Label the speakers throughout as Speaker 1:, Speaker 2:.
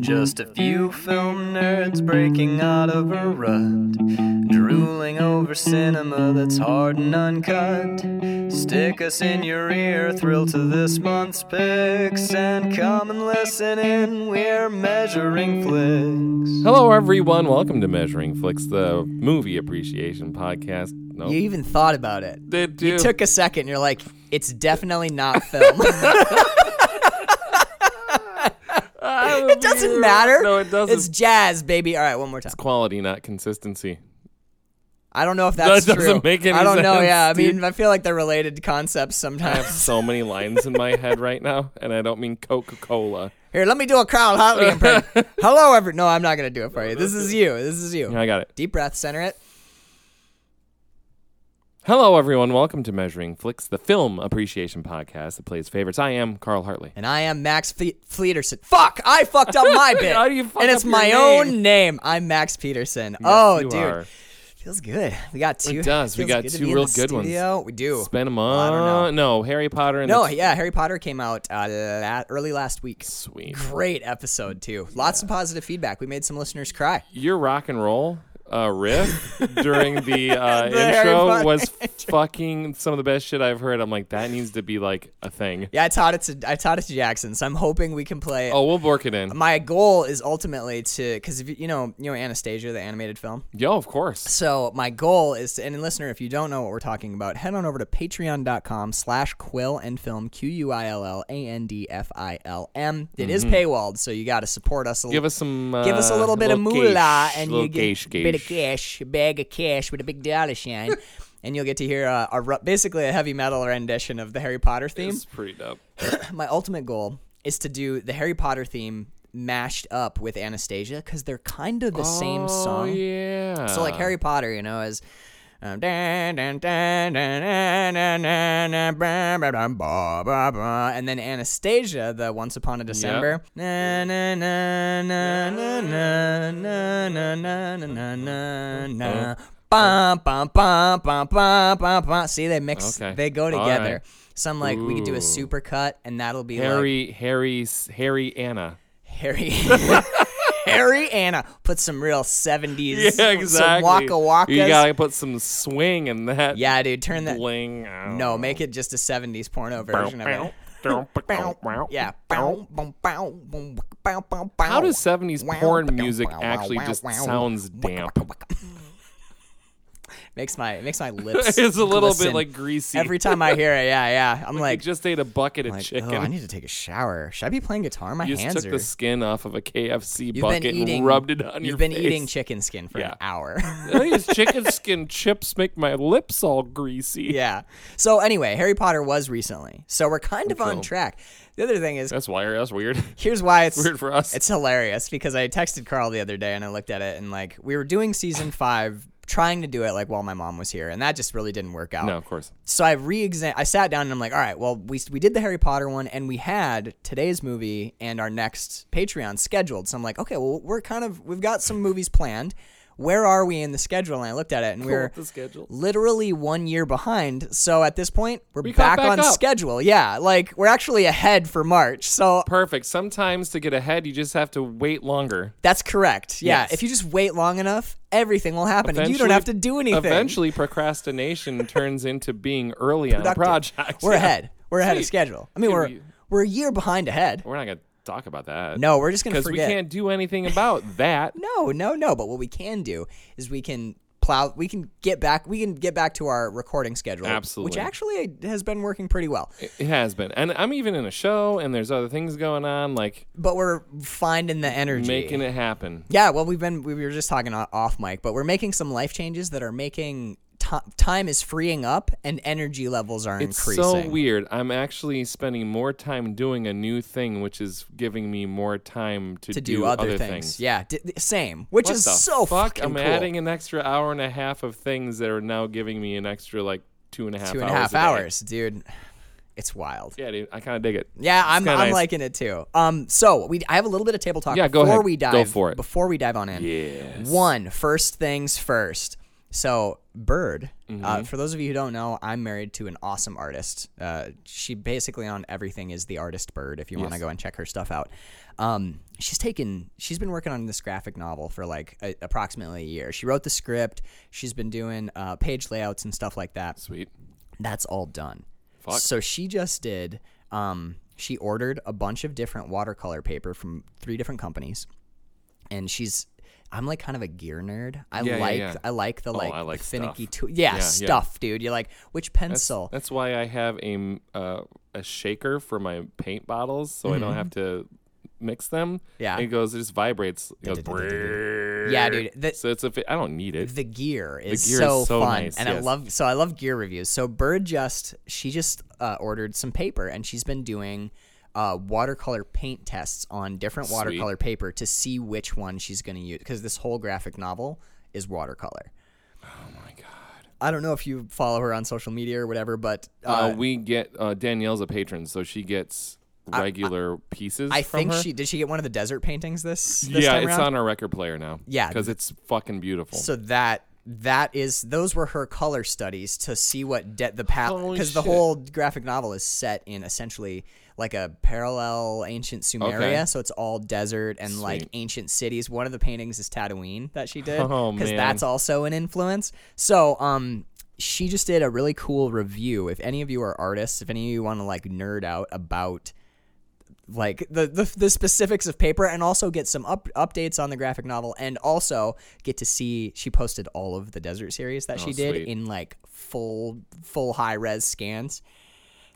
Speaker 1: Just a few film nerds breaking out of a rut, drooling over cinema that's hard and uncut. Stick us in your ear, thrill to this month's picks, and come and listen in. We're measuring flicks.
Speaker 2: Hello, everyone. Welcome to Measuring Flicks, the movie appreciation podcast. No,
Speaker 3: You even thought about it.
Speaker 2: did
Speaker 3: You
Speaker 2: too.
Speaker 3: took a second. You're like, it's definitely not film. it doesn't matter.
Speaker 2: No, it doesn't.
Speaker 3: It's jazz, baby. All right, one more time.
Speaker 2: quality, not consistency.
Speaker 3: I don't know if that's
Speaker 2: That doesn't
Speaker 3: true.
Speaker 2: make any
Speaker 3: I don't know.
Speaker 2: sense,
Speaker 3: Yeah, I
Speaker 2: dude.
Speaker 3: mean, I feel like they're related concepts
Speaker 2: I have
Speaker 3: sometimes.
Speaker 2: so many lines in my head right now, and I don't mean Coca Cola.
Speaker 3: Here, let me do a crowd hotly impression. Hello, every. No, I'm not gonna do it for you. This is you. This is you.
Speaker 2: I got it.
Speaker 3: Deep breath. Center it.
Speaker 2: Hello, everyone. Welcome to Measuring Flicks, the film appreciation podcast that plays favorites. I am Carl Hartley.
Speaker 3: And I am Max Fe- Peterson. Fuck! I fucked up my bit.
Speaker 2: How do you fuck
Speaker 3: and it's
Speaker 2: up your
Speaker 3: my
Speaker 2: name?
Speaker 3: own name. I'm Max Peterson. oh,
Speaker 2: you
Speaker 3: dude,
Speaker 2: are.
Speaker 3: feels good. We got two.
Speaker 2: It does. We
Speaker 3: feels
Speaker 2: got
Speaker 3: to
Speaker 2: two
Speaker 3: be in
Speaker 2: real
Speaker 3: the
Speaker 2: good ones.
Speaker 3: studio. We do.
Speaker 2: Spend them
Speaker 3: I don't know.
Speaker 2: on. No, Harry Potter and
Speaker 3: No,
Speaker 2: the
Speaker 3: yeah. Harry Potter came out uh, la- early last week.
Speaker 2: sweet.
Speaker 3: Great episode too. Lots of positive feedback. We made some listeners cry.
Speaker 2: your rock and roll uh, riff during the, uh,
Speaker 3: The Harry
Speaker 2: intro
Speaker 3: Potter
Speaker 2: was fucking some of the best shit I've heard. I'm like, that needs to be like a thing.
Speaker 3: Yeah, I taught it to I taught it to Jackson, so I'm hoping we can play.
Speaker 2: Oh, we'll work it in.
Speaker 3: My goal is ultimately to because if you, you know you know Anastasia, the animated film.
Speaker 2: Yo, of course.
Speaker 3: So my goal is to, and listener, if you don't know what we're talking about, head on over to patreon.com slash quill and film, Q-U-I-L-L-A-N-D-F-I-L-M. It is
Speaker 2: Mm-hmm.
Speaker 3: paywalled, so you got to support us a
Speaker 2: Give
Speaker 3: little.
Speaker 2: us some. Uh,
Speaker 3: Give us a little bit of moolah,
Speaker 2: cash,
Speaker 3: and
Speaker 2: little
Speaker 3: you get
Speaker 2: cash,
Speaker 3: a bit of
Speaker 2: cash.
Speaker 3: cash, a bag of cash with a big dollar sign, and you'll get to hear uh, a, ru- basically a heavy metal rendition of the Harry Potter theme.
Speaker 2: It's pretty dope.
Speaker 3: My ultimate goal is to do the Harry Potter theme mashed up with Anastasia because they're kind of the same
Speaker 2: Oh
Speaker 3: song.
Speaker 2: yeah.
Speaker 3: So like Harry Potter, you know, is um, dun, dun, dun, dun, dun, dun, dun, dun, brum, brum, brum, ba, ba, ba. and then Anastasia, the Once Upon a December. Na, na, na, na, na, na, na, na, na, na, na, na.
Speaker 2: Oh.
Speaker 3: Bum, bum, bum, bum, bum, bum, bum. See, they mix,
Speaker 2: Okay.
Speaker 3: they go
Speaker 2: All right.
Speaker 3: together. So I'm like, we could do
Speaker 2: Ooh.
Speaker 3: a super cut, and that'll be like
Speaker 2: Harry, Harry, Harry, Anna.
Speaker 3: Harry. Harry Anna put some real 70s
Speaker 2: Yeah,
Speaker 3: some
Speaker 2: exactly.
Speaker 3: waka wakas.
Speaker 2: You gotta put some swing in that.
Speaker 3: Yeah, dude, turn that.
Speaker 2: Bling.
Speaker 3: No, make it just a 70s porno version of it. Yeah.
Speaker 2: How
Speaker 3: How
Speaker 2: does 70s porn music actually just sounds damp?
Speaker 3: Makes my makes my lips.
Speaker 2: it's a little
Speaker 3: glisten.
Speaker 2: bit like greasy.
Speaker 3: Every time I hear it, yeah, yeah. I'm
Speaker 2: I
Speaker 3: like,
Speaker 2: just ate a bucket of
Speaker 3: like,
Speaker 2: chicken.
Speaker 3: oh, I need to take a shower. Should I be playing guitar? My
Speaker 2: you just
Speaker 3: hands
Speaker 2: took
Speaker 3: are.
Speaker 2: the skin off of a KFC
Speaker 3: You've
Speaker 2: bucket
Speaker 3: been eating.
Speaker 2: and rubbed it on your
Speaker 3: you've been
Speaker 2: face.
Speaker 3: eating chicken skin for
Speaker 2: Yeah.
Speaker 3: an hour.
Speaker 2: These chicken skin chips make my lips all greasy.
Speaker 3: yeah. So anyway, Harry Potter was recently, so we're kind of on track. The other thing is,
Speaker 2: That's wire. That's weird.
Speaker 3: here's why it's
Speaker 2: Weird for us.
Speaker 3: It's hilarious because I texted Carl the other day and I looked at it and like we were doing season five, trying to do it like while my mom was here, and that just really didn't work out.
Speaker 2: no, of course.
Speaker 3: So I re-exam. I sat down and I'm like, all right, well we we did the Harry Potter one and we had today's movie and our next Patreon scheduled. So I'm like, okay, well we're kind of we've got some movies planned. Where are we in the schedule? And I looked at it and we we're
Speaker 2: the schedule.
Speaker 3: literally one year behind. So at this point, we're
Speaker 2: caught
Speaker 3: back,
Speaker 2: back
Speaker 3: on
Speaker 2: up.
Speaker 3: schedule. Yeah, like we're actually ahead for March. So
Speaker 2: Perfect. Sometimes to get ahead, you just have to wait longer.
Speaker 3: That's correct. Yeah.
Speaker 2: Yes.
Speaker 3: If you just wait long enough, everything will happen. and you don't
Speaker 2: Eventually-
Speaker 3: have to do anything.
Speaker 2: Eventually, procrastination turns into being early on a
Speaker 3: Productive.
Speaker 2: project.
Speaker 3: We're
Speaker 2: Yeah.
Speaker 3: ahead. We're ahead of
Speaker 2: Sweet.
Speaker 3: schedule. I mean,
Speaker 2: Dude,
Speaker 3: we're
Speaker 2: we-
Speaker 3: we're a year behind ahead.
Speaker 2: We're not gonna talk about that.
Speaker 3: No, we're just gonna
Speaker 2: because we
Speaker 3: forget.
Speaker 2: can't do anything about that.
Speaker 3: No, no, no. But what we can do is we can plow. We can get back. We can get back to our recording schedule. Which
Speaker 2: Absolutely.
Speaker 3: actually has been working pretty well.
Speaker 2: It has been, and I'm even in a show, and there's other things going on, like
Speaker 3: But we're finding the energy.
Speaker 2: making it happen.
Speaker 3: Yeah, well, we've been we were just talking o- off mic, but we're making some life changes that are making ti time is freeing up and energy levels are
Speaker 2: It's
Speaker 3: increasing.
Speaker 2: so weird. I'm actually spending more time doing a new thing, which is giving me more time to,
Speaker 3: to do, other, things. Yeah, d- d- same. Which
Speaker 2: What
Speaker 3: is
Speaker 2: the
Speaker 3: so
Speaker 2: fuck?
Speaker 3: fucking
Speaker 2: I'm
Speaker 3: cool.
Speaker 2: adding an extra hour and a half of things that are now giving me an extra like two and a half
Speaker 3: Two
Speaker 2: hours
Speaker 3: and a half
Speaker 2: a day.
Speaker 3: hours, dude. It's wild.
Speaker 2: Yeah, dude, I kind of dig it.
Speaker 3: Yeah, I'm,
Speaker 2: kinda
Speaker 3: I'm
Speaker 2: nice.
Speaker 3: liking it too. Um, so we I have a little bit of table talk.
Speaker 2: Yeah, go
Speaker 3: before
Speaker 2: ahead.
Speaker 3: We
Speaker 2: Go
Speaker 3: dive,
Speaker 2: for it.
Speaker 3: Before we dive on in.
Speaker 2: Yes.
Speaker 3: One first things first. So Bird.
Speaker 2: Mm-hmm.
Speaker 3: Uh, for those of you who don't know, I'm married to an awesome artist. Uh, she basically on everything is the artist Bird. If you want to go and check her stuff out, um, she's taken. She's been working on this graphic novel for like a, approximately a year. She wrote the script. She's been doing uh, page layouts and stuff like that.
Speaker 2: Sweet.
Speaker 3: That's all done. So she just did. Um, she ordered a bunch of different watercolor paper from three different companies, and she's. I'm like kind of a gear nerd. I
Speaker 2: Yeah, yeah,
Speaker 3: like
Speaker 2: yeah. Oh,
Speaker 3: I like the like,
Speaker 2: I like
Speaker 3: finicky
Speaker 2: stuff.
Speaker 3: tool. Yeah,
Speaker 2: Yeah, yeah.
Speaker 3: stuff, dude. You're like which pencil?
Speaker 2: That's why I have a m- uh, a shaker for my paint bottles, so I don't have to mix them.
Speaker 3: Mm-hmm. Yeah.
Speaker 2: it goes, it just vibrates. It goes,
Speaker 3: yeah, dude. The,
Speaker 2: So it's a. Fi- I don't need it.
Speaker 3: the gear is
Speaker 2: gear is
Speaker 3: so,
Speaker 2: so
Speaker 3: fun,
Speaker 2: nice,
Speaker 3: and I
Speaker 2: yes.
Speaker 3: love so I love gear reviews. So Bird just she just uh, ordered some paper, and she's been doing uh, watercolor paint tests on different watercolor paper to see which one she's going to use because this whole graphic novel is watercolor.
Speaker 2: oh my god.
Speaker 3: I don't know if you follow her on social media or whatever, but uh,
Speaker 2: Uh, we get uh, Danielle's a patron, so she gets regular pieces.
Speaker 3: I
Speaker 2: from
Speaker 3: think
Speaker 2: her.
Speaker 3: she did. She get one of the desert paintings this. this
Speaker 2: Yeah,
Speaker 3: time
Speaker 2: it's
Speaker 3: around?
Speaker 2: on our record player now.
Speaker 3: Yeah.
Speaker 2: because it's fucking beautiful.
Speaker 3: So that that is those were her color studies to see what de- the path
Speaker 2: Holy
Speaker 3: because the
Speaker 2: shit.
Speaker 3: whole graphic novel is set in essentially like a parallel ancient Sumeria,
Speaker 2: Okay.
Speaker 3: so it's all desert and like
Speaker 2: Sweet.
Speaker 3: ancient cities. One of the paintings is Tatooine that she did
Speaker 2: Oh, man.
Speaker 3: that's also an influence. So um. She just did a really cool review. If any of you are artists, if any of you want to like nerd out about like the, the the specifics of paper and also get some up, updates on the graphic novel and also get to see she posted all of the desert series that she did
Speaker 2: Oh, sweet.
Speaker 3: in like full full high res scans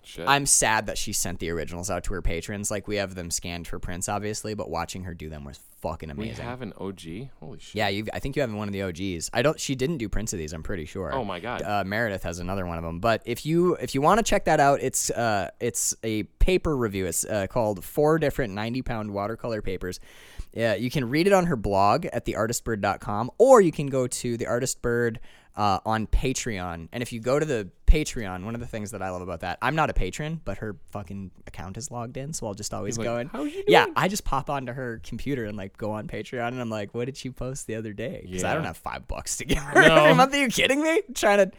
Speaker 2: Shit.
Speaker 3: i'm sad that she sent the originals out to her patrons like we have them scanned for prints obviously but watching her do them was fucking
Speaker 2: we
Speaker 3: amazing
Speaker 2: have an OG. Holy shit.
Speaker 3: yeah you i think you have one of the og's i don't she didn't do prints of these i'm pretty sure
Speaker 2: Oh my god.
Speaker 3: uh, Meredith has another one of them. But if you if you want to check that out, it's uh it's a paper review. It's uh, called Four Different 90 Pound Watercolor Papers. Yeah, you can read it on her blog at theartistbird.com, or you can go to the Artist Bird uh, on Patreon. And if you go to the Patreon, one of the things that I love about that, I'm not a patron, but her fucking account is logged in, so I'll just always go in.
Speaker 2: "How you
Speaker 3: Yeah, I just pop onto her computer and like go on Patreon, and I'm like, what did she post the other day? Because I
Speaker 2: Yeah.
Speaker 3: don't have five bucks to give her every
Speaker 2: No.
Speaker 3: month. Are you kidding me? I'm trying to.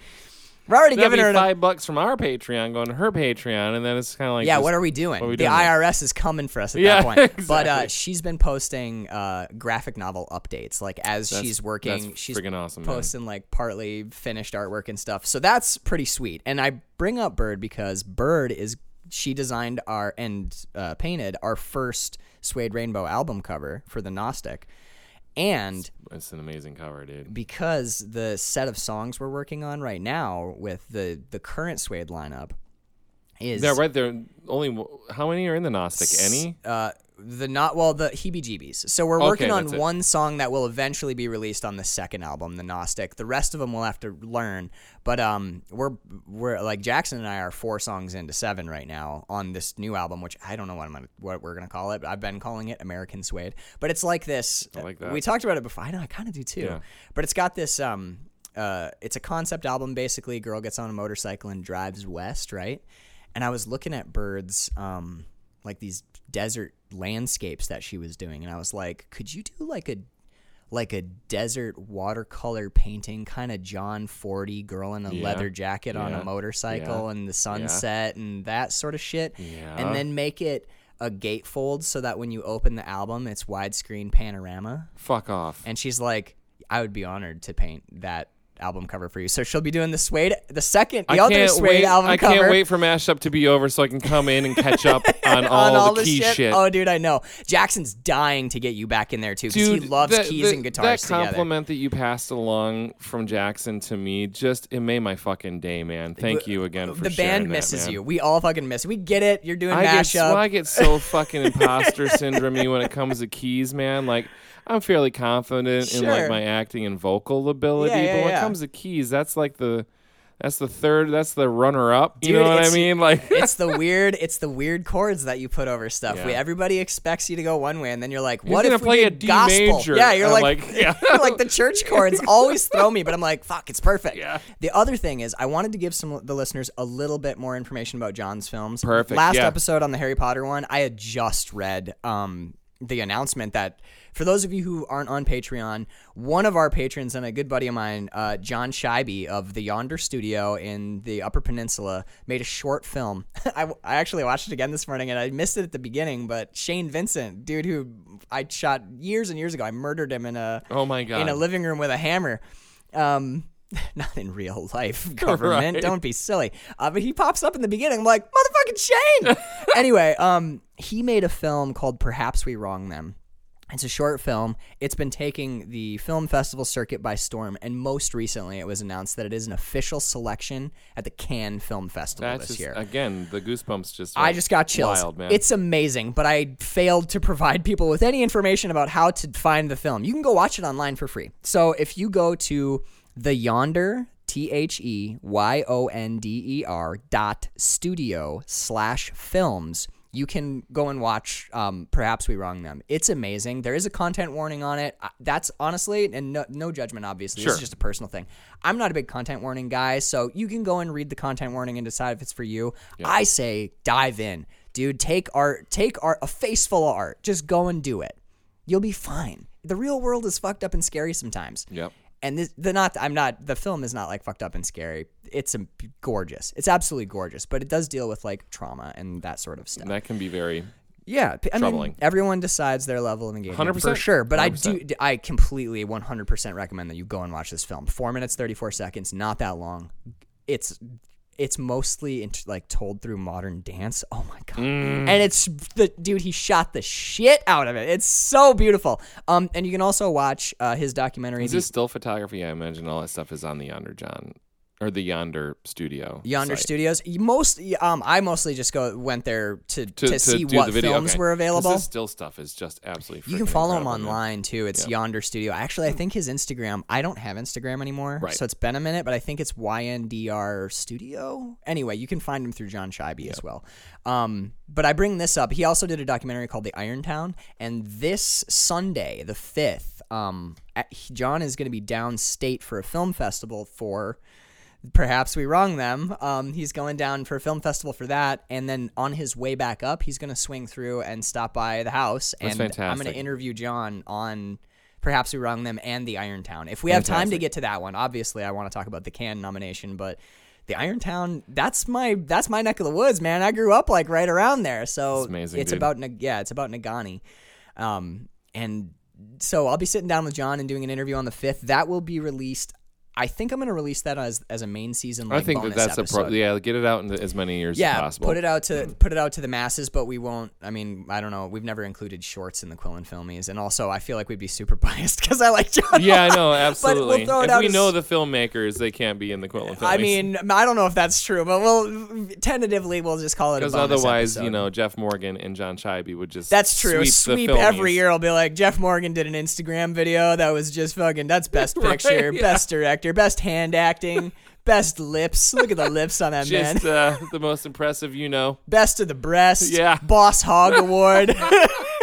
Speaker 3: We're already
Speaker 2: That'd
Speaker 3: giving
Speaker 2: be
Speaker 3: her. An,
Speaker 2: five bucks from our Patreon going to her Patreon, and then it's kind of like
Speaker 3: yeah,
Speaker 2: just-
Speaker 3: what are we doing?
Speaker 2: are we
Speaker 3: the
Speaker 2: doing here?
Speaker 3: IRS is coming for us at
Speaker 2: Yeah,
Speaker 3: that point. But uh,
Speaker 2: exactly.
Speaker 3: she's been posting uh, graphic novel updates, like as she's working.
Speaker 2: that's
Speaker 3: she's
Speaker 2: friggin' awesome, man.
Speaker 3: posting like partly finished artwork and stuff. So that's pretty sweet. And I bring up Bird because Bird is she designed our and uh, painted our first Suede Rainbow album cover for the Gnostic, and
Speaker 2: It's an amazing cover, dude.
Speaker 3: because the set of songs we're working on right now with the the current Suede lineup is
Speaker 2: Yeah, right there. Only w- how many are in the Gnostic? Any?
Speaker 3: uh, the not well the heebie-jeebies. So we're working
Speaker 2: Okay,
Speaker 3: on
Speaker 2: that's it.
Speaker 3: one song that will eventually be released on the second album, the Gnostic. The rest of them we'll have to learn, but um, we're we're like Jackson and I are four songs into seven right now on this new album, which I don't know what I'm gonna, what we're gonna call it. But I've been calling it American Suede, but it's like this. I
Speaker 2: like that.
Speaker 3: We talked about it before. I know I kind of do too,
Speaker 2: Yeah.
Speaker 3: but it's got this um. Uh, it's a concept album basically. Girl gets on a motorcycle and drives west, right? And I was looking at birds, um, like these desert landscapes that she was doing, and I was like, could you do like a like a desert watercolor painting, kind of John Forty girl in a
Speaker 2: Yeah.
Speaker 3: leather jacket on a
Speaker 2: Yeah.
Speaker 3: motorcycle
Speaker 2: Yeah.
Speaker 3: and the sunset and that sort of shit,
Speaker 2: Yeah.
Speaker 3: and then make it a gatefold so that when you open the album, it's widescreen panorama.
Speaker 2: Fuck off.
Speaker 3: And she's like, I would be honored to paint that album cover for you. So she'll be doing the suede, the second, the
Speaker 2: I
Speaker 3: other
Speaker 2: can't
Speaker 3: suede
Speaker 2: wait.
Speaker 3: album
Speaker 2: I
Speaker 3: cover.
Speaker 2: can't wait for mashup to be over so I can come in and catch up on all,
Speaker 3: on all
Speaker 2: the
Speaker 3: this
Speaker 2: key
Speaker 3: shit.
Speaker 2: shit.
Speaker 3: Oh, dude, I know. Jackson's dying to get you back in there too because he
Speaker 2: Dude,
Speaker 3: loves
Speaker 2: that-
Speaker 3: keys
Speaker 2: that-
Speaker 3: and guitars
Speaker 2: That
Speaker 3: together.
Speaker 2: compliment that you passed along from Jackson to me just it made my fucking day, man. Thank you again for
Speaker 3: The
Speaker 2: sharing
Speaker 3: band
Speaker 2: that,
Speaker 3: misses
Speaker 2: man.
Speaker 3: you. We all fucking miss. We get it. You're doing
Speaker 2: I get, so- I
Speaker 3: mashup.
Speaker 2: get so fucking imposter syndromey when it comes to keys, man. Like I'm fairly confident in
Speaker 3: Sure.
Speaker 2: like my acting and vocal ability,
Speaker 3: Yeah, yeah,
Speaker 2: but when
Speaker 3: yeah.
Speaker 2: it comes to keys, that's like the that's the third, that's the runner up. You
Speaker 3: Dude,
Speaker 2: know what I
Speaker 3: it's-
Speaker 2: mean? Like
Speaker 3: it's the weird. It's the weird chords that you put over stuff. We,
Speaker 2: Yeah.
Speaker 3: everybody expects you to go one way, and then you're like, "What
Speaker 2: gonna
Speaker 3: if we
Speaker 2: play a
Speaker 3: did
Speaker 2: D
Speaker 3: gospel?"
Speaker 2: major.
Speaker 3: Yeah, you're
Speaker 2: I'm
Speaker 3: like,
Speaker 2: like, yeah.
Speaker 3: you're like the church chords always throw me, but I'm like, "Fuck, it's perfect."
Speaker 2: Yeah.
Speaker 3: The other thing is, I wanted to give some the listeners a little bit more information about John's films.
Speaker 2: Perfect,
Speaker 3: Last
Speaker 2: yeah.
Speaker 3: episode on the Harry Potter one, I had just read um the announcement that for those of you who aren't on Patreon, one of our patrons and a good buddy of mine, uh, John Scheibe of the Yonder Studio in the Upper Peninsula, made a short film. I, I actually watched it again this morning and I missed it at the beginning, but Shane Vincent, dude who I shot years and years ago, I murdered him in a
Speaker 2: Oh my god.
Speaker 3: in a living room with a hammer. Um, not in real life, government.
Speaker 2: Right.
Speaker 3: Don't be silly. Uh, but he pops up in the beginning. I'm like, motherfucking Shane. anyway, um, he made a film called Perhaps We Wrong Them. It's a short film. It's been taking the film festival circuit by storm, and most recently, it was announced that it is an official selection at the Cannes Film Festival
Speaker 2: That's
Speaker 3: this
Speaker 2: just,
Speaker 3: year.
Speaker 2: again the goosebumps just.
Speaker 3: I
Speaker 2: went
Speaker 3: just got chills.
Speaker 2: Wild man.
Speaker 3: It's amazing, but I failed to provide people with any information about how to find the film. You can go watch it online for free. So if you go to the yonder t h e y o n d e r dot studio slash films. You can go and watch. Um, Perhaps we wrong them. It's amazing. There is a content warning on it. I- That's honestly, and no, no judgment. Obviously, this
Speaker 2: Sure.
Speaker 3: is just a personal thing. I'm not a big content warning guy, so you can go and read the content warning and decide if it's for you. I say dive in, dude. Take art, take art, a face full of art. Just go and do it. You'll be fine. The real world is fucked up and scary sometimes.
Speaker 2: Yep.
Speaker 3: And this, the not, I'm not. The film is not like fucked up and scary. It's um, gorgeous. It's absolutely gorgeous, but it does deal with like trauma and that sort of stuff.
Speaker 2: that can be very.
Speaker 3: Yeah, p- I mean,
Speaker 2: Troubling.
Speaker 3: everyone decides their level of engagement
Speaker 2: 100%,
Speaker 3: for sure. But I do,
Speaker 2: 100%.
Speaker 3: I completely 100% recommend that you go and watch this film. Four minutes, 34 seconds, not that long. It's it's mostly int- like told through modern dance. Oh my god!
Speaker 2: Mm.
Speaker 3: And it's the dude he shot the shit out of it. It's so beautiful. Um, and you can also watch uh, his documentary.
Speaker 2: Is
Speaker 3: The-
Speaker 2: this still photography? I imagine all that stuff is on the Yonder John or the Yonder Studio.
Speaker 3: Yonder
Speaker 2: site.
Speaker 3: Studios. Most, um, I mostly just go went there to to,
Speaker 2: to, to
Speaker 3: see
Speaker 2: do
Speaker 3: what
Speaker 2: the video.
Speaker 3: films
Speaker 2: okay.
Speaker 3: were
Speaker 2: 'Cause
Speaker 3: available.
Speaker 2: This still stuff is just absolutely.
Speaker 3: You can
Speaker 2: freaking
Speaker 3: follow him
Speaker 2: incredible, man.
Speaker 3: online too. It's Yonder Studio. Actually, I think his Instagram. I don't have Instagram anymore,
Speaker 2: Right.
Speaker 3: so it's been a minute. But I think it's YNDR Studio. Anyway, you can find him through John Scheibe as well. Um, but I bring this up. He also did a documentary called The Iron Town, and this Sunday, the fifth, um, at- he- John is going to be downstate for a film festival for perhaps we wrong them. Um, he's going down for a film festival for that, and then on his way back up, he's going to swing through and stop by the house. and I'm going
Speaker 2: fantastic.
Speaker 3: to interview John on perhaps we wrong them and the Iron Town. If we have time to
Speaker 2: Fantastic.
Speaker 3: get to that one, obviously, I want to talk about the Can nomination, but. The Iron Town, that's my that's my neck of the woods, man. I grew up like right around there, so
Speaker 2: That's amazing,
Speaker 3: it's
Speaker 2: dude.
Speaker 3: about Nag- yeah, it's about Nagani, um, and so I'll be sitting down with John and doing an interview on the fifth. That will be released. I think I'm going to release that as as a main season. Like,
Speaker 2: I think that
Speaker 3: bonus
Speaker 2: that's
Speaker 3: episode.
Speaker 2: a pro- yeah. Get it out in as many years
Speaker 3: yeah.
Speaker 2: as possible.
Speaker 3: Put it out to put it out to the masses, but we won't. I mean, I don't know. We've never included shorts in the Quillen Filmies, and also I feel like we'd be super biased because I like John.
Speaker 2: yeah, I know absolutely.
Speaker 3: throw it
Speaker 2: if
Speaker 3: out
Speaker 2: we
Speaker 3: as-
Speaker 2: know the filmmakers, they can't be in the Quillen.
Speaker 3: I mean, I don't know if that's true, but we'll tentatively we'll just call it. a
Speaker 2: because
Speaker 3: bonus
Speaker 2: otherwise,
Speaker 3: episode.
Speaker 2: you know, Jeff Morgan and John Chibe would just
Speaker 3: That's true.
Speaker 2: Sweep,
Speaker 3: Sweep,
Speaker 2: the filmies.
Speaker 3: every year. I'll be like, Jeff Morgan did an Instagram video that was just fucking. That's best
Speaker 2: Right,
Speaker 3: picture,
Speaker 2: yeah.
Speaker 3: best director, best hand acting, best lips. Look at the lips on that man.
Speaker 2: Just uh, the most impressive, you know.
Speaker 3: best of the breast.
Speaker 2: Yeah.
Speaker 3: Boss Hog Award.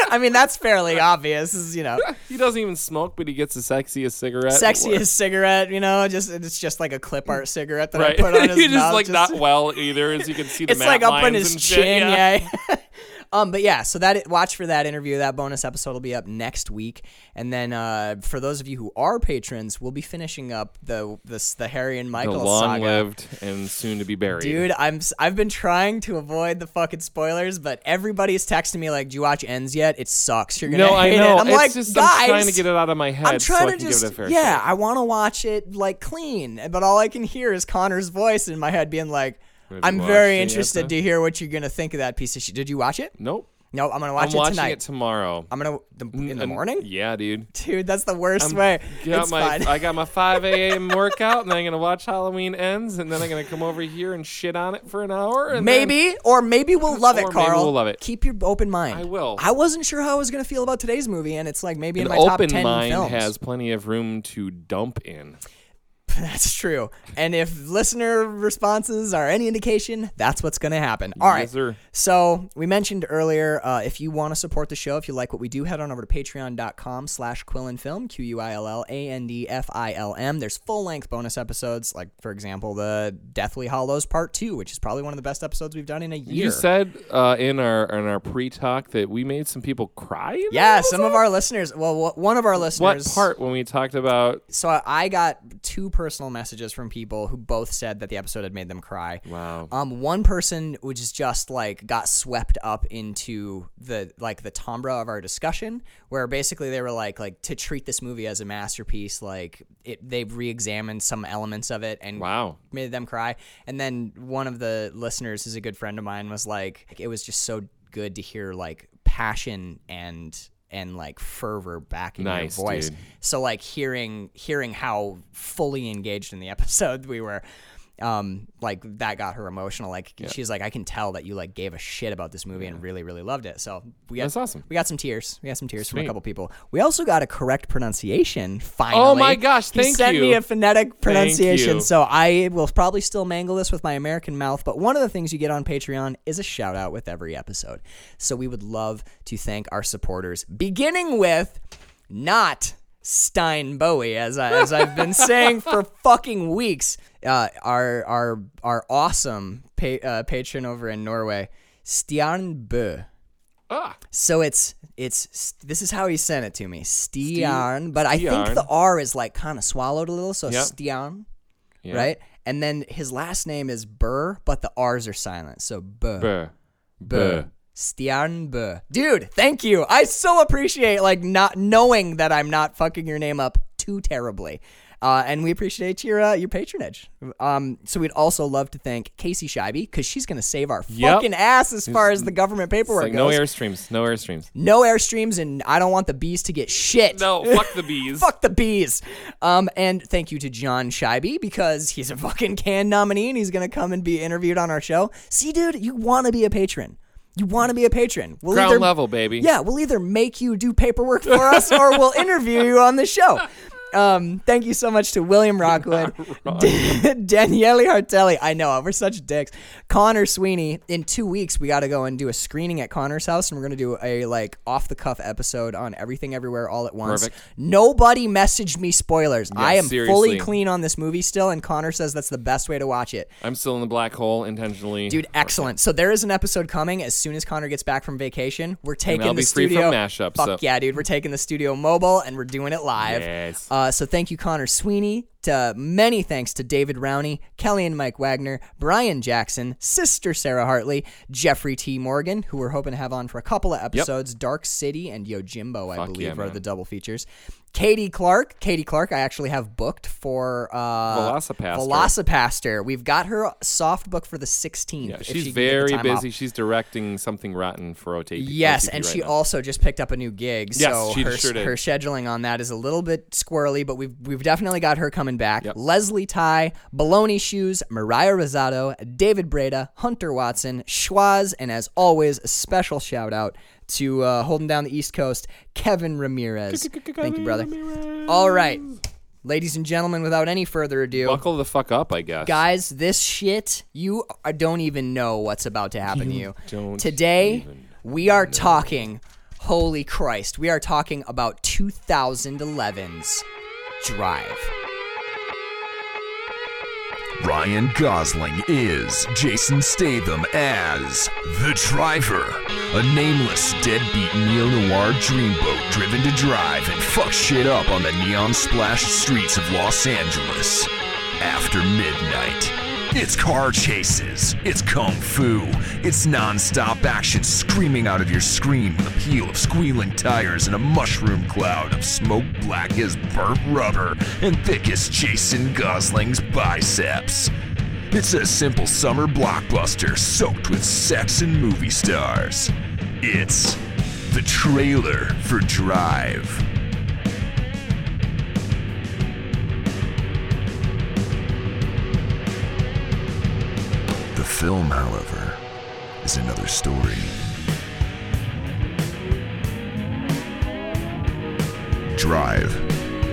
Speaker 3: I mean, that's fairly obvious. This is, you know,
Speaker 2: He doesn't even smoke, but he gets the sexiest cigarette.
Speaker 3: sexiest cigarette. You know, just it's just like a clip art cigarette that
Speaker 2: Right.
Speaker 3: I put on his
Speaker 2: You're just
Speaker 3: mouth.
Speaker 2: like
Speaker 3: just-
Speaker 2: not well either, as you can see. The
Speaker 3: it's like
Speaker 2: matte
Speaker 3: up on
Speaker 2: lines
Speaker 3: his
Speaker 2: and shit,
Speaker 3: chin,
Speaker 2: yeah.
Speaker 3: yeah. um, but yeah, so that watch for that interview. That bonus episode will be up next week, and then uh, for those of you who are patrons, we'll be finishing up the this the Harry and
Speaker 2: The
Speaker 3: Michael saga.
Speaker 2: long-lived and soon to be buried.
Speaker 3: Dude, I'm s- I've been trying to avoid the fucking spoilers, but everybody's texting me like, "Do you watch Ends yet? It sucks. You're gonna
Speaker 2: no, I
Speaker 3: hate
Speaker 2: know.
Speaker 3: It. I'm
Speaker 2: it's
Speaker 3: like,
Speaker 2: just
Speaker 3: guys,
Speaker 2: I'm trying to get it out of my head.
Speaker 3: I'm trying
Speaker 2: so I
Speaker 3: to
Speaker 2: can
Speaker 3: just
Speaker 2: give it a fair
Speaker 3: yeah,
Speaker 2: shake.
Speaker 3: I want to watch it like clean, but all I can hear is Connor's voice in my head being like,
Speaker 2: Have you
Speaker 3: "I'm
Speaker 2: watched it
Speaker 3: very
Speaker 2: yet,
Speaker 3: interested
Speaker 2: though?
Speaker 3: to hear what you're gonna think of that piece of shit." Did you watch it?
Speaker 2: Nope.
Speaker 3: No, I'm gonna watch
Speaker 2: I'm
Speaker 3: it
Speaker 2: watching
Speaker 3: tonight.
Speaker 2: it tomorrow.
Speaker 3: I'm gonna the, in the
Speaker 2: And-
Speaker 3: morning,
Speaker 2: Yeah, dude.
Speaker 3: dude. That's the worst way.
Speaker 2: Got
Speaker 3: It's
Speaker 2: my,
Speaker 3: fine.
Speaker 2: I got my 5 a.m. workout, and then I'm gonna watch Halloween Ends, and then I'm gonna come over here and shit on it for an hour. And then-
Speaker 3: Maybe or maybe we'll love it,
Speaker 2: Or maybe
Speaker 3: Carl.
Speaker 2: we'll love it.
Speaker 3: Keep your open mind.
Speaker 2: I will.
Speaker 3: I wasn't sure how I was gonna feel about today's movie, and it's like maybe in
Speaker 2: an
Speaker 3: my top
Speaker 2: open
Speaker 3: ten
Speaker 2: mind
Speaker 3: films.
Speaker 2: has plenty of room to dump in.
Speaker 3: That's true. And if listener responses are any indication, that's what's going to happen. All right.
Speaker 2: Yes, sir.
Speaker 3: So we mentioned earlier, uh, if you want to support the show, if you like what we do, head on over to patreon.com slash quillandfilm, Q-U-I-L-L-A-N-D-F-I-L-M. There's full-length bonus episodes, like, for example, the Deathly Hollows Part 2, which is probably one of the best episodes we've done in a year.
Speaker 2: You said uh, in our in our pre talk that we made some people cry. in
Speaker 3: yeah,
Speaker 2: that
Speaker 3: some of our listeners, well, wh- one of our
Speaker 2: What
Speaker 3: listeners.
Speaker 2: part when we talked about?
Speaker 3: So I- I got two personal messages from people who both said that the episode had made them cry.
Speaker 2: Wow.
Speaker 3: Um, one person which is just like got swept up into the like the timbre of our discussion, where basically they were like like to treat this movie as a masterpiece, like it they re-examined some elements of it and
Speaker 2: Wow.
Speaker 3: made them cry. And then one of the listeners, who's a good friend of mine, was like, it was just so good to hear like passion and and like fervor back in
Speaker 2: Nice,
Speaker 3: your voice.
Speaker 2: dude.
Speaker 3: So like hearing hearing how fully engaged in the episode we were um like that got her emotional like she's like I can tell that you like gave a shit about this movie and really really loved it. So we got
Speaker 2: That's awesome.
Speaker 3: we got some tears. We got some tears from a
Speaker 2: Sweet. Oh
Speaker 3: couple people. We also got a correct pronunciation finally.
Speaker 2: my gosh,
Speaker 3: He
Speaker 2: thank
Speaker 3: sent
Speaker 2: you.
Speaker 3: me a phonetic pronunciation
Speaker 2: you.
Speaker 3: so I will probably still mangle this with my American mouth, but one of the things you get on Patreon is a shout out with every episode. So we would love to thank our supporters, beginning with not Stein Bowie, as, I, as I've been saying for fucking weeks. Uh, our our our awesome pa- uh, patron over in Norway, Stian Bø.
Speaker 2: Ah,
Speaker 3: So it's it's this is how he sent it to me, Stian. But I think
Speaker 2: Stian.
Speaker 3: the R is like kind of swallowed a little, so
Speaker 2: Yep.
Speaker 3: Stian
Speaker 2: yeah.
Speaker 3: right? And then his last name is Burr, but the R's are silent. So Burr.
Speaker 2: Buh. Buh.
Speaker 3: Burr. Stian Burr. Dude, thank you. I so appreciate like not knowing that I'm not fucking your name up too terribly. Uh, and we appreciate your uh, your patronage. Um, so we'd also love to thank Casey Shibe because she's gonna save our
Speaker 2: Yep.
Speaker 3: fucking ass as far as the government
Speaker 2: It's
Speaker 3: paperwork
Speaker 2: like no
Speaker 3: goes.
Speaker 2: airstreams. No airstreams.
Speaker 3: no airstreams, and I don't want the bees to get shit.
Speaker 2: No, fuck the bees.
Speaker 3: Fuck the bees. Um, and thank you to John Scheibe because he's a fucking can nominee and he's gonna come and be interviewed on our show. See, dude, you want to be a patron. You want to be a patron. We'll
Speaker 2: Ground
Speaker 3: either-
Speaker 2: level, baby.
Speaker 3: Yeah, we'll either make you do paperwork for us or we'll interview you on the show. Um, thank you so much to William Rockwood, D- Daniele Hartelli. I know we're such dicks. Connor Sweeney. In two weeks, we got to go and do a screening at Connor's house, and we're gonna do a like off the cuff episode on everything, everywhere, all at once.
Speaker 2: Perfect.
Speaker 3: Nobody messaged me spoilers. I am fully
Speaker 2: seriously.
Speaker 3: clean on this movie still, and Connor says that's the best way to watch it.
Speaker 2: I'm still in the black hole intentionally.
Speaker 3: Dude, excellent. So there is an episode coming as soon as Connor gets back from vacation. We're taking
Speaker 2: I'll be
Speaker 3: the
Speaker 2: free
Speaker 3: studio
Speaker 2: from mashup,
Speaker 3: Fuck
Speaker 2: so-
Speaker 3: yeah, dude. We're taking the studio mobile and we're doing it live.
Speaker 2: Yes.
Speaker 3: Uh, so thank you, Connor Sweeney. To many thanks to David Rowney, Kelly and Mike Wagner, Brian Jackson, Sister Sarah Hartley, Jeffrey T. Morgan, who we're hoping to have on for a couple of episodes. Dark City and Yojimbo, I
Speaker 2: Fuck
Speaker 3: believe,
Speaker 2: yeah,
Speaker 3: are
Speaker 2: man.
Speaker 3: the double features. Katie Clark, Katie Clark, I actually have booked for uh,
Speaker 2: Velocipaster.
Speaker 3: Velocipaster. We've got her soft book for the 16th.
Speaker 2: Yeah, she's
Speaker 3: if she can get the
Speaker 2: very
Speaker 3: time off.
Speaker 2: busy. She's directing something rotten for OTP.
Speaker 3: Yes, and she also just picked up a new gig,
Speaker 2: Yes,
Speaker 3: so
Speaker 2: she
Speaker 3: her,
Speaker 2: sure did.
Speaker 3: her scheduling on that is a little bit squirrely, but we've we've definitely got her coming back. Leslie Ty, Baloney Shoes, Mariah Rosado, David Breda, Hunter Watson, Schwaz, and as always, a special shout out to uh, holding down the East Coast, Kevin Ramirez. Thank you, brother. All right, ladies and gentlemen, without any further ado,
Speaker 2: Buckle the fuck up, I guess.
Speaker 3: guys, this shit, you are- don't even know what's about to happen to you.
Speaker 2: don't
Speaker 3: Today,
Speaker 2: even
Speaker 3: we are talking, holy Christ, we are talking about 2011's Drive.
Speaker 4: Ryan Gosling is Jason Statham as The Driver, a nameless deadbeat neo noir dreamboat driven to drive and fuck shit up on the neon splashed streets of Los Angeles. After midnight, it's car chases, it's kung fu, it's non stop action screaming out of your screen with a peal of squealing tires and a mushroom cloud of smoke black as burnt rubber and thick as Jason Gosling's biceps. It's a simple summer blockbuster soaked with sex and movie stars. It's the trailer for Drive. The film, however, is another story. Drive,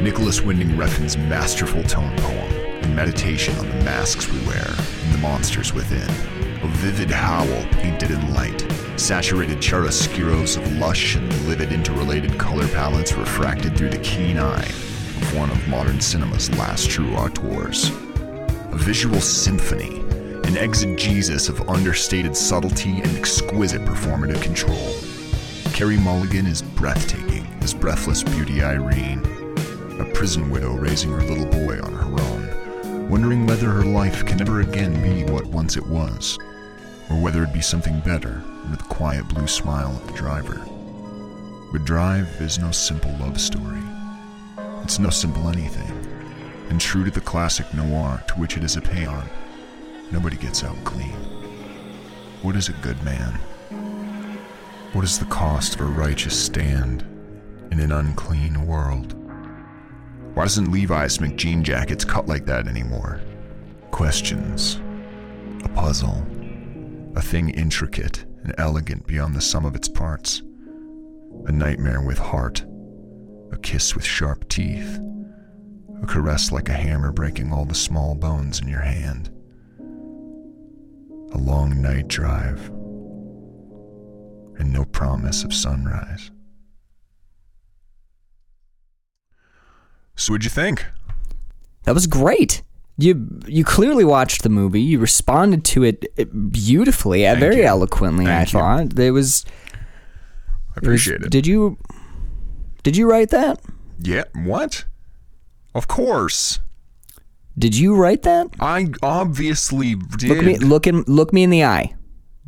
Speaker 4: Nicholas Winding Refn's masterful tone poem, and meditation on the masks we wear and the monsters within. A vivid howl painted in light, saturated chiaroscuros of lush and livid interrelated color palettes refracted through the keen eye of one of modern cinema's last true auteurs a visual symphony, an exegesis of understated subtlety and exquisite performative control. Carrie Mulligan is breathtaking as breathless beauty Irene, a prison widow raising her little boy on her own, wondering whether her life can ever again be what once it was, or whether it be something better under the quiet blue smile of the driver. But Drive is no simple love story. It's no simple anything and true to the classic noir to which it is a paean, nobody gets out clean. What is a good man? What is the cost of a righteous stand in an unclean world? Why doesn't Levi's McJean jackets cut like that anymore? Questions. A puzzle. A thing intricate and elegant beyond the sum of its parts. A nightmare with heart. A kiss with sharp teeth a caress like a hammer breaking all the small bones in your hand. A long night drive, and no promise of sunrise. So, what'd you think?
Speaker 3: That was great. You you clearly watched the movie. You responded to it uh, beautifully, uh, very
Speaker 4: you.
Speaker 3: eloquently. I
Speaker 4: Thank you.
Speaker 3: thought there was.
Speaker 4: I appreciate it.
Speaker 3: Did you? Did you write that?
Speaker 4: Yeah, what? Of course.
Speaker 3: Did you write that?
Speaker 4: I obviously
Speaker 3: Look at me.
Speaker 4: did.
Speaker 3: Look in. Look me in the eye.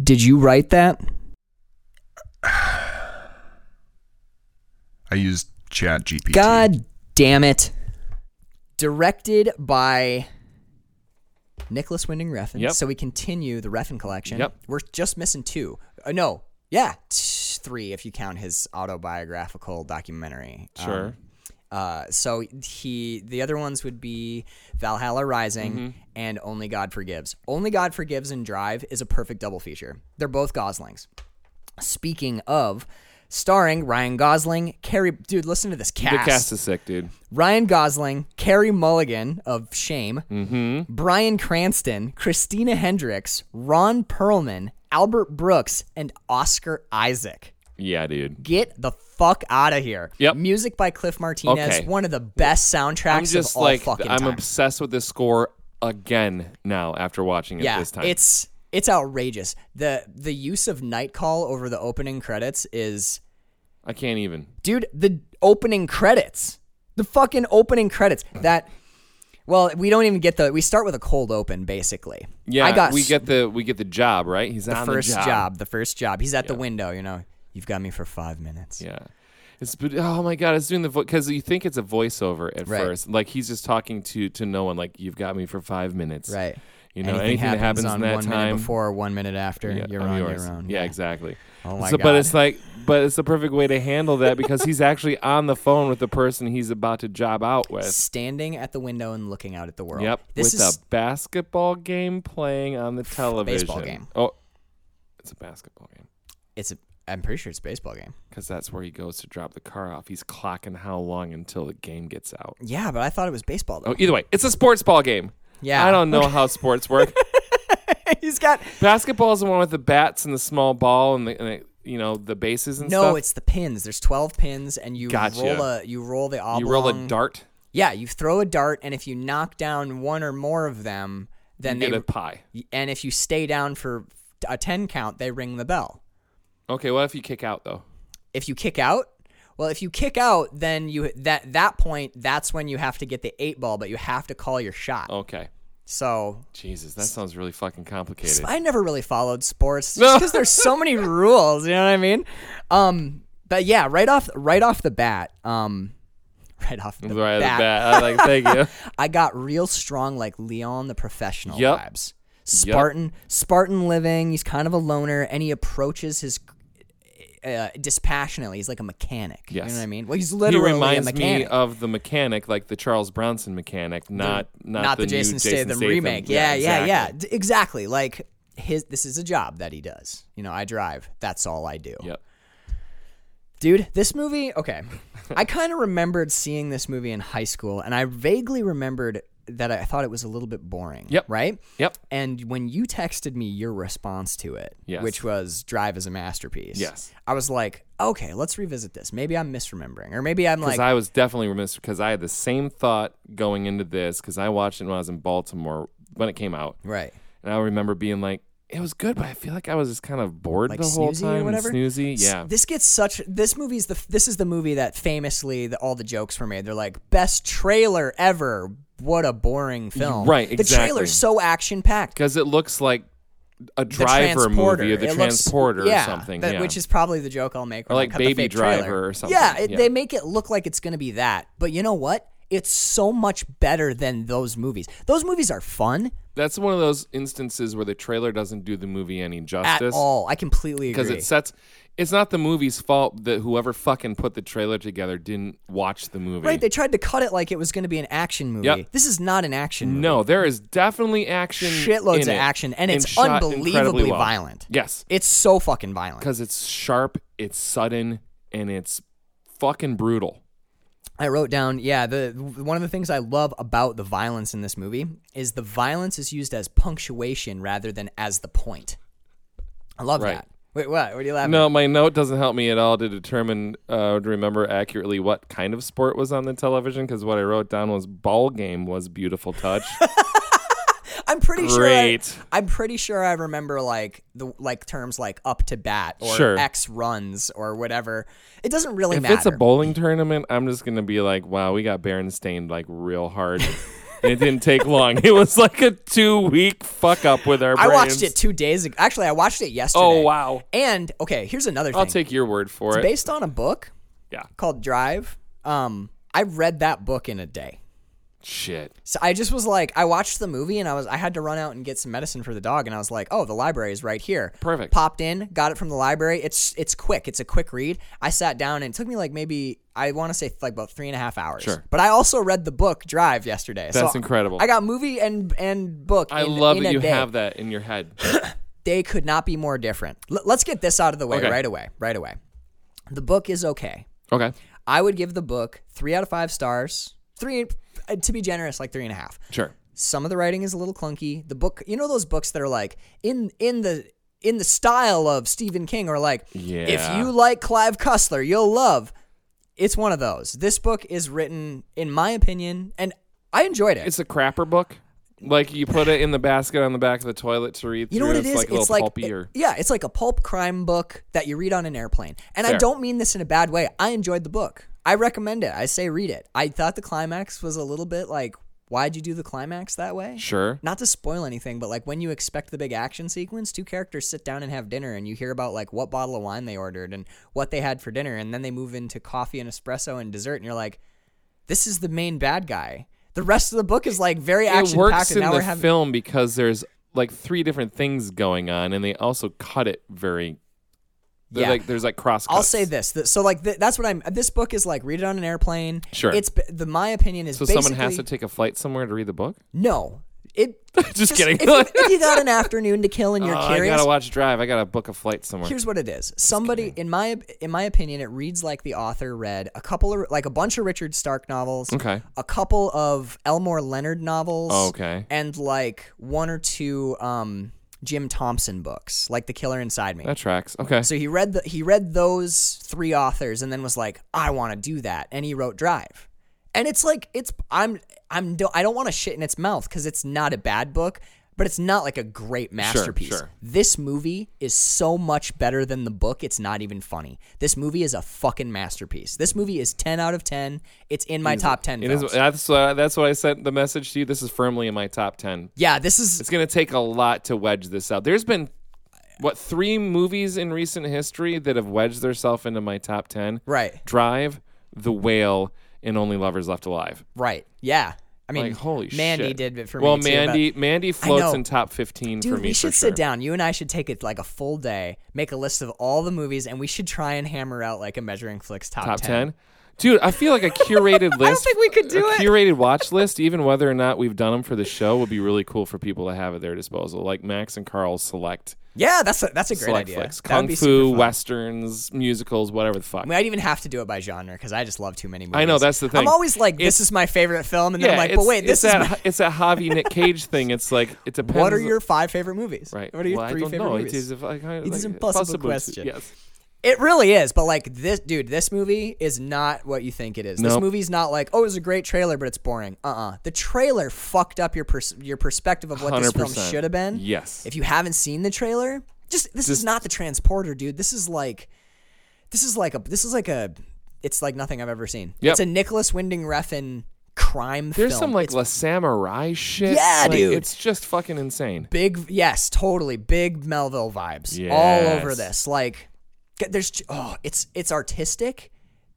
Speaker 3: Did you write that?
Speaker 4: I used Chat GPT.
Speaker 3: God damn it. Directed by Nicholas Winding Refn.
Speaker 2: Yep.
Speaker 3: So we continue the Refn collection.
Speaker 2: Yep.
Speaker 3: We're just missing two. Uh, no, yeah, t- three if you count his autobiographical documentary. Um,
Speaker 2: Sure.
Speaker 3: uh, so he, the other ones would be Valhalla Rising
Speaker 2: Mm-hmm.
Speaker 3: and Only God Forgives. Only God Forgives and Drive is a perfect double feature. They're both Goslings. Speaking of, starring Ryan Gosling, Carrie, dude, listen to this
Speaker 2: the
Speaker 3: cast.
Speaker 2: cast is sick, dude.
Speaker 3: Ryan Gosling, Carrie Mulligan of Shame,
Speaker 2: Mm-hmm.
Speaker 3: Brian Cranston, Christina Hendricks, Ron Perlman, Albert Brooks, and Oscar Isaac.
Speaker 2: Yeah, dude.
Speaker 3: Get the fuck out of here.
Speaker 2: Yep.
Speaker 3: Music by Cliff Martinez,
Speaker 2: Okay.
Speaker 3: one of the best soundtracks
Speaker 2: I'm just
Speaker 3: of all
Speaker 2: like
Speaker 3: fucking
Speaker 2: I'm
Speaker 3: time.
Speaker 2: obsessed with this score again now after watching it
Speaker 3: yeah,
Speaker 2: this time.
Speaker 3: it's it's outrageous. The the use of Night Call over the opening credits is
Speaker 2: I can't even.
Speaker 3: dude the opening credits the fucking opening credits that well we don't even get the we start with a cold open basically
Speaker 2: Yeah,
Speaker 3: i got
Speaker 2: we
Speaker 3: s-
Speaker 2: get the we get the job right. He's
Speaker 3: the
Speaker 2: on
Speaker 3: first
Speaker 2: the
Speaker 3: job. the first job he's at the window you know you've got me for five minutes
Speaker 2: Yeah. It's but oh my god, it's doing the because you think it's a voiceover at
Speaker 3: Right.
Speaker 2: first, like he's just talking to to no one. Like you've got me for five minutes,
Speaker 3: right
Speaker 2: You know, anything, that happens
Speaker 3: on
Speaker 2: in that
Speaker 3: one minute
Speaker 2: time
Speaker 3: before one minute after
Speaker 2: yeah,
Speaker 3: you're
Speaker 2: I'm
Speaker 3: on
Speaker 2: yours.
Speaker 3: your own
Speaker 2: Yeah, exactly.
Speaker 3: Oh my
Speaker 2: so,
Speaker 3: God.
Speaker 2: But it's like, but it's the perfect way to handle that because he's actually on the phone with the person he's about to job out with.
Speaker 3: standing at the window and looking out at the world
Speaker 2: Yep,
Speaker 3: this
Speaker 2: with
Speaker 3: is
Speaker 2: a basketball game playing on the television.
Speaker 3: game.
Speaker 2: Oh, it's a basketball game
Speaker 3: it's a, i'm pretty sure it's a baseball game
Speaker 2: because that's where he goes to drop the car off. He's clocking how long until the game gets out.
Speaker 3: yeah but i thought it was baseball though
Speaker 2: Oh, either way, it's a sports ball game.
Speaker 3: Yeah.
Speaker 2: I don't know how sports work. Oh,
Speaker 3: he's got
Speaker 2: Basketball's the one with the bats and the small ball and the, and the you know the bases and
Speaker 3: no
Speaker 2: stuff.
Speaker 3: it's the pins there's 12 pins and you
Speaker 2: Gotcha.
Speaker 3: roll a you roll the oblong
Speaker 2: you roll a dart,
Speaker 3: Yeah, you throw a dart, and if you knock down one or more of them, then
Speaker 2: and you
Speaker 3: they
Speaker 2: get a pie.
Speaker 3: and if you stay down for a ten count, they ring the bell.
Speaker 2: Okay, what if you kick out though?
Speaker 3: If you kick out, well, if you kick out, then you that that point that's when you have to get the eight ball, but you have to call your shot.
Speaker 2: Okay.
Speaker 3: So
Speaker 2: Jesus, that sounds really fucking complicated.
Speaker 3: I never really followed sports just because there's so many rules. You know what I mean? Um, but yeah, right off right off the bat, um, right off the
Speaker 2: right at the
Speaker 3: bat,
Speaker 2: bat. I like thank you.
Speaker 3: I got real strong like Leon the professional
Speaker 2: Yep.
Speaker 3: vibes. Spartan, Spartan living. He's kind of a loner, and he approaches his uh, dispassionately. He's like a mechanic.
Speaker 2: Yes.
Speaker 3: You know what I mean? Well, he's
Speaker 2: He
Speaker 3: literally a
Speaker 2: reminds me
Speaker 3: mechanic.
Speaker 2: of uh, the mechanic, like the Charles Bronson mechanic, not not,
Speaker 3: not the,
Speaker 2: new
Speaker 3: Jason, Statham, remake. Yeah, yeah, yeah, D- exactly. Like his, this is a job that he does. You know, I drive. That's all I do.
Speaker 2: exactly. Yep.
Speaker 3: Dude, this movie, okay. I kind of remembered seeing this movie in high school, and I vaguely remembered that I thought it was a little bit boring.
Speaker 2: Yep.
Speaker 3: Right?
Speaker 2: Yep.
Speaker 3: And when you texted me your response to it,
Speaker 2: Yes.
Speaker 3: which was Drive is a Masterpiece.
Speaker 2: Yes.
Speaker 3: I was like, okay, let's revisit this. Maybe I'm misremembering. Or maybe I'm
Speaker 2: Because
Speaker 3: like,
Speaker 2: I was definitely remiss because I had the same thought going into this because I watched it when I was in Baltimore when it came out,
Speaker 3: right.
Speaker 2: and I remember being like, "It was good," but I feel like I was just kind of bored
Speaker 3: Like
Speaker 2: the whole
Speaker 3: snoozy or
Speaker 2: time. and
Speaker 3: whatever?
Speaker 2: Snoozy,
Speaker 3: S-
Speaker 2: yeah.
Speaker 3: This gets such. This movie's the. This is the movie that famously the, all the jokes were made. They're like best trailer ever. What a boring film.
Speaker 2: Right,
Speaker 3: The
Speaker 2: exactly.
Speaker 3: trailer's so action packed.
Speaker 2: Because it looks like a
Speaker 3: The
Speaker 2: driver
Speaker 3: Transporter.
Speaker 2: movie or the
Speaker 3: It looks-
Speaker 2: transporter
Speaker 3: yeah,
Speaker 2: or something.
Speaker 3: that-
Speaker 2: yeah.
Speaker 3: Which is probably the joke I'll make. Or
Speaker 2: like Baby Driver or something,
Speaker 3: Yeah, it,
Speaker 2: yeah.
Speaker 3: they make it look like it's going to be that. But you know what? It's so much better than those movies. Those movies are fun
Speaker 2: that's one of those instances where the trailer doesn't do the movie any
Speaker 3: at
Speaker 2: justice.
Speaker 3: all. I completely agree.
Speaker 2: because it sets it's not the movie's fault that whoever fucking put the trailer together didn't watch the movie
Speaker 3: right, they tried to cut it like it was going to be an action movie.
Speaker 2: Yep.
Speaker 3: This is not an action movie.
Speaker 2: no there is definitely action
Speaker 3: shitloads
Speaker 2: in
Speaker 3: of
Speaker 2: it
Speaker 3: action, and it's
Speaker 2: shot
Speaker 3: unbelievably
Speaker 2: incredibly well.
Speaker 3: violent.
Speaker 2: yes
Speaker 3: It's so fucking violent.
Speaker 2: because it's sharp it's sudden and it's fucking brutal
Speaker 3: I wrote down, yeah, the one of the things I love about the violence in this movie is the violence is used as punctuation rather than as the point. I love
Speaker 2: Right.
Speaker 3: that. Wait, what? What are you laughing?
Speaker 2: no my note doesn't help me at all to determine uh, to remember accurately what kind of sport was on the television because what i wrote down was ball game was beautiful touch
Speaker 3: at? I'm pretty
Speaker 2: Great.
Speaker 3: sure. I, I'm pretty sure I remember like the like terms like up to bat or
Speaker 2: Sure.
Speaker 3: X runs or whatever. It doesn't really
Speaker 2: if
Speaker 3: matter.
Speaker 2: it's a bowling tournament, I'm just gonna be like, wow, we got Baron stained like real hard. and it didn't take long. It was like a two week fuck up with our
Speaker 3: I
Speaker 2: brains.
Speaker 3: watched it two days ago. Actually, I watched it yesterday.
Speaker 2: Oh wow.
Speaker 3: And okay, here's another thing.
Speaker 2: I'll take your word for it.
Speaker 3: Based on a book
Speaker 2: Yeah.
Speaker 3: called Drive. Um, I read that book in a day.
Speaker 2: Shit.
Speaker 3: So I just was like, I watched the movie and I was I had to run out and get some medicine for the dog, and I was like, oh, the library is right here.
Speaker 2: Perfect.
Speaker 3: Popped in, got it from the library. It's it's quick. It's a quick read. I sat down and it took me like maybe I want to say like about three and a half hours.
Speaker 2: Sure.
Speaker 3: But I also read the book Drive yesterday. so
Speaker 2: That's incredible.
Speaker 3: I got movie and and book.
Speaker 2: I
Speaker 3: in-
Speaker 2: love
Speaker 3: in
Speaker 2: that
Speaker 3: a
Speaker 2: you
Speaker 3: day.
Speaker 2: have that in your head.
Speaker 3: They could not be more different. L- let's get this out of the way
Speaker 2: Okay.
Speaker 3: right away. Right away. The book is okay.
Speaker 2: Okay.
Speaker 3: I would give the book three out of five stars. Three uh, to be generous, like three and a half.
Speaker 2: Sure.
Speaker 3: some of the writing is a little clunky the book you know those books that are like in in the in the style of Stephen King or like if
Speaker 2: Yeah.
Speaker 3: you like Clive Cussler you'll love it's one of those this book is written in my opinion and I enjoyed it
Speaker 2: It's a crapper book. Like you put it in the basket on the back of the toilet to read
Speaker 3: you know what
Speaker 2: through.
Speaker 3: it
Speaker 2: it's like
Speaker 3: is
Speaker 2: a
Speaker 3: it's
Speaker 2: little
Speaker 3: like
Speaker 2: pulpy
Speaker 3: it-
Speaker 2: or
Speaker 3: yeah it's like a pulp crime book that you read on an airplane and I
Speaker 2: Fair.
Speaker 3: don't mean this in a bad way I enjoyed the book I recommend it I say read it I thought the climax was a little bit like why'd you do the climax that way
Speaker 2: sure.
Speaker 3: not to spoil anything, but like when you expect the big action sequence, two characters sit down and have dinner, and you hear about like what bottle of wine they ordered and what they had for dinner, and then they move into coffee and espresso and dessert, and you're like, this is the main bad guy. The rest of the book is like very
Speaker 2: It
Speaker 3: action
Speaker 2: works
Speaker 3: packed,
Speaker 2: in
Speaker 3: and now
Speaker 2: the
Speaker 3: we're having
Speaker 2: film because there's like three different things going on, and they also cut it very. they're
Speaker 3: Yeah.
Speaker 2: Like there's like cross.
Speaker 3: I'll say this. th- So like th- that's what I'm. This book is like read it on an airplane.
Speaker 2: Sure.
Speaker 3: It's b- the my opinion is
Speaker 2: So
Speaker 3: basically
Speaker 2: someone has to take a flight somewhere to read the book.
Speaker 3: no. It
Speaker 2: Just kidding.
Speaker 3: If you, if you got an afternoon to kill and you're
Speaker 2: Oh, I
Speaker 3: curious,
Speaker 2: gotta watch Drive. I gotta book a flight somewhere.
Speaker 3: Here's what it is. Somebody in my in my opinion, it reads like the author read a couple of like a bunch of Richard Stark novels,
Speaker 2: Okay. Oh,
Speaker 3: a couple of Elmore Leonard novels,
Speaker 2: Okay.
Speaker 3: and like one or two um, Jim Thompson books, like The Killer Inside Me.
Speaker 2: that tracks. Okay.
Speaker 3: so he read the he read those three authors and then was like, I want to do that, and he wrote Drive. And it's like it's I'm I'm don't, I don't want to shit in its mouth because it's not a bad book, but it's not like a great masterpiece.
Speaker 2: sure.
Speaker 3: This movie is so much better than the book. It's not even funny. This movie is a fucking masterpiece. This movie is ten out of ten. It's in my top ten.
Speaker 2: it
Speaker 3: films.
Speaker 2: is. That's uh, that's what I sent the message to you. This is firmly in my top ten.
Speaker 3: yeah, this is
Speaker 2: It's gonna take a lot to wedge this out. There's been what three movies in recent history that have wedged themselves into my top ten?
Speaker 3: right,
Speaker 2: Drive, The Whale, and Only Lovers Left Alive.
Speaker 3: right. Yeah, I mean,
Speaker 2: Like holy shit.
Speaker 3: Mandy did it for
Speaker 2: well,
Speaker 3: me. too, but-
Speaker 2: Mandy, Mandy floats
Speaker 3: know.
Speaker 2: in top fifteen
Speaker 3: Dude,
Speaker 2: for me.
Speaker 3: we
Speaker 2: for
Speaker 3: should
Speaker 2: sure.
Speaker 3: sit down. You and I should take it like a full day, make a list of all the movies, and we should try and hammer out like a measuring flicks top,
Speaker 2: Top ten. Dude, I feel like a curated list.
Speaker 3: I don't think we could do
Speaker 2: a
Speaker 3: it.
Speaker 2: curated watch list, even whether or not we've done them for the show, would be really cool for people to have at their disposal. Like Max and Carl select
Speaker 3: yeah, that's a, that's a great
Speaker 2: select
Speaker 3: idea.
Speaker 2: flicks,
Speaker 3: That would
Speaker 2: kung
Speaker 3: be
Speaker 2: fu,
Speaker 3: super fun.
Speaker 2: westerns, musicals, whatever the fuck.
Speaker 3: We might even have to do it by genre because I just love too many movies.
Speaker 2: I know, that's the
Speaker 3: I'm
Speaker 2: thing.
Speaker 3: always like, this is my favorite film, and then I'm like, but
Speaker 2: it's-
Speaker 3: wait,
Speaker 2: it's
Speaker 3: this is
Speaker 2: that,
Speaker 3: my-
Speaker 2: it's that Javi Nick Cage thing. It's like it depends.
Speaker 3: what are your five favorite movies?
Speaker 2: right?
Speaker 3: What are your
Speaker 2: well, I
Speaker 3: three
Speaker 2: don't
Speaker 3: favorite
Speaker 2: know.
Speaker 3: movies?
Speaker 2: It is, a- like, like,
Speaker 3: an impossible question.
Speaker 2: Yes.
Speaker 3: It really is, but like this, dude, this movie is not what you think it is. This
Speaker 2: Nope.
Speaker 3: movie's not like, oh, it was a great trailer, but it's boring. Uh uh The trailer fucked up your pers- your perspective of what this film
Speaker 2: 100%.
Speaker 3: should have been.
Speaker 2: Yes.
Speaker 3: If you haven't seen the trailer, just this is
Speaker 2: Just-
Speaker 3: not the transporter, dude. This is like, this is like a this is like a, it's like nothing I've ever seen.
Speaker 2: Yep.
Speaker 3: It's a Nicholas Winding Refn crime
Speaker 2: There's
Speaker 3: film.
Speaker 2: some like
Speaker 3: It's
Speaker 2: La Samurai shit.
Speaker 3: Yeah,
Speaker 2: Like,
Speaker 3: dude.
Speaker 2: It's just fucking insane.
Speaker 3: big yes totally big melville vibes all over
Speaker 2: Yes.
Speaker 3: this like g- there's j- oh it's it's artistic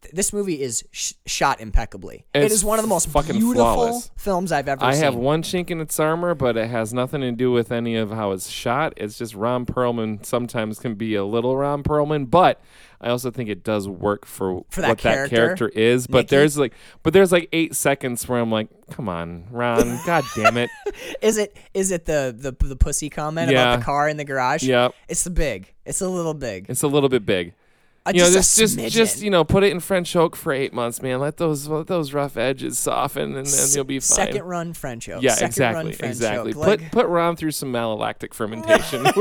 Speaker 3: Th- this movie is sh- shot impeccably it
Speaker 2: It's
Speaker 3: is one of the most
Speaker 2: fucking
Speaker 3: beautiful
Speaker 2: flawless.
Speaker 3: films i've ever
Speaker 2: I
Speaker 3: seen
Speaker 2: have one chink in its armor, but it has nothing to do with any of how it's shot. It's just Ron Perlman sometimes can be a little Ron Perlman, but I also think it does work for,
Speaker 3: For that
Speaker 2: what that
Speaker 3: character,
Speaker 2: character is. But
Speaker 3: Nikki.
Speaker 2: there's like, but there's like eight seconds where I'm like, come on, Ron, god damn it.
Speaker 3: is it is it the the, the pussy comment about
Speaker 2: Yeah.
Speaker 3: the car in the garage
Speaker 2: Yep.
Speaker 3: it's the big it's a little big
Speaker 2: It's a little bit big.
Speaker 3: Uh,
Speaker 2: You know,
Speaker 3: just,
Speaker 2: just just
Speaker 3: a smidgen.
Speaker 2: just you know, put it in French oak for eight months, man. Let those let those rough edges soften, and then you'll be fine.
Speaker 3: second run french oak
Speaker 2: yeah,
Speaker 3: second
Speaker 2: exactly,
Speaker 3: run french
Speaker 2: exactly.
Speaker 3: oak. Like,
Speaker 2: Put put Ron through some malolactic fermentation.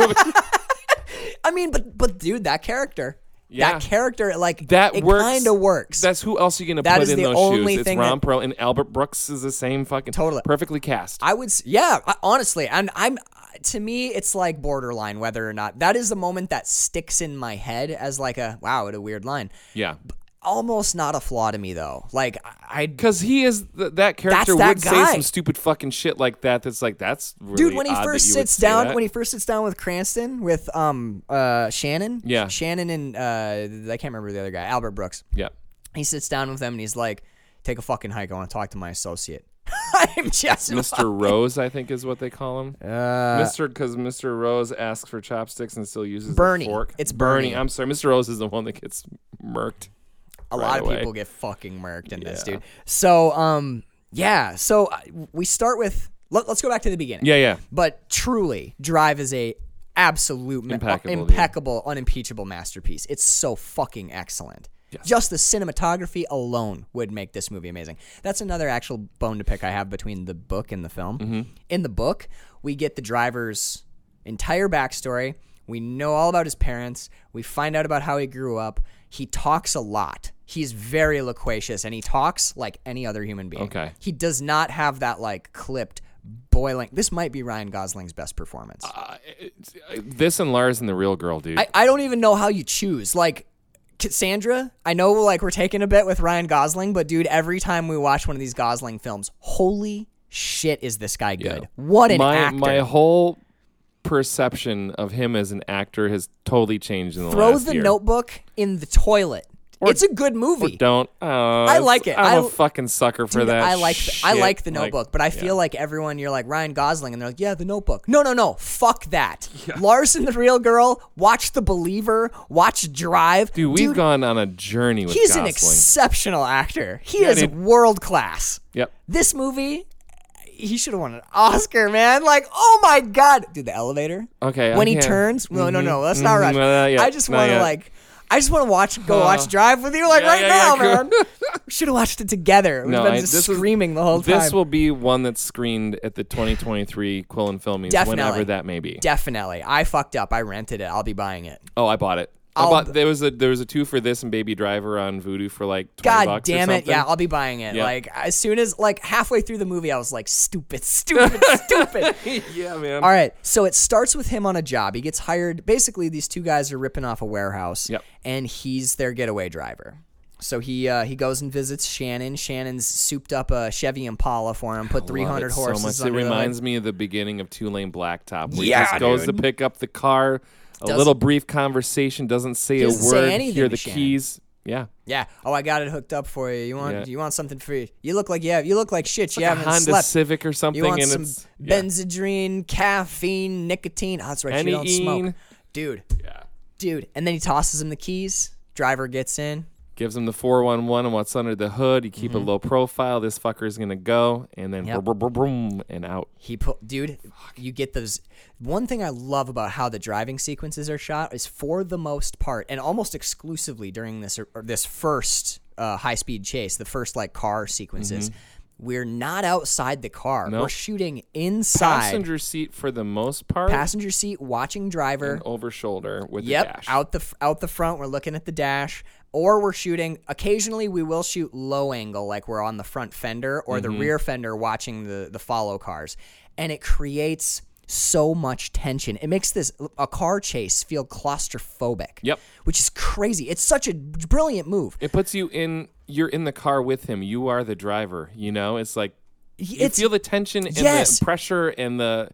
Speaker 3: i mean but but dude that character
Speaker 2: Yeah.
Speaker 3: that character like
Speaker 2: That
Speaker 3: it
Speaker 2: works.
Speaker 3: kind of works
Speaker 2: That's who else you gonna
Speaker 3: That
Speaker 2: put
Speaker 3: is
Speaker 2: in
Speaker 3: the
Speaker 2: those
Speaker 3: only
Speaker 2: shoes?
Speaker 3: thing
Speaker 2: it's Ron
Speaker 3: that-
Speaker 2: Perl and Albert Brooks is the same fucking
Speaker 3: Totally.
Speaker 2: perfectly cast.
Speaker 3: I would, s- yeah, I, honestly, and I'm to me, it's like borderline whether or not that is the moment that sticks in my head as like a wow, what a weird line.
Speaker 2: yeah,
Speaker 3: Almost not a flaw to me though. Like I, I-
Speaker 2: because he is th- that character
Speaker 3: that
Speaker 2: would say
Speaker 3: guy.
Speaker 2: some stupid fucking shit like that. That's like that's really
Speaker 3: dude, when he
Speaker 2: odd that
Speaker 3: first
Speaker 2: you would
Speaker 3: sits
Speaker 2: say
Speaker 3: down,
Speaker 2: that.
Speaker 3: when he first sits down with Cranston with um uh Shannon,
Speaker 2: Yeah.
Speaker 3: Shannon and uh I can't remember the other guy, Albert Brooks.
Speaker 2: yeah,
Speaker 3: He sits down with them and he's like, "Take a fucking hike. I want to talk to my associate." I'm just
Speaker 2: Mr. Rose, I think is what they call him.
Speaker 3: Uh,
Speaker 2: Mr. Because Mr. Rose asks for chopsticks and still uses a
Speaker 3: Bernie.
Speaker 2: fork.
Speaker 3: It's
Speaker 2: Bernie.
Speaker 3: Bernie.
Speaker 2: I'm sorry, Mr. Rose is the one that gets murked.
Speaker 3: a
Speaker 2: right
Speaker 3: lot of
Speaker 2: away.
Speaker 3: people get fucking murked in this dude so um yeah so uh, we start with let, us go back to the beginning
Speaker 2: Yeah, yeah.
Speaker 3: but truly drive is a absolute uh, ma-
Speaker 2: Impeccable, dude.
Speaker 3: impeccable unimpeachable masterpiece it's so fucking excellent just the cinematography alone would make this movie amazing that's another actual bone to pick i have between the book and the film in the book we get the driver's entire backstory we know all about his parents we find out about how he grew up he talks a lot he's very loquacious and he talks like any other human being
Speaker 2: Okay.
Speaker 3: he does not have that like clipped boiling this might be ryan gosling's best performance
Speaker 2: Uh, This and Lars and the real girl, dude.
Speaker 3: I, I don't even know how you choose like cassandra i know like we're taking a bit with ryan gosling but dude every time we watch one of these gosling films holy shit is this guy good what an
Speaker 2: my
Speaker 3: actor
Speaker 2: my whole perception of him as an actor has totally changed in the
Speaker 3: throw
Speaker 2: last
Speaker 3: the
Speaker 2: year.
Speaker 3: notebook in the toilet it's a good movie
Speaker 2: Don't. Oh,
Speaker 3: I like it.
Speaker 2: I'm
Speaker 3: I-
Speaker 2: a fucking sucker for
Speaker 3: Dude,
Speaker 2: that.
Speaker 3: I like
Speaker 2: shit.
Speaker 3: I like the Notebook, but I feel like everyone you're like Ryan Gosling, and they're like, yeah, the Notebook. No, no, no, fuck that. Larson, the real girl. Watch The Believer. Watch Drive.
Speaker 2: dude, we've gone on a journey with
Speaker 3: He's
Speaker 2: Gosling.
Speaker 3: an exceptional actor. He
Speaker 2: Yeah,
Speaker 3: is
Speaker 2: dude.
Speaker 3: world class.
Speaker 2: yep.
Speaker 3: This movie, he should have won an Oscar, man. Like, oh my god, dude, the elevator.
Speaker 2: Okay, I
Speaker 3: When he
Speaker 2: can't-
Speaker 3: turns, no, no, no, let's not
Speaker 2: mhm,
Speaker 3: rush.
Speaker 2: not yet,
Speaker 3: I just
Speaker 2: not
Speaker 3: want to
Speaker 2: yet.
Speaker 3: like, I just want to watch, go watch Drive with you, like
Speaker 2: Yeah,
Speaker 3: right
Speaker 2: yeah,
Speaker 3: now,
Speaker 2: yeah, cool.
Speaker 3: man. should have watched it together. We've
Speaker 2: No,
Speaker 3: been
Speaker 2: I-
Speaker 3: just
Speaker 2: this is-
Speaker 3: screaming the whole time.
Speaker 2: This will be one that's screened at the 2023 Quillen Filmies,
Speaker 3: Definitely.
Speaker 2: whenever that may be.
Speaker 3: Definitely. I fucked up. I rented it. I'll be buying it.
Speaker 2: Oh, I bought it. I
Speaker 3: I'll-
Speaker 2: bought there was a there was a two for this and Baby Driver on Voodoo for like twenty
Speaker 3: God
Speaker 2: bucks
Speaker 3: damn
Speaker 2: or
Speaker 3: it.
Speaker 2: something.
Speaker 3: Yeah, I'll be buying it.
Speaker 2: Yeah.
Speaker 3: Like, as soon as, like, halfway through the movie, I was like, stupid, stupid, stupid.
Speaker 2: yeah, man.
Speaker 3: All right. So it starts with him on a job. He gets hired. Basically, these two guys are ripping off a warehouse,
Speaker 2: Yep.
Speaker 3: and he's their getaway driver. So he uh, he goes and visits Shannon. Shannon's souped up a Chevy Impala for him, put 300
Speaker 2: Love it
Speaker 3: horses
Speaker 2: So much. It
Speaker 3: under the hood.
Speaker 2: reminds me of the beginning of Tulane Blacktop. Where he
Speaker 3: Yeah,
Speaker 2: just goes
Speaker 3: dude.
Speaker 2: to pick up the car. A
Speaker 3: Doesn't-
Speaker 2: little brief conversation doesn't say
Speaker 3: doesn't
Speaker 2: a
Speaker 3: say
Speaker 2: word.
Speaker 3: anything
Speaker 2: hear
Speaker 3: to
Speaker 2: the
Speaker 3: Shannon.
Speaker 2: keys. Yeah,
Speaker 3: Yeah. Oh, I got it hooked up for you. You want
Speaker 2: Yeah.
Speaker 3: you want something free? You look like yeah. You look like shit. you
Speaker 2: a
Speaker 3: haven't
Speaker 2: Honda
Speaker 3: slept.
Speaker 2: Civic or something.
Speaker 3: You want
Speaker 2: and
Speaker 3: some
Speaker 2: it's, yeah.
Speaker 3: benzodrine, caffeine, nicotine. Oh, that's right. You don't
Speaker 2: Anyeen.
Speaker 3: smoke, dude. Dude, and then he tosses him the keys. Driver gets in.
Speaker 2: gives him the 411 and what's under the hood. You keep a low profile. This fucker's going to go. And then
Speaker 3: Mm-hmm. Yep.
Speaker 2: brum, brum, brum, brum, and out.
Speaker 3: He pull, dude, you get those. One thing I love about how the driving sequences are shot is, for the most part, and almost exclusively during this or this first uh, high speed chase, the first like car sequences, we're not outside the car. We're
Speaker 2: Nope.
Speaker 3: shooting inside passenger,
Speaker 2: Passenger seat for the most part.
Speaker 3: seat, watching driver.
Speaker 2: over shoulder with the
Speaker 3: Yep,
Speaker 2: dash.
Speaker 3: out the f- out the front. We're looking at the dash, or we're shooting. Occasionally, we will shoot low angle, like we're on the front fender or
Speaker 2: Mm-hmm.
Speaker 3: the rear fender, watching the the follow cars, and it creates so much tension. It makes this a car chase feel claustrophobic.
Speaker 2: Yep.
Speaker 3: which is crazy. It's such a brilliant move.
Speaker 2: It puts you in. You're in the car with him. You are the driver. You know, it's like you
Speaker 3: it's
Speaker 2: feel the tension and
Speaker 3: Yes.
Speaker 2: the pressure and the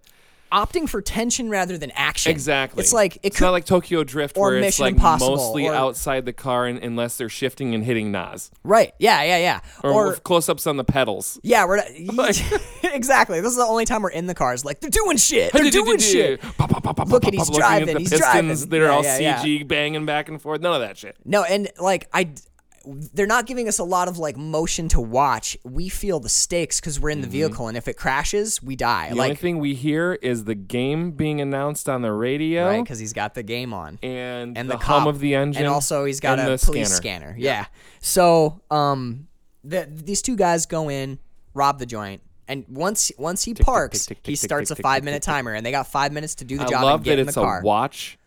Speaker 3: opting for tension rather than action.
Speaker 2: exactly.
Speaker 3: It's like it
Speaker 2: it's
Speaker 3: could.
Speaker 2: not like Tokyo Drift
Speaker 3: or
Speaker 2: where it's
Speaker 3: Mission
Speaker 2: like
Speaker 3: Impossible,
Speaker 2: mostly
Speaker 3: or-
Speaker 2: outside the car and, unless they're shifting and hitting Nas
Speaker 3: right. Yeah. Yeah. Yeah.
Speaker 2: or, with close-ups on the pedals.
Speaker 3: Yeah, we're not, exactly. This is the only time we're in the cars. Like they're doing shit. They're doing shit. Look
Speaker 2: Look
Speaker 3: at- he's driving,
Speaker 2: The
Speaker 3: he's driving.
Speaker 2: pistons, they're
Speaker 3: Yeah,
Speaker 2: all
Speaker 3: yeah, yeah.
Speaker 2: CG banging back and forth. None of that shit.
Speaker 3: No, and like I, they're not giving us a lot of like motion to watch. We feel the stakes because we're in
Speaker 2: Mm-hmm.
Speaker 3: the vehicle, and if it crashes, we die.
Speaker 2: The only
Speaker 3: like
Speaker 2: thing we hear is the game being announced on the radio.
Speaker 3: right because he's got the game on
Speaker 2: and,
Speaker 3: and
Speaker 2: the,
Speaker 3: the,
Speaker 2: hum
Speaker 3: cop.
Speaker 2: of the engine,
Speaker 3: and also he's got
Speaker 2: and
Speaker 3: a
Speaker 2: the
Speaker 3: police scanner. Yeah. So um, the, these two guys go in, rob the joint. And once once he parks,
Speaker 2: tick, tick,
Speaker 3: he
Speaker 2: tick,
Speaker 3: starts
Speaker 2: tick,
Speaker 3: a
Speaker 2: tick,
Speaker 3: five minute timer, and they got five minutes to do the
Speaker 2: I
Speaker 3: job
Speaker 2: love
Speaker 3: and get
Speaker 2: that
Speaker 3: in the
Speaker 2: it's
Speaker 3: car.
Speaker 2: a watch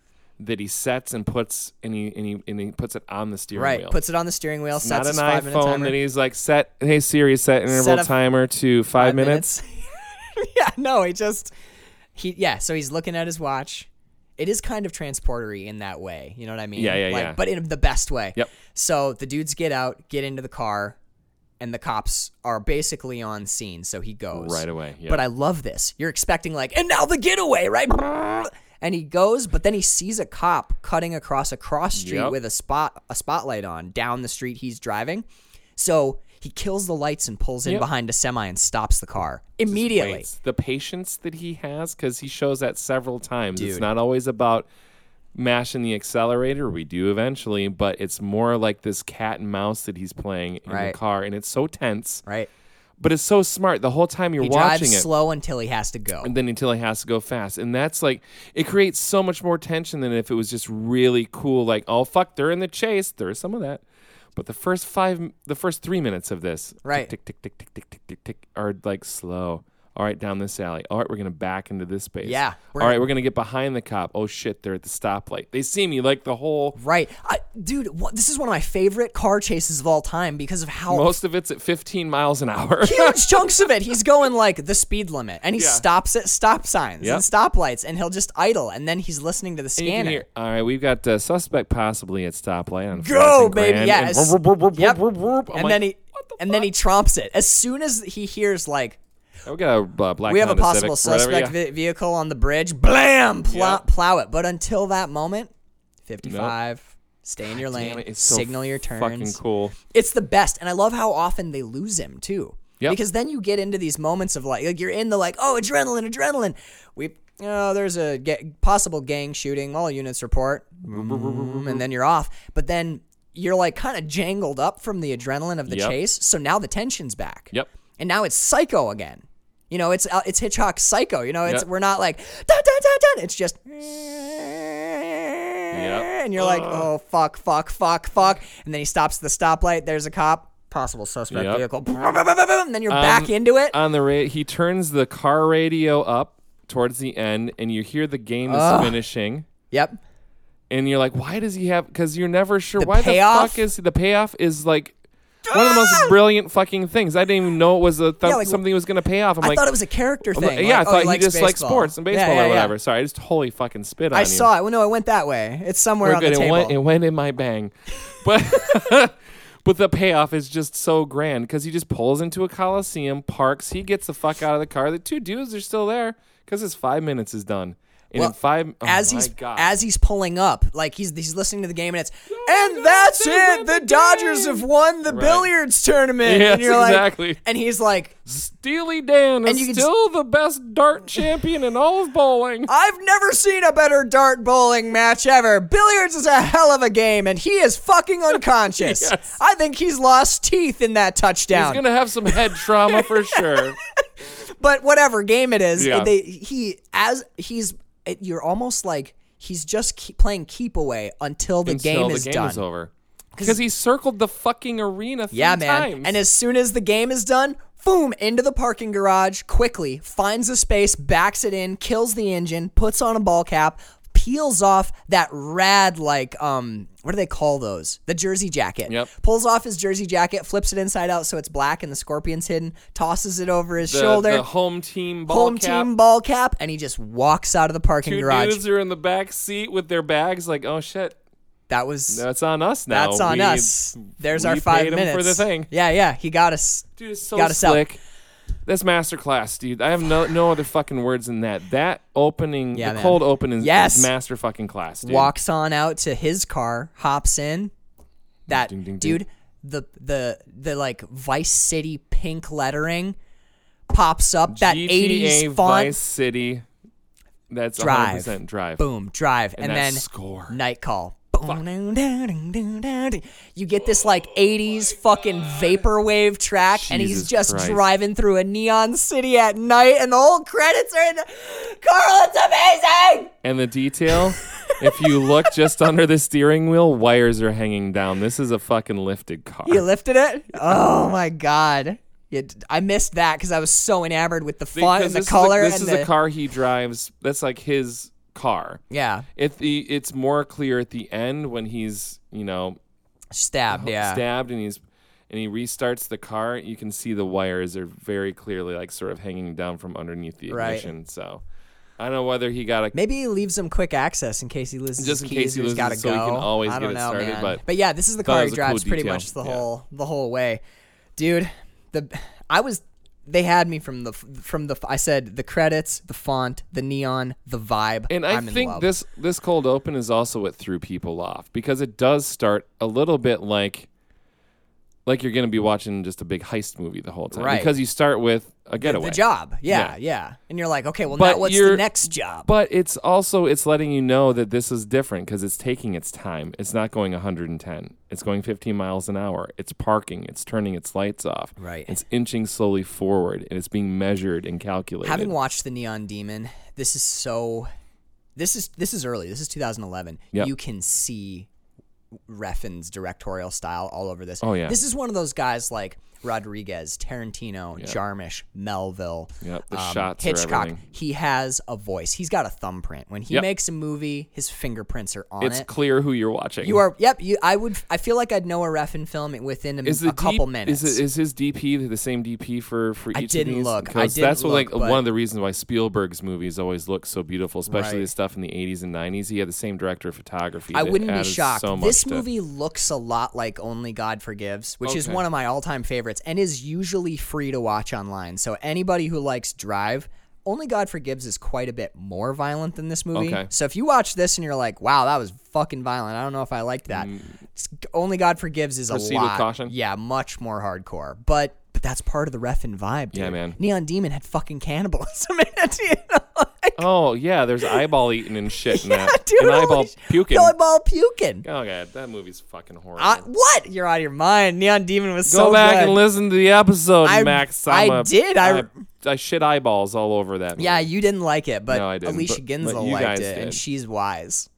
Speaker 2: that he sets and puts and he and he, and he puts it on the steering
Speaker 3: right,
Speaker 2: wheel.
Speaker 3: puts it on the steering wheel,
Speaker 2: not
Speaker 3: sets
Speaker 2: an
Speaker 3: his five minute
Speaker 2: iPhone
Speaker 3: timer.
Speaker 2: that he's like set. Hey Siri, set interval
Speaker 3: Set a-
Speaker 2: timer to five, minutes.
Speaker 3: yeah, no, he just he yeah, so he's looking at his watch. It is kind of transportery in that way, you know what I mean?
Speaker 2: Yeah, yeah,
Speaker 3: like,
Speaker 2: yeah.
Speaker 3: But in the best way.
Speaker 2: Yep.
Speaker 3: So the dudes get out, get into the car, and the cops are basically on scene. So he goes
Speaker 2: Right away, yeah.
Speaker 3: But I love this. You're expecting like, and now the getaway, right? And he goes, but then he sees a cop cutting across a cross street
Speaker 2: Yep.
Speaker 3: with a spot a spotlight on down the street he's driving. So he kills the lights and pulls in
Speaker 2: Yep.
Speaker 3: behind a semi and stops the car immediately.
Speaker 2: Waits. The patience that he has because he shows that several times. It's
Speaker 3: Dude.
Speaker 2: not always about mashing the accelerator. We do eventually, but it's more like this cat and mouse that he's playing in
Speaker 3: Right.
Speaker 2: the car, and it's so tense,
Speaker 3: Right.
Speaker 2: but it's so smart. The whole time you're
Speaker 3: He
Speaker 2: watching
Speaker 3: drives
Speaker 2: it.
Speaker 3: slow until he has to go.
Speaker 2: and then until it has to go fast. And that's like it creates so much more tension than if it was just really cool. Like oh fuck, they're in the chase. There's some of that, but the first five, the first three minutes of this, tick,
Speaker 3: Right.
Speaker 2: Tick tick tick tick tick tick tick tick are like slow. All right, down this alley. All right, we're gonna back into this space.
Speaker 3: Yeah, we're
Speaker 2: All
Speaker 3: gonna-
Speaker 2: right, we're gonna get behind the cop. Oh shit, they're at the stoplight. They see me. Like the whole
Speaker 3: Right. I, dude, what, this is one of my favorite car chases of all time because of how
Speaker 2: most of it's at 15 miles an hour.
Speaker 3: huge chunks of it he's going like the speed limit and he
Speaker 2: Yeah.
Speaker 3: stops at stop signs
Speaker 2: Yep.
Speaker 3: and stoplights and he'll just idle and then he's listening to the
Speaker 2: You can
Speaker 3: scanner.
Speaker 2: hear- all right, we've got uh, suspect possibly at stoplight on
Speaker 3: Go,
Speaker 2: Fourth and
Speaker 3: baby.
Speaker 2: Grand.
Speaker 3: Yeah.
Speaker 2: And
Speaker 3: as-
Speaker 2: vroom, vroom, vroom, vroom,
Speaker 3: yep.
Speaker 2: vroom, vroom. I'm
Speaker 3: And
Speaker 2: like,
Speaker 3: then he and then he tromps it. As soon as he hears like
Speaker 2: We got a uh, black.
Speaker 3: we have a
Speaker 2: Honda
Speaker 3: possible
Speaker 2: Civic, whatever,
Speaker 3: suspect
Speaker 2: yeah.
Speaker 3: ve- vehicle on the bridge, blam, plow,
Speaker 2: Yep.
Speaker 3: plow it. But until that moment, 55 Stay in your
Speaker 2: Damn
Speaker 3: lane.
Speaker 2: it, it's so
Speaker 3: signal your turns.
Speaker 2: Fucking cool.
Speaker 3: it's the best and i love how often they lose him too
Speaker 2: Yep.
Speaker 3: because then you get into these moments of like, like you're in the like oh adrenaline adrenaline we oh there's a ga- possible gang shooting all units report Mm, and then you're off but then you're like kind of jangled up from the adrenaline of the
Speaker 2: Yep.
Speaker 3: chase so now the tension's back
Speaker 2: Yep.
Speaker 3: and now it's psycho again you know it's uh, it's hitchcock psycho you know it's
Speaker 2: Yep.
Speaker 3: we're not like dun, dun, dun, dun. it's just and you're like, oh fuck, fuck, fuck, fuck. And then he stops at the stoplight. There's a cop, possible suspect
Speaker 2: Yep. Um,
Speaker 3: vehicle. And then you're back into it.
Speaker 2: On the ra- he turns the car radio up towards the end, and you hear the game is finishing,
Speaker 3: yep.
Speaker 2: and you're like, why does he have? Because you're never sure.
Speaker 3: The
Speaker 2: why
Speaker 3: payoff? Ah!
Speaker 2: the fuck is the payoff is like. One of the most brilliant fucking things. I didn't even know it was a th-
Speaker 3: Yeah, like,
Speaker 2: something that was going to pay off. I'm
Speaker 3: I
Speaker 2: like,
Speaker 3: thought it was a character
Speaker 2: I'm
Speaker 3: thing.
Speaker 2: like,
Speaker 3: like,
Speaker 2: yeah, I
Speaker 3: oh,
Speaker 2: thought you
Speaker 3: likes
Speaker 2: just like
Speaker 3: baseball.
Speaker 2: sports and
Speaker 3: Yeah,
Speaker 2: baseball
Speaker 3: yeah,
Speaker 2: or
Speaker 3: yeah.
Speaker 2: whatever. Sorry, I just totally fucking spit on
Speaker 3: I
Speaker 2: you.
Speaker 3: saw it. Well, no, it went that way. It's somewhere
Speaker 2: We're
Speaker 3: on
Speaker 2: good.
Speaker 3: the
Speaker 2: It
Speaker 3: table.
Speaker 2: went, it went in my bang, but but the payoff is just so grand because he just pulls into a coliseum, parks, he gets the fuck out of the car. The two dudes are still there because his five minutes is done, And in five, oh
Speaker 3: as
Speaker 2: my
Speaker 3: he's
Speaker 2: God.
Speaker 3: as he's pulling up, like he's he's listening to the game, and it's and that's it. The Dodgers have won the billiards tournament.
Speaker 2: Yes,
Speaker 3: and you're like,
Speaker 2: exactly.
Speaker 3: And he's like,
Speaker 2: Steely Dan
Speaker 3: And
Speaker 2: is
Speaker 3: you can
Speaker 2: still the best dart champion in all of bowling.
Speaker 3: I've never seen a better dart bowling match ever. Billiards is a hell of a game, and he is fucking unconscious.
Speaker 2: Yes.
Speaker 3: I think he's lost teeth in that touchdown.
Speaker 2: He's gonna have some head trauma for sure.
Speaker 3: but whatever game it is,
Speaker 2: Yeah.
Speaker 3: they he as he's it- you're almost like he's just keep playing keep away until the
Speaker 2: Until
Speaker 3: game
Speaker 2: the
Speaker 3: is
Speaker 2: game
Speaker 3: done.
Speaker 2: is over. Because he circled the fucking arena three
Speaker 3: yeah, man.
Speaker 2: times.
Speaker 3: And as soon as the game is done, boom, into the parking garage quickly, finds a space, backs it in, kills the engine, puts on a ball cap, peels off that rad like um what do they call those? The jersey jacket.
Speaker 2: Yep.
Speaker 3: Pulls off his jersey jacket, flips it inside out so it's black and the scorpion's hidden, tosses it over his
Speaker 2: the,
Speaker 3: shoulder.
Speaker 2: the home team ball
Speaker 3: home
Speaker 2: cap.
Speaker 3: team ball cap, and he just walks out of the parking
Speaker 2: Two
Speaker 3: garage.
Speaker 2: dudes are in the back seat with their bags, like, oh shit,
Speaker 3: that was
Speaker 2: that's on us now.
Speaker 3: that's on
Speaker 2: We-
Speaker 3: us. There's our
Speaker 2: we
Speaker 3: five
Speaker 2: paid him
Speaker 3: minutes
Speaker 2: for the thing.
Speaker 3: Yeah, yeah, he got us.
Speaker 2: Dude, it's so
Speaker 3: Got us out.
Speaker 2: slick. That's masterclass, dude. I have no no other fucking words than that. That opening,
Speaker 3: Yeah,
Speaker 2: the
Speaker 3: man.
Speaker 2: cold open is,
Speaker 3: Yes.
Speaker 2: is master fucking class, dude.
Speaker 3: Walks on out to his car, hops in. That
Speaker 2: Ding, ding, ding.
Speaker 3: dude, the the the like Vice City pink lettering pops up. That
Speaker 2: GTA
Speaker 3: 80s font.
Speaker 2: Vice City. That's
Speaker 3: Drive.
Speaker 2: 100% drive.
Speaker 3: Boom, drive, and,
Speaker 2: that
Speaker 3: then
Speaker 2: score.
Speaker 3: night call. You get this like 80s fucking vaporwave track, and he's
Speaker 2: Jesus
Speaker 3: just
Speaker 2: Christ.
Speaker 3: driving through a neon city at night, and the whole credits are in. The- Carl, it's amazing!
Speaker 2: And the detail, if you look just under the steering wheel, wires are hanging down. This is a fucking lifted car.
Speaker 3: You lifted it? Oh my god. It, I missed that because I was so enamored with the
Speaker 2: Because
Speaker 3: font and the
Speaker 2: this
Speaker 3: color.
Speaker 2: Is a, this
Speaker 3: and
Speaker 2: is
Speaker 3: the-
Speaker 2: a car he drives. That's like his car.
Speaker 3: Yeah,
Speaker 2: If the, it's more clear at the end when he's, you know, Oh,
Speaker 3: stabbed, yeah.
Speaker 2: stabbed and he's and he restarts the car, you can see the wires are very clearly like sort of hanging down from underneath the
Speaker 3: Right.
Speaker 2: ignition. So I don't know whether he got a
Speaker 3: Maybe he leaves him quick access in case he loses
Speaker 2: Just
Speaker 3: his
Speaker 2: in
Speaker 3: keys
Speaker 2: case he
Speaker 3: or he's
Speaker 2: loses
Speaker 3: gotta
Speaker 2: it so
Speaker 3: go.
Speaker 2: he can always
Speaker 3: I don't
Speaker 2: get it
Speaker 3: know,
Speaker 2: started,
Speaker 3: man.
Speaker 2: but-
Speaker 3: yeah, this is the
Speaker 2: Thought it
Speaker 3: car he
Speaker 2: was a cool
Speaker 3: drives pretty
Speaker 2: detail.
Speaker 3: much the
Speaker 2: Yeah.
Speaker 3: whole the whole way, dude. The I was they had me from the from the I said the credits, the font, the neon, the vibe.
Speaker 2: And I
Speaker 3: I'm in
Speaker 2: think
Speaker 3: love.
Speaker 2: this this cold open is also what threw people off because it does start a little bit like like you're going to be watching just a big heist movie the whole time
Speaker 3: Right.
Speaker 2: because you start with a getaway.
Speaker 3: the job, yeah, yeah,
Speaker 2: Yeah.
Speaker 3: and you're like, okay, well
Speaker 2: But
Speaker 3: now what's
Speaker 2: you're-
Speaker 3: the next job?
Speaker 2: But it's also it's letting you know that this is different because it's taking its time. It's not going 110. It's going 15 miles an hour. It's parking. It's turning its lights off.
Speaker 3: Right.
Speaker 2: It's inching slowly forward and it's being measured and calculated.
Speaker 3: Having watched the Neon Demon, this is so. This is this is early. This is 2011.
Speaker 2: Yep.
Speaker 3: You can see Refn's directorial style all over this.
Speaker 2: Oh, yeah.
Speaker 3: This is one of those guys like Rodriguez, Tarantino, Jarmusch, Melville, um,
Speaker 2: Yep, the shots are
Speaker 3: Hitchcock.
Speaker 2: everything.
Speaker 3: He has a voice. He's got a thumbprint. When he
Speaker 2: Yep.
Speaker 3: makes a movie, his fingerprints are on
Speaker 2: it's
Speaker 3: it.
Speaker 2: clear who you're watching.
Speaker 3: you are yep. You, I would. I feel like I'd know a Refn film within a,
Speaker 2: is
Speaker 3: a
Speaker 2: the
Speaker 3: couple
Speaker 2: DP
Speaker 3: minutes.
Speaker 2: Is, it, is his DP the same DP for for each
Speaker 3: I
Speaker 2: of
Speaker 3: didn't
Speaker 2: these?
Speaker 3: look. I
Speaker 2: 'Cause
Speaker 3: didn't
Speaker 2: that's what
Speaker 3: look,
Speaker 2: like
Speaker 3: but-
Speaker 2: one of the reasons why Spielberg's movies always look so beautiful, especially
Speaker 3: Right.
Speaker 2: the stuff in the 80s and 90s. He had the same director of photography.
Speaker 3: I
Speaker 2: that
Speaker 3: wouldn't be
Speaker 2: added
Speaker 3: shocked.
Speaker 2: So much
Speaker 3: this
Speaker 2: to-
Speaker 3: movie looks a lot like Only God Forgives, which is
Speaker 2: Okay.
Speaker 3: one of my all-time favorites and is usually free to watch online. So anybody who likes Drive, Only God Forgives is quite a bit more violent than this movie.
Speaker 2: Okay.
Speaker 3: So if you watch this and you're like, "Wow, that was fucking violent. I don't know if I liked that." It's- Only God Forgives is
Speaker 2: Mm. Proceed
Speaker 3: a
Speaker 2: with
Speaker 3: lot
Speaker 2: caution?
Speaker 3: Yeah, much more hardcore. But but that's part of the ref and vibe, dude.
Speaker 2: Yeah, man.
Speaker 3: Neon Demon had fucking cannibalism in it. You know? Like,
Speaker 2: Oh yeah, there's eyeball eating and shit in that.
Speaker 3: dude,
Speaker 2: and
Speaker 3: holy
Speaker 2: eyeball
Speaker 3: sh-
Speaker 2: puking. Oh
Speaker 3: Eyeball puking.
Speaker 2: god, that movie's fucking horrible.
Speaker 3: I, what? You're out of your mind. Neon Demon was
Speaker 2: Go
Speaker 3: so
Speaker 2: back
Speaker 3: good.
Speaker 2: and listen to the episode,
Speaker 3: I-
Speaker 2: Max.
Speaker 3: I
Speaker 2: I'm a-
Speaker 3: did, I-
Speaker 2: I I shit eyeballs all over that. Movie.
Speaker 3: Yeah, you didn't like it, but
Speaker 2: No, I didn't,
Speaker 3: Alicia
Speaker 2: but-
Speaker 3: Ginzel
Speaker 2: but you
Speaker 3: liked
Speaker 2: guys
Speaker 3: it, and
Speaker 2: did.
Speaker 3: she's wise.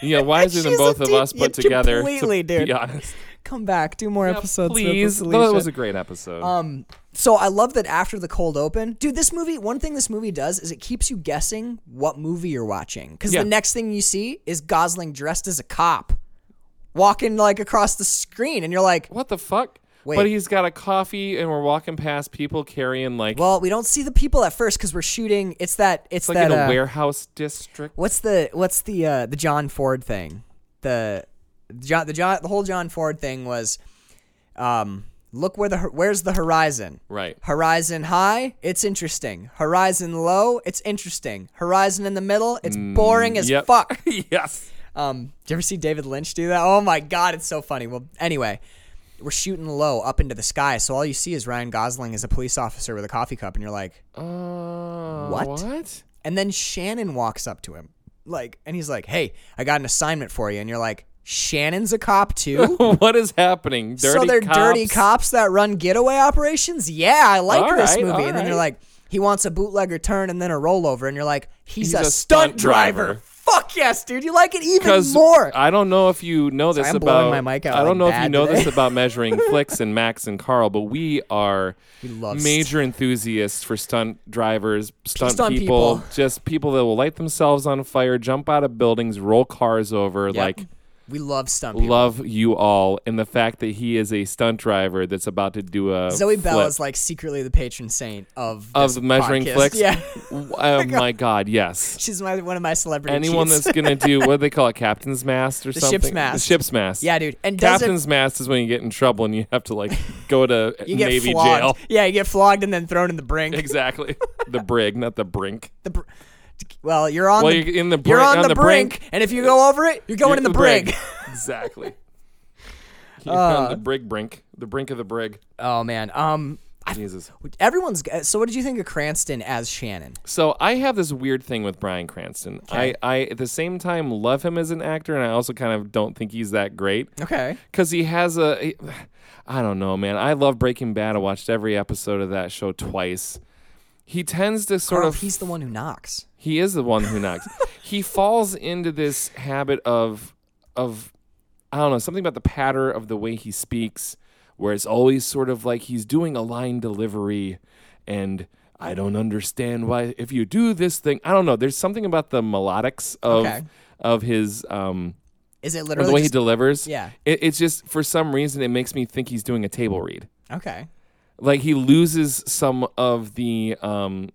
Speaker 2: yeah. Wiser than
Speaker 3: She's a
Speaker 2: both of
Speaker 3: deep-
Speaker 2: us put together.
Speaker 3: completely,
Speaker 2: to
Speaker 3: dude.
Speaker 2: Be honest.
Speaker 3: Come back, do more
Speaker 2: Yeah,
Speaker 3: episodes. with
Speaker 2: please.
Speaker 3: us,
Speaker 2: Though
Speaker 3: Alicia.
Speaker 2: that was a great episode.
Speaker 3: Um, so I love that after the cold open, dude. This movie, one thing this movie does is it keeps you guessing what movie you're watching because
Speaker 2: Yeah.
Speaker 3: the next thing you see is Gosling dressed as a cop, walking like across the screen, and you're like,
Speaker 2: what the fuck?
Speaker 3: Wait.
Speaker 2: But he's got a coffee, and we're walking past people carrying like
Speaker 3: "Well, we don't see the people at first because we're shooting. It's that. It's,
Speaker 2: it's like
Speaker 3: that
Speaker 2: in a
Speaker 3: uh,
Speaker 2: warehouse district.
Speaker 3: What's the what's the uh, the John Ford thing? The John the John the whole John Ford thing was um Look where the hor- where's the horizon?
Speaker 2: Right.
Speaker 3: Horizon high, it's interesting. Horizon low, it's interesting. Horizon in the middle, it's boring as
Speaker 2: yep.
Speaker 3: fuck.
Speaker 2: yes.
Speaker 3: Um, do you ever see David Lynch do that? Oh my god, it's so funny. Well, anyway, we're shooting low up into the sky, so all you see is Ryan Gosling as a police officer with a coffee cup, and you're like,
Speaker 2: Uh,
Speaker 3: What?
Speaker 2: What?
Speaker 3: and then Shannon walks up to him, like, and he's like, "Hey, I got an assignment for you," and you're like, "Shannon's a cop too."
Speaker 2: what is happening? Dirty
Speaker 3: so they're
Speaker 2: cops.
Speaker 3: dirty cops that run getaway operations. Yeah, I like
Speaker 2: All
Speaker 3: this
Speaker 2: right,
Speaker 3: movie.
Speaker 2: all
Speaker 3: And then you're
Speaker 2: right.
Speaker 3: like, he wants a bootlegger turn and then a rollover, and you're like, he's,
Speaker 2: He's
Speaker 3: a,
Speaker 2: a
Speaker 3: stunt,
Speaker 2: stunt
Speaker 3: driver.
Speaker 2: driver.
Speaker 3: Fuck yes, dude. You like it even
Speaker 2: 'Cause
Speaker 3: more.
Speaker 2: I don't know if you know this
Speaker 3: I'm blowing
Speaker 2: about.
Speaker 3: my mic out,
Speaker 2: I don't
Speaker 3: like,
Speaker 2: know if you
Speaker 3: bad
Speaker 2: know
Speaker 3: today.
Speaker 2: this about measuring flicks and Max and Carl, but we are
Speaker 3: love
Speaker 2: major enthusiasts for stunt drivers, stunt,
Speaker 3: Stunt
Speaker 2: people,
Speaker 3: people.
Speaker 2: just people that will light themselves on fire, jump out of buildings, roll cars over. Like,
Speaker 3: we love stunt people.
Speaker 2: love you all, and the fact that he is a stunt driver that's about to do a
Speaker 3: Zoe Bell
Speaker 2: flip.
Speaker 3: is like secretly the patron saint of
Speaker 2: of
Speaker 3: this
Speaker 2: measuring
Speaker 3: podcast.
Speaker 2: flicks.
Speaker 3: Yeah,
Speaker 2: oh my god, yes.
Speaker 3: she's my, one of my celebrity.
Speaker 2: Anyone
Speaker 3: cheats.
Speaker 2: that's gonna do what do they call it, captain's mast or
Speaker 3: The ship's
Speaker 2: something.
Speaker 3: mast.
Speaker 2: The ship's mast.
Speaker 3: yeah, dude, and does it,
Speaker 2: Captain's mast is when you get in trouble and you have to like go to
Speaker 3: you get
Speaker 2: Navy
Speaker 3: flogged.
Speaker 2: jail.
Speaker 3: Yeah, you get flogged and then thrown in the brink.
Speaker 2: Exactly. the brig, not the brink.
Speaker 3: The br- well, you're on.
Speaker 2: Well,
Speaker 3: the,
Speaker 2: you're in the
Speaker 3: you're
Speaker 2: brink-
Speaker 3: on,
Speaker 2: on the
Speaker 3: the, brink, and if you go over it, you're going
Speaker 2: You're
Speaker 3: in the, brink.
Speaker 2: exactly. You're
Speaker 3: Uh.
Speaker 2: on the brig brink. The brink of the brig.
Speaker 3: oh man, um, I,
Speaker 2: Jesus.
Speaker 3: everyone's. g- So, what did you think of Cranston as Shannon?
Speaker 2: So I have this weird thing with Brian Cranston. I, I at the same time love him as an actor and I also kind of don't think he's that great.
Speaker 3: Okay,
Speaker 2: because he has a he- I don't know man i love breaking bad i watched every episode of that show twice he tends to sort
Speaker 3: Carl,
Speaker 2: of
Speaker 3: he's the one who knocks.
Speaker 2: he is the one who knocks he falls into this habit of of i don't know something about the patter of the way he speaks where it's always sort of like he's doing a line delivery and i don't understand why if you do this thing i don't know there's something about the melodics of
Speaker 3: Okay.
Speaker 2: of his um
Speaker 3: Is it
Speaker 2: or
Speaker 3: literally
Speaker 2: the way he
Speaker 3: just-
Speaker 2: delivers.
Speaker 3: yeah.
Speaker 2: It, it's just for some reason it makes me think he's doing a table read.
Speaker 3: Okay,
Speaker 2: Like he loses some of the um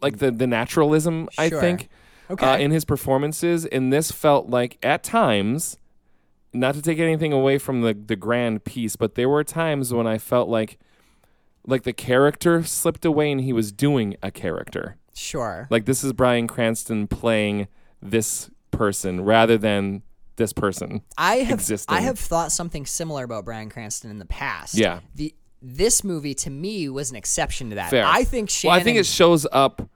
Speaker 2: like the the naturalism, I
Speaker 3: Sure.
Speaker 2: think.
Speaker 3: Okay.
Speaker 2: Uh, in his performances and this felt like at times not to take anything away from the the grand piece, but there were times when I felt like like the character slipped away and he was doing a character
Speaker 3: sure.
Speaker 2: like this is Brian Cranston playing this person rather than this person.
Speaker 3: I have
Speaker 2: existing.
Speaker 3: I have thought something similar about Brian Cranston in the past.
Speaker 2: Yeah.
Speaker 3: The this movie to me was an exception to that.
Speaker 2: Fair.
Speaker 3: I think Shannon.
Speaker 2: Well, I think it shows up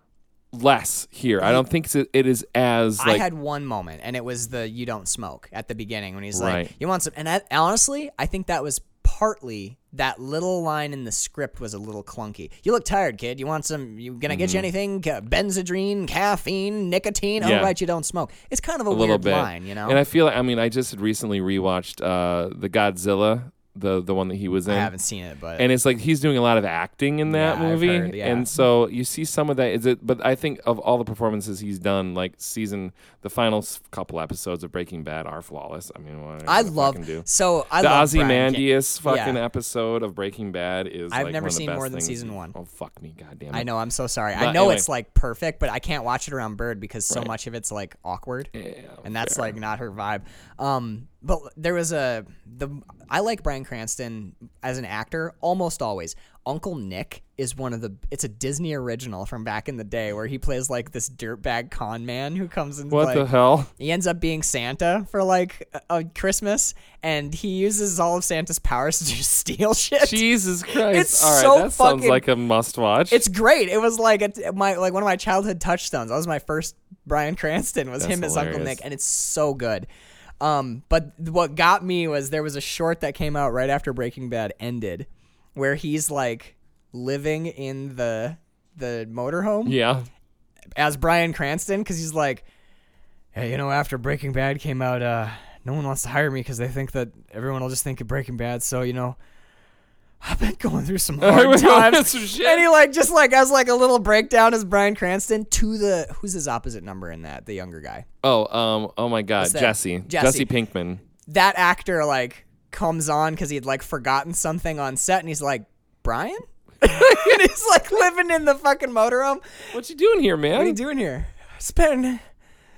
Speaker 2: less here. I don't think it it is as
Speaker 3: I
Speaker 2: like
Speaker 3: had one moment, and it was the "you don't smoke" at the beginning when he's like,
Speaker 2: Right.
Speaker 3: "You want some?" And I, honestly, I think that was partly that little line in the script was a little clunky. You look tired, kid. You want some? You gonna get you anything? Ca- Benzodrine, caffeine, nicotine.
Speaker 2: Mm-hmm. Yeah.
Speaker 3: Oh, right, you don't smoke. It's kind of a,
Speaker 2: a little
Speaker 3: weird
Speaker 2: bit.
Speaker 3: line, you know.
Speaker 2: And I feel I mean I just had recently rewatched uh the Godzilla, the the one that he was in.
Speaker 3: I haven't seen it, but
Speaker 2: and it's like he's doing a lot of acting in that
Speaker 3: Yeah, I've
Speaker 2: movie
Speaker 3: heard, yeah.
Speaker 2: and so you see some of that is it but i think of all the performances he's done like season the final s- couple episodes of breaking bad are flawless i mean what am
Speaker 3: I
Speaker 2: gonna fucking
Speaker 3: love
Speaker 2: do
Speaker 3: so I
Speaker 2: the
Speaker 3: love Brian Ca-
Speaker 2: Ozymandias fucking
Speaker 3: Yeah.
Speaker 2: episode of Breaking Bad is.
Speaker 3: I've
Speaker 2: like
Speaker 3: never
Speaker 2: one of the
Speaker 3: seen
Speaker 2: best
Speaker 3: more than
Speaker 2: things.
Speaker 3: season one.
Speaker 2: Oh fuck me, goddamn!
Speaker 3: I know. I'm so sorry. I
Speaker 2: But
Speaker 3: know
Speaker 2: anyway.
Speaker 3: it's like perfect, but I can't watch it around Bird because so much of it's like awkward, and that's like not her vibe. Um, but there was a the I like Brian Cranston as an actor almost always. Uncle Nick is one of the. It's a Disney original from back in the day where he plays like this dirtbag con man who comes and
Speaker 2: What
Speaker 3: like,
Speaker 2: the hell?
Speaker 3: he ends up being Santa for like a, a Christmas, and he uses all of Santa's powers to just steal shit.
Speaker 2: Jesus Christ!
Speaker 3: It's
Speaker 2: All right,
Speaker 3: so
Speaker 2: that sounds
Speaker 3: fucking-
Speaker 2: like a must-watch.
Speaker 3: It's great. It was like a, my like one of my childhood touchstones. That was my first Brian Cranston was
Speaker 2: That's
Speaker 3: him as Uncle
Speaker 2: hilarious.
Speaker 3: Nick, and it's so good. Um, but what got me was there was a short that came out right after Breaking Bad ended, where he's like living in the the motorhome
Speaker 2: yeah.
Speaker 3: as Brian Cranston because he's like, hey, you know, after Breaking Bad came out, uh, no one wants to hire me because they think that everyone will just think of Breaking Bad. So you know, I've been going through some hard
Speaker 2: I've been going
Speaker 3: times.
Speaker 2: through some shit.
Speaker 3: And he like just like has like a little breakdown as Brian Cranston to the who's his opposite number in that the younger guy
Speaker 2: Oh, um, oh my God,
Speaker 3: that?
Speaker 2: Jesse,
Speaker 3: Jesse.
Speaker 2: Jesse Pinkman.
Speaker 3: that actor like comes on because he'd like forgotten something on set and he's like Brian. and he's like living in the fucking motorhome.
Speaker 2: What you doing here, man?
Speaker 3: What are you doing here? Spend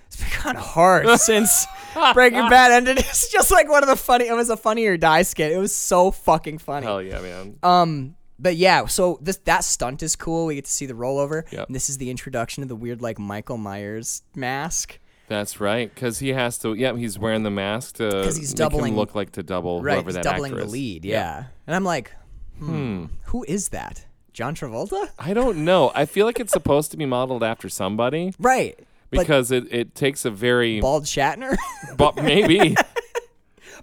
Speaker 3: It's been kind of hard since Breaking Bad ended. It's just like one of the funny. It was a funnier die skit. It was so fucking funny.
Speaker 2: Hell yeah, man.
Speaker 3: Um, but yeah, so this that stunt is cool. We get to see the rollover.
Speaker 2: Yep.
Speaker 3: And this is the introduction of the weird like Michael Myers mask.
Speaker 2: That's right, because he has to. Yeah, he's wearing the mask to
Speaker 3: 'Cause he's
Speaker 2: make
Speaker 3: doubling-
Speaker 2: him look like to double
Speaker 3: Right,
Speaker 2: whoever
Speaker 3: he's
Speaker 2: that
Speaker 3: doubling
Speaker 2: actor
Speaker 3: the
Speaker 2: is.
Speaker 3: lead. Yeah. and I'm like, hmm, who is that? John Travolta?
Speaker 2: I don't know. I feel like it's supposed to be modeled after somebody
Speaker 3: Right. but
Speaker 2: because it, it takes a very
Speaker 3: bald Shatner.
Speaker 2: but maybe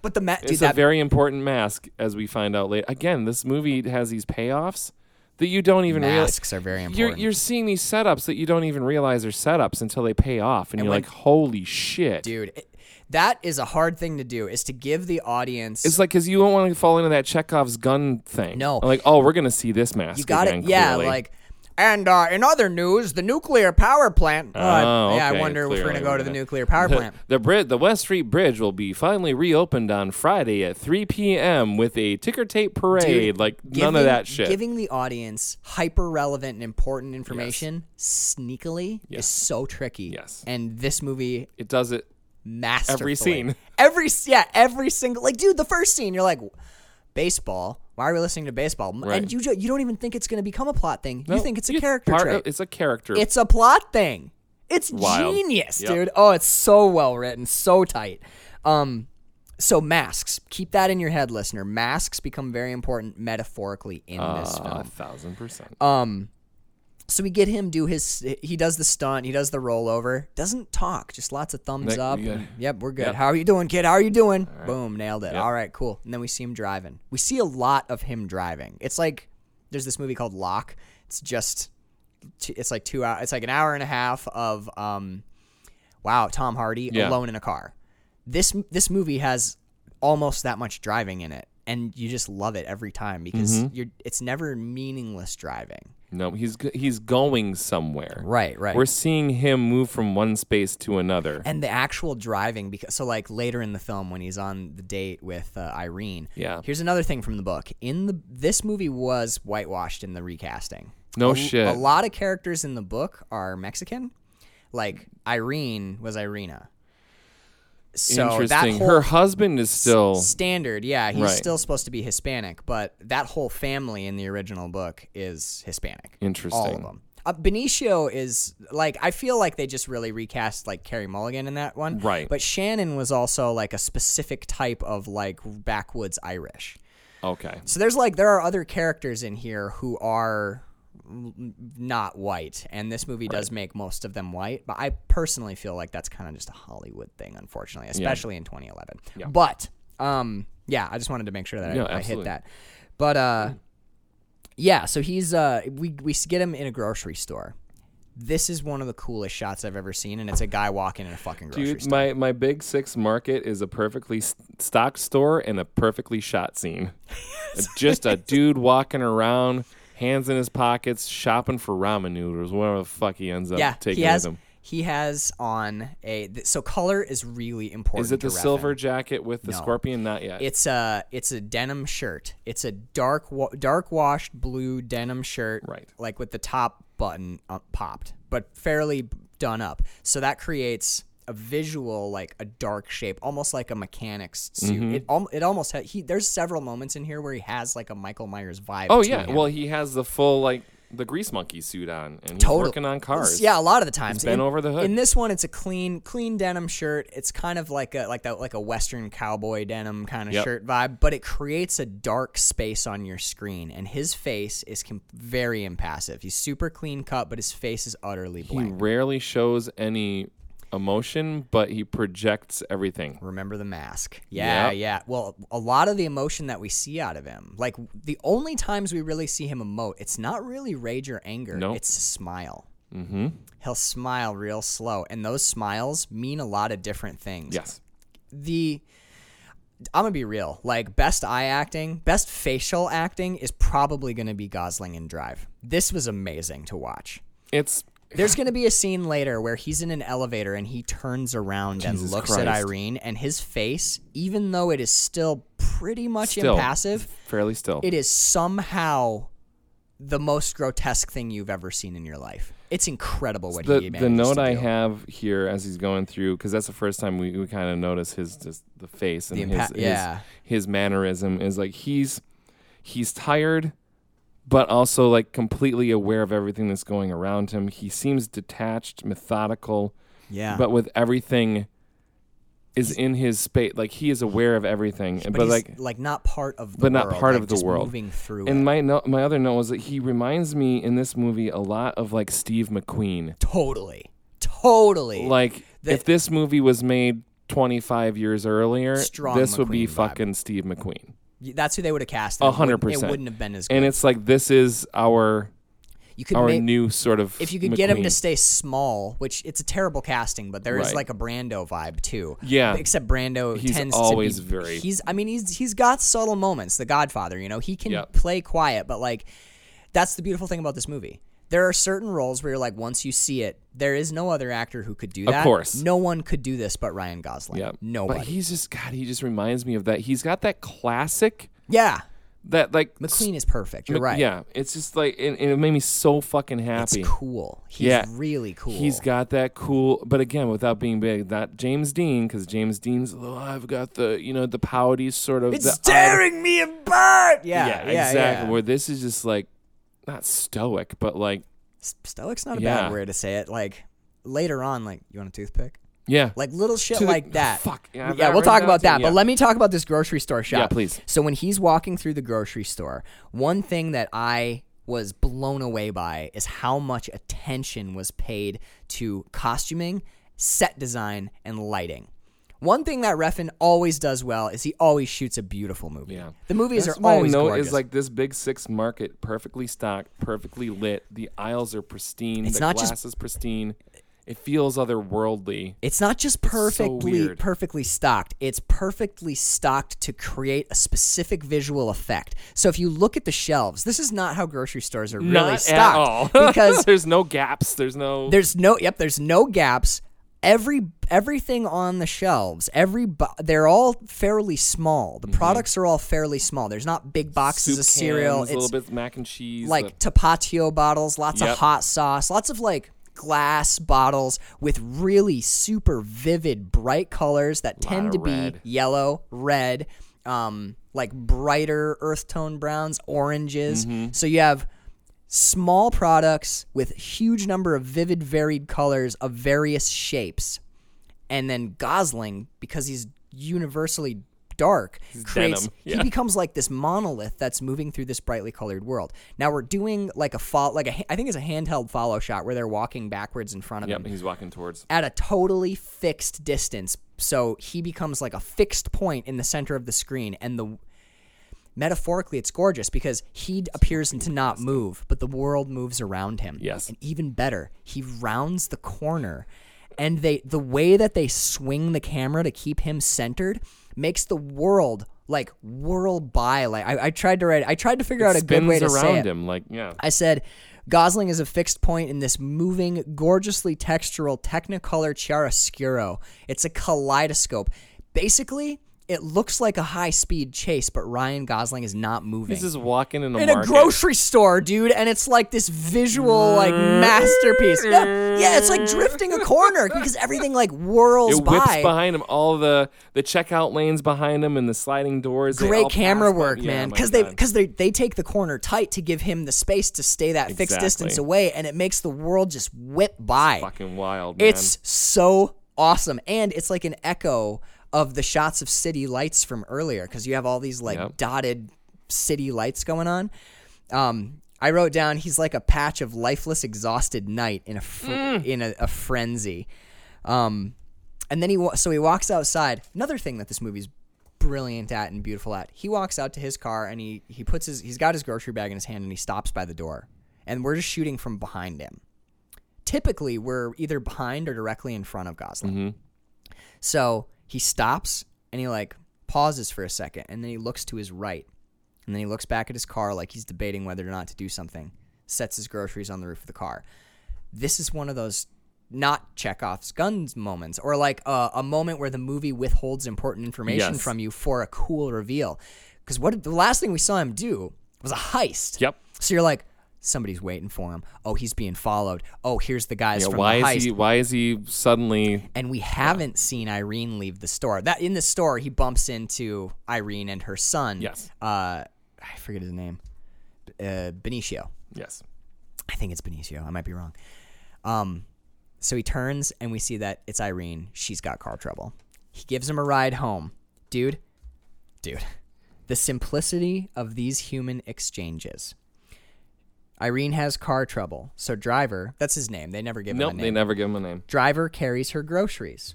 Speaker 3: but the ma- dude,
Speaker 2: it's a
Speaker 3: that
Speaker 2: very important mask as we find out later. Again, this movie has these payoffs that you don't even realize.
Speaker 3: masks are very
Speaker 2: You're
Speaker 3: important.
Speaker 2: you're seeing these setups that you don't even realize are setups until they pay off, and, you're like, "Holy shit!"
Speaker 3: dude, it- that is a hard thing to do. Is to give the audience.
Speaker 2: It's like because you don't want to fall into that Chekhov's gun thing.
Speaker 3: No.
Speaker 2: like oh, we're gonna see this mask.
Speaker 3: You got
Speaker 2: again,
Speaker 3: it. Yeah,
Speaker 2: clearly.
Speaker 3: like. And uh, in other news, the nuclear power plant. Oh, I-
Speaker 2: Oh,
Speaker 3: yeah, I
Speaker 2: okay,
Speaker 3: wonder if we're
Speaker 2: clearly
Speaker 3: gonna go
Speaker 2: we're
Speaker 3: to the
Speaker 2: gonna-
Speaker 3: nuclear power plant.
Speaker 2: The bri- the West Street Bridge will be finally reopened on Friday at 3 p.m. with a ticker tape parade. like none of
Speaker 3: Giving-
Speaker 2: that shit.
Speaker 3: Giving the audience hyper relevant and important information sneakily is
Speaker 2: Yes.
Speaker 3: so tricky.
Speaker 2: Yes.
Speaker 3: And this movie
Speaker 2: it does it.
Speaker 3: masterfully.
Speaker 2: scene.
Speaker 3: Every s- yeah, every single like dude, the first scene you're like baseball. Why are we listening to baseball?
Speaker 2: Right.
Speaker 3: And you ju- you don't even think it's going to become a plot thing.
Speaker 2: No,
Speaker 3: you think it's a character
Speaker 2: part
Speaker 3: trait.
Speaker 2: of- it's a character.
Speaker 3: It's a plot thing. It's
Speaker 2: Wild.
Speaker 3: genius,
Speaker 2: Yep.
Speaker 3: dude. Oh, it's so well written, so tight. Um, so masks, keep that in your head, listener. Masks become very important metaphorically in this
Speaker 2: Uh, a
Speaker 3: film.
Speaker 2: thousand percent.
Speaker 3: Um, so we get him do his. He does the stunt. He does the rollover. Doesn't talk. Just lots of thumbs
Speaker 2: Nick,
Speaker 3: up.
Speaker 2: we good?
Speaker 3: Yep, we're good.
Speaker 2: Yep.
Speaker 3: How are you doing, kid? How are you doing? Boom, nailed it. All right, cool. And then we see him driving. We see a lot of him driving. It's like there's this movie called Lock. It's just. t- It's like two hours. It's like an hour and a half of um, wow, Tom Hardy
Speaker 2: Yeah.
Speaker 3: alone in a car. This this movie has almost that much driving in it, and you just love it every time because
Speaker 2: Mm-hmm.
Speaker 3: you're it's never meaningless driving.
Speaker 2: no, he's g- he's going somewhere.
Speaker 3: Right, right.
Speaker 2: We're seeing him move from one space to another.
Speaker 3: and the actual driving because so like later in the film when he's on the date with uh, Irene.
Speaker 2: Yeah.
Speaker 3: Here's another thing from the book. In the this movie was whitewashed in the recasting.
Speaker 2: No
Speaker 3: a,
Speaker 2: shit.
Speaker 3: A lot of characters in the book are Mexican. Like Irene was Irina. So that
Speaker 2: Interesting.
Speaker 3: whole
Speaker 2: Her husband is still.
Speaker 3: standard, yeah, he's
Speaker 2: Right.
Speaker 3: still supposed to be Hispanic, but that whole family in the original book is Hispanic. All of
Speaker 2: Interesting.
Speaker 3: them. Uh, Benicio is like I feel like they just really recast like Carrie Mulligan in that one,
Speaker 2: Right.
Speaker 3: But Shannon was also like a specific type of like backwoods Irish.
Speaker 2: okay.
Speaker 3: So there's like there are other characters in here who are n- not white, and this movie does make most of them white. But I personally feel like that's kind of just a Hollywood thing, unfortunately, especially in 2011. But um, yeah, I just wanted to make sure that
Speaker 2: Yeah,
Speaker 3: I, I hit
Speaker 2: absolutely.
Speaker 3: that. But uh, yeah, so he's uh, we we get him in a grocery store. This is one of the coolest shots I've ever seen, and it's a guy walking in a fucking grocery
Speaker 2: Dude,
Speaker 3: store.
Speaker 2: my, my big six market is a perfectly s- stocked store and a perfectly shot scene. Just a dude walking around, hands in his pockets, shopping for ramen noodles, whatever the fuck he ends up
Speaker 3: yeah,
Speaker 2: taking
Speaker 3: he has
Speaker 2: with him.
Speaker 3: he has on a th- so color is really important.
Speaker 2: Is it the
Speaker 3: to Refn.
Speaker 2: silver jacket with the scorpion? Not yet.
Speaker 3: It's a it's a denim shirt. It's a dark wa- dark washed blue denim shirt,
Speaker 2: Right.
Speaker 3: Like with the top button up, popped, but fairly done up. So that creates a visual like a dark shape, almost like a mechanic's suit.
Speaker 2: Mm-hmm.
Speaker 3: It al- it almost ha- he. There's several moments in here where he has like a Michael Myers vibe.
Speaker 2: oh,
Speaker 3: to
Speaker 2: yeah.
Speaker 3: him.
Speaker 2: Well, he has the full, like, the grease monkey suit on and he's
Speaker 3: Totally.
Speaker 2: working on cars.
Speaker 3: Yeah, a lot of the times.
Speaker 2: bent over the hood.
Speaker 3: In this one, it's a clean, clean denim shirt. It's kind of like a like that like a Western cowboy denim kind of
Speaker 2: Yep.
Speaker 3: shirt vibe, but it creates a dark space on your screen, and his face is com- very impassive. He's super clean cut, but his face is utterly
Speaker 2: He
Speaker 3: blank.
Speaker 2: rarely shows any emotion, but he projects everything.
Speaker 3: Remember the mask. Yeah,
Speaker 2: Yep.
Speaker 3: yeah. Well, a lot of the emotion that we see out of him, like the only times we really see him emote, it's not really rage or anger.
Speaker 2: Nope.
Speaker 3: It's a smile. Mm-hmm. He'll smile real slow, and those smiles mean a lot of different things.
Speaker 2: Yes.
Speaker 3: the I'm gonna be real. Like best eye acting, best facial acting is probably gonna be Gosling in Drive. This was amazing to watch.
Speaker 2: It's
Speaker 3: There's gonna be a scene later where he's in an elevator and he turns around and
Speaker 2: Jesus
Speaker 3: looks at
Speaker 2: Christ.
Speaker 3: Irene, and his face, even though it is still pretty much
Speaker 2: still
Speaker 3: impassive,
Speaker 2: fairly still.
Speaker 3: it is somehow the most grotesque thing you've ever seen in your life. It's incredible what
Speaker 2: the,
Speaker 3: he
Speaker 2: the
Speaker 3: manages
Speaker 2: note
Speaker 3: to
Speaker 2: I
Speaker 3: do.
Speaker 2: have here as he's going through because that's the first time we, we kind of notice his just the face and
Speaker 3: The
Speaker 2: his,
Speaker 3: impa-
Speaker 2: his
Speaker 3: yeah.
Speaker 2: his mannerism is like he's he's tired but also like completely aware of everything that's going around him. He seems detached, methodical,
Speaker 3: Yeah.
Speaker 2: but with everything is in his space. Like he is aware of everything, but,
Speaker 3: but, he's,
Speaker 2: like
Speaker 3: like not part of the
Speaker 2: but not
Speaker 3: world,
Speaker 2: part
Speaker 3: like,
Speaker 2: of the
Speaker 3: just
Speaker 2: world.
Speaker 3: moving through
Speaker 2: And
Speaker 3: it.
Speaker 2: my no, my other note was that he reminds me in this movie a lot of like Steve McQueen.
Speaker 3: totally totally
Speaker 2: Like
Speaker 3: The-
Speaker 2: if this movie was made 25 years earlier,
Speaker 3: Strong
Speaker 2: this would be
Speaker 3: McQueen vibe.
Speaker 2: fucking Steve McQueen.
Speaker 3: Y- that's who they would have cast
Speaker 2: A
Speaker 3: and it wouldn't-
Speaker 2: 100%.
Speaker 3: it wouldn't have been as good
Speaker 2: And it's like this is our
Speaker 3: you could
Speaker 2: our
Speaker 3: make,
Speaker 2: new sort of
Speaker 3: if you could get him to
Speaker 2: McQueen.
Speaker 3: stay small which it's a terrible casting but there is
Speaker 2: Right.
Speaker 3: like a brando vibe too
Speaker 2: Yeah.
Speaker 3: except brando
Speaker 2: He's
Speaker 3: tends
Speaker 2: always
Speaker 3: to be
Speaker 2: very-
Speaker 3: he's i mean he's he's got subtle moments the godfather you know he can
Speaker 2: Yep.
Speaker 3: play quiet but like that's the beautiful thing about this movie there are certain roles where you're like once you see it there is no other actor who could do that
Speaker 2: course.
Speaker 3: no one could do this but ryan gosling
Speaker 2: Yeah.
Speaker 3: nobody
Speaker 2: But he's just God, he just reminds me of that. He's got that classic
Speaker 3: yeah
Speaker 2: that like
Speaker 3: mcqueen is perfect you're
Speaker 2: Mc-
Speaker 3: right
Speaker 2: Yeah. It's just like and, and it made me so fucking happy.
Speaker 3: It's cool. He's
Speaker 2: Yeah.
Speaker 3: really cool.
Speaker 2: He's got that cool, but again, without being big, that James Dean, because James Dean's, oh, I've got the, you know, the pouty sort of.
Speaker 3: It's
Speaker 2: the
Speaker 3: staring me apart. Yeah, yeah, yeah
Speaker 2: exactly. Where this is just like, not stoic, but like,
Speaker 3: S- Stoic's not a
Speaker 2: Yeah.
Speaker 3: bad word to say it. Like later on, like you want a toothpick,
Speaker 2: yeah.
Speaker 3: like little shit
Speaker 2: To the-
Speaker 3: like that.
Speaker 2: Fuck. Yeah,
Speaker 3: Yeah,
Speaker 2: I've got it
Speaker 3: we'll
Speaker 2: written
Speaker 3: talk
Speaker 2: down
Speaker 3: about
Speaker 2: too,
Speaker 3: that.
Speaker 2: yeah.
Speaker 3: But let me talk about this grocery store shop.
Speaker 2: please.
Speaker 3: So when he's walking through the grocery store, one thing that I was blown away by is how much attention was paid to costuming, set design, and lighting. One thing that Reffin always does well is he always shoots a beautiful movie.
Speaker 2: Yeah.
Speaker 3: The movies
Speaker 2: That's
Speaker 3: are
Speaker 2: why I
Speaker 3: always
Speaker 2: know
Speaker 3: gorgeous.
Speaker 2: is like this big six market, perfectly stocked, perfectly lit. The aisles are pristine.
Speaker 3: It's
Speaker 2: the
Speaker 3: not
Speaker 2: glass
Speaker 3: just-
Speaker 2: is pristine. It feels otherworldly.
Speaker 3: It's not just perfectly
Speaker 2: weird.
Speaker 3: perfectly stocked. It's perfectly stocked to create a specific visual effect. So if you look at the shelves, this is not how grocery stores are really
Speaker 2: Not at all.
Speaker 3: stocked because
Speaker 2: there's no gaps. There's no.
Speaker 3: there's no yep, there's no gaps. Every everything on the shelves, every bo- they're all fairly small. The products are all fairly small. There's not big
Speaker 2: Mm-hmm.
Speaker 3: boxes
Speaker 2: soup
Speaker 3: of cereal.
Speaker 2: cans,
Speaker 3: it's
Speaker 2: a little bit of mac and cheese.
Speaker 3: like tapatio bottles, lots
Speaker 2: Yep.
Speaker 3: of hot sauce, lots of like glass bottles with really super vivid bright colors that tend
Speaker 2: of
Speaker 3: to be
Speaker 2: red.
Speaker 3: yellow, red, um like brighter earth tone browns, oranges.
Speaker 2: Mm-hmm.
Speaker 3: So you have small products with huge number of vivid varied colors of various shapes. And then Gosling because he's universally dark creates
Speaker 2: denim,
Speaker 3: he
Speaker 2: yeah.
Speaker 3: becomes like this monolith that's moving through this brightly colored world. Now we're doing like a follow, like a, ha- I think it's a handheld follow shot where they're walking backwards in front of
Speaker 2: yep,
Speaker 3: him
Speaker 2: he's walking towards.
Speaker 3: at a totally fixed distance. So he becomes like a fixed point in the center of the screen, and the metaphorically, it's gorgeous because he d- appears to not move, but the world moves around him.
Speaker 2: Yes.
Speaker 3: and even better, he rounds the corner, and they the way that they swing the camera to keep him centered makes the world like whirl by. Like I, I tried to write, I tried to figure out a good
Speaker 2: spins
Speaker 3: way to say
Speaker 2: around
Speaker 3: it.
Speaker 2: him like yeah.
Speaker 3: I said, Gosling is a fixed point in this moving, gorgeously textural Technicolor chiaroscuro. It's a kaleidoscope. Basically, it looks like a high speed chase, but Ryan Gosling is not moving.
Speaker 2: He's just walking in a
Speaker 3: in a
Speaker 2: market.
Speaker 3: grocery store, dude, and it's like this visual like masterpiece. Yeah, yeah, it's like drifting a corner because everything like whirls
Speaker 2: it whips behind him. All the the checkout lanes behind him and the sliding doors. they all
Speaker 3: great
Speaker 2: pass
Speaker 3: camera
Speaker 2: by-
Speaker 3: work,
Speaker 2: Yeah,
Speaker 3: man.
Speaker 2: my
Speaker 3: Because they
Speaker 2: God.
Speaker 3: because they they take the corner tight to give him the space to stay that fixed
Speaker 2: Exactly.
Speaker 3: distance away, and it makes the world just whip by.
Speaker 2: fucking wild. Man.
Speaker 3: it's so awesome, and it's like an echo of the shots of city lights from earlier because you have all these like
Speaker 2: Yep.
Speaker 3: dotted city lights going on. Um, I wrote down he's like a patch of lifeless, exhausted night in a fr-
Speaker 2: Mm.
Speaker 3: in a, a frenzy. Um, and then he wa- so he walks outside. Another thing that this movie's brilliant at and beautiful at. He walks out to his car and he he puts his he's got his grocery bag in his hand and he stops by the door. And we're just shooting from behind him. Typically, we're either behind or directly in front of Gosling.
Speaker 2: Mm-hmm.
Speaker 3: So he stops and he like pauses for a second and then he looks to his right. And then he looks back at his car like he's debating whether or not to do something. Sets his groceries on the roof of the car. This is one of those not Chekhov's guns moments, or like a, a moment where the movie withholds important information
Speaker 2: Yes.
Speaker 3: from you for a cool reveal. Because what the last thing we saw him do was a heist.
Speaker 2: Yep.
Speaker 3: So you're like, somebody's waiting for him. Oh, he's being followed. Oh, here's the guys
Speaker 2: Yeah,
Speaker 3: from
Speaker 2: why
Speaker 3: the heist.
Speaker 2: is he? Why is he suddenly?
Speaker 3: and we haven't seen Irene leave the store. That in the store, he bumps into Irene and her son.
Speaker 2: Yes.
Speaker 3: Uh, I forget his name. Uh, Benicio.
Speaker 2: Yes.
Speaker 3: I think it's Benicio. I might be wrong. Um, so he turns and we see that it's Irene. She's got car trouble. He gives him a ride home. Dude, dude, the simplicity of these human exchanges. Irene has car trouble. So driver, that's his name. They never give
Speaker 2: Nope.
Speaker 3: him a
Speaker 2: They
Speaker 3: name.
Speaker 2: never give him a name.
Speaker 3: Driver carries her groceries.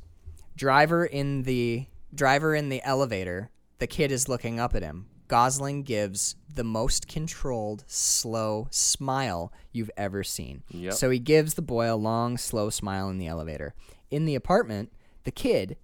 Speaker 3: Driver in the driver in the elevator. The kid is looking up at him. Gosling gives the most controlled, slow smile you've ever seen.
Speaker 2: Yep.
Speaker 3: So he gives the boy a long, slow smile in the elevator. In the apartment, the kid,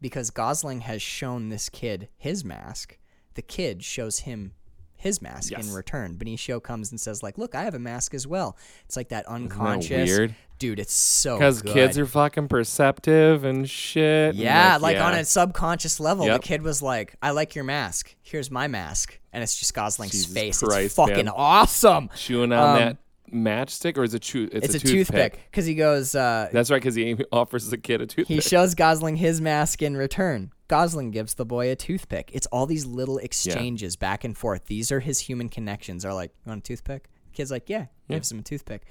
Speaker 3: because Gosling has shown this kid his mask, the kid shows him his mask
Speaker 2: Yes.
Speaker 3: in return. Benicio comes and says, "Like, look, I have a mask as well." It's like that
Speaker 2: that
Speaker 3: unconscious
Speaker 2: weird?
Speaker 3: dude. It's so
Speaker 2: Because
Speaker 3: Oh, good.
Speaker 2: kids are fucking perceptive and shit. and
Speaker 3: Yeah, like on
Speaker 2: yeah.
Speaker 3: a subconscious level,
Speaker 2: Yep.
Speaker 3: the kid was like, "I like your mask. Here's my mask," and it's just Gosling's
Speaker 2: Jesus
Speaker 3: face. it's
Speaker 2: Christ,
Speaker 3: fucking
Speaker 2: man.
Speaker 3: awesome.
Speaker 2: chewing on
Speaker 3: Um,
Speaker 2: that matchstick, or is it chew? It's,
Speaker 3: It's, a, toothpick because he goes. Uh,
Speaker 2: That's right, because he offers the kid a
Speaker 3: he
Speaker 2: toothpick.
Speaker 3: shows Gosling his mask in return. Gosling gives the boy a toothpick. It's all these little exchanges back and forth. These are his human connections. Are like, you want a toothpick? kid's like, yeah. Gives him a toothpick.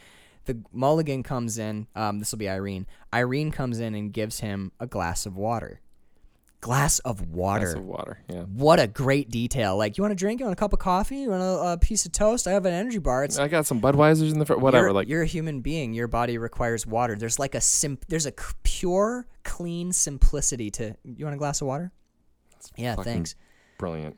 Speaker 3: The Mulligan comes in. Um, this will be Irene. Irene comes in and gives him a glass of water. Glass of water.
Speaker 2: Glass of water. Yeah.
Speaker 3: what a great detail! Like, you want a drink? You want a cup of coffee? You want a, a piece of toast? I have an energy bar. It's
Speaker 2: I got some Budweisers in the front. Whatever.
Speaker 3: you're,
Speaker 2: like
Speaker 3: you're a human being. Your body requires water. There's like a simp. There's a c- pure, clean simplicity to. You want a glass of water? Yeah,
Speaker 2: fucking-
Speaker 3: thanks.
Speaker 2: brilliant.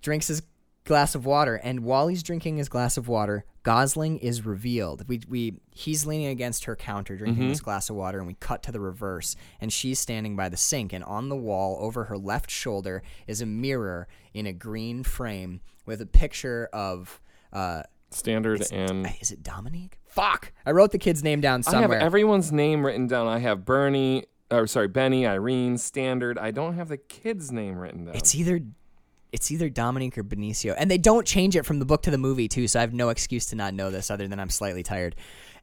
Speaker 3: Drinks his glass of water, and while he's drinking his glass of water, Gosling is revealed. We we he's leaning against her counter, drinking
Speaker 2: Mm-hmm.
Speaker 3: his glass of water, and we cut to the reverse, and she's standing by the sink, and on the wall over her left shoulder is a mirror in a green frame with a picture of. Uh,
Speaker 2: Standard and
Speaker 3: is it Dominique? Mm. Fuck! I wrote the kid's name down somewhere.
Speaker 2: I have everyone's name written down. I have Bernie, or sorry, Benny, Irene, Standard. I don't have the kid's name written down.
Speaker 3: it's either it's either Dominique or Benicio, and they don't change it from the book to the movie too. So I have no excuse to not know this, other than I'm slightly tired.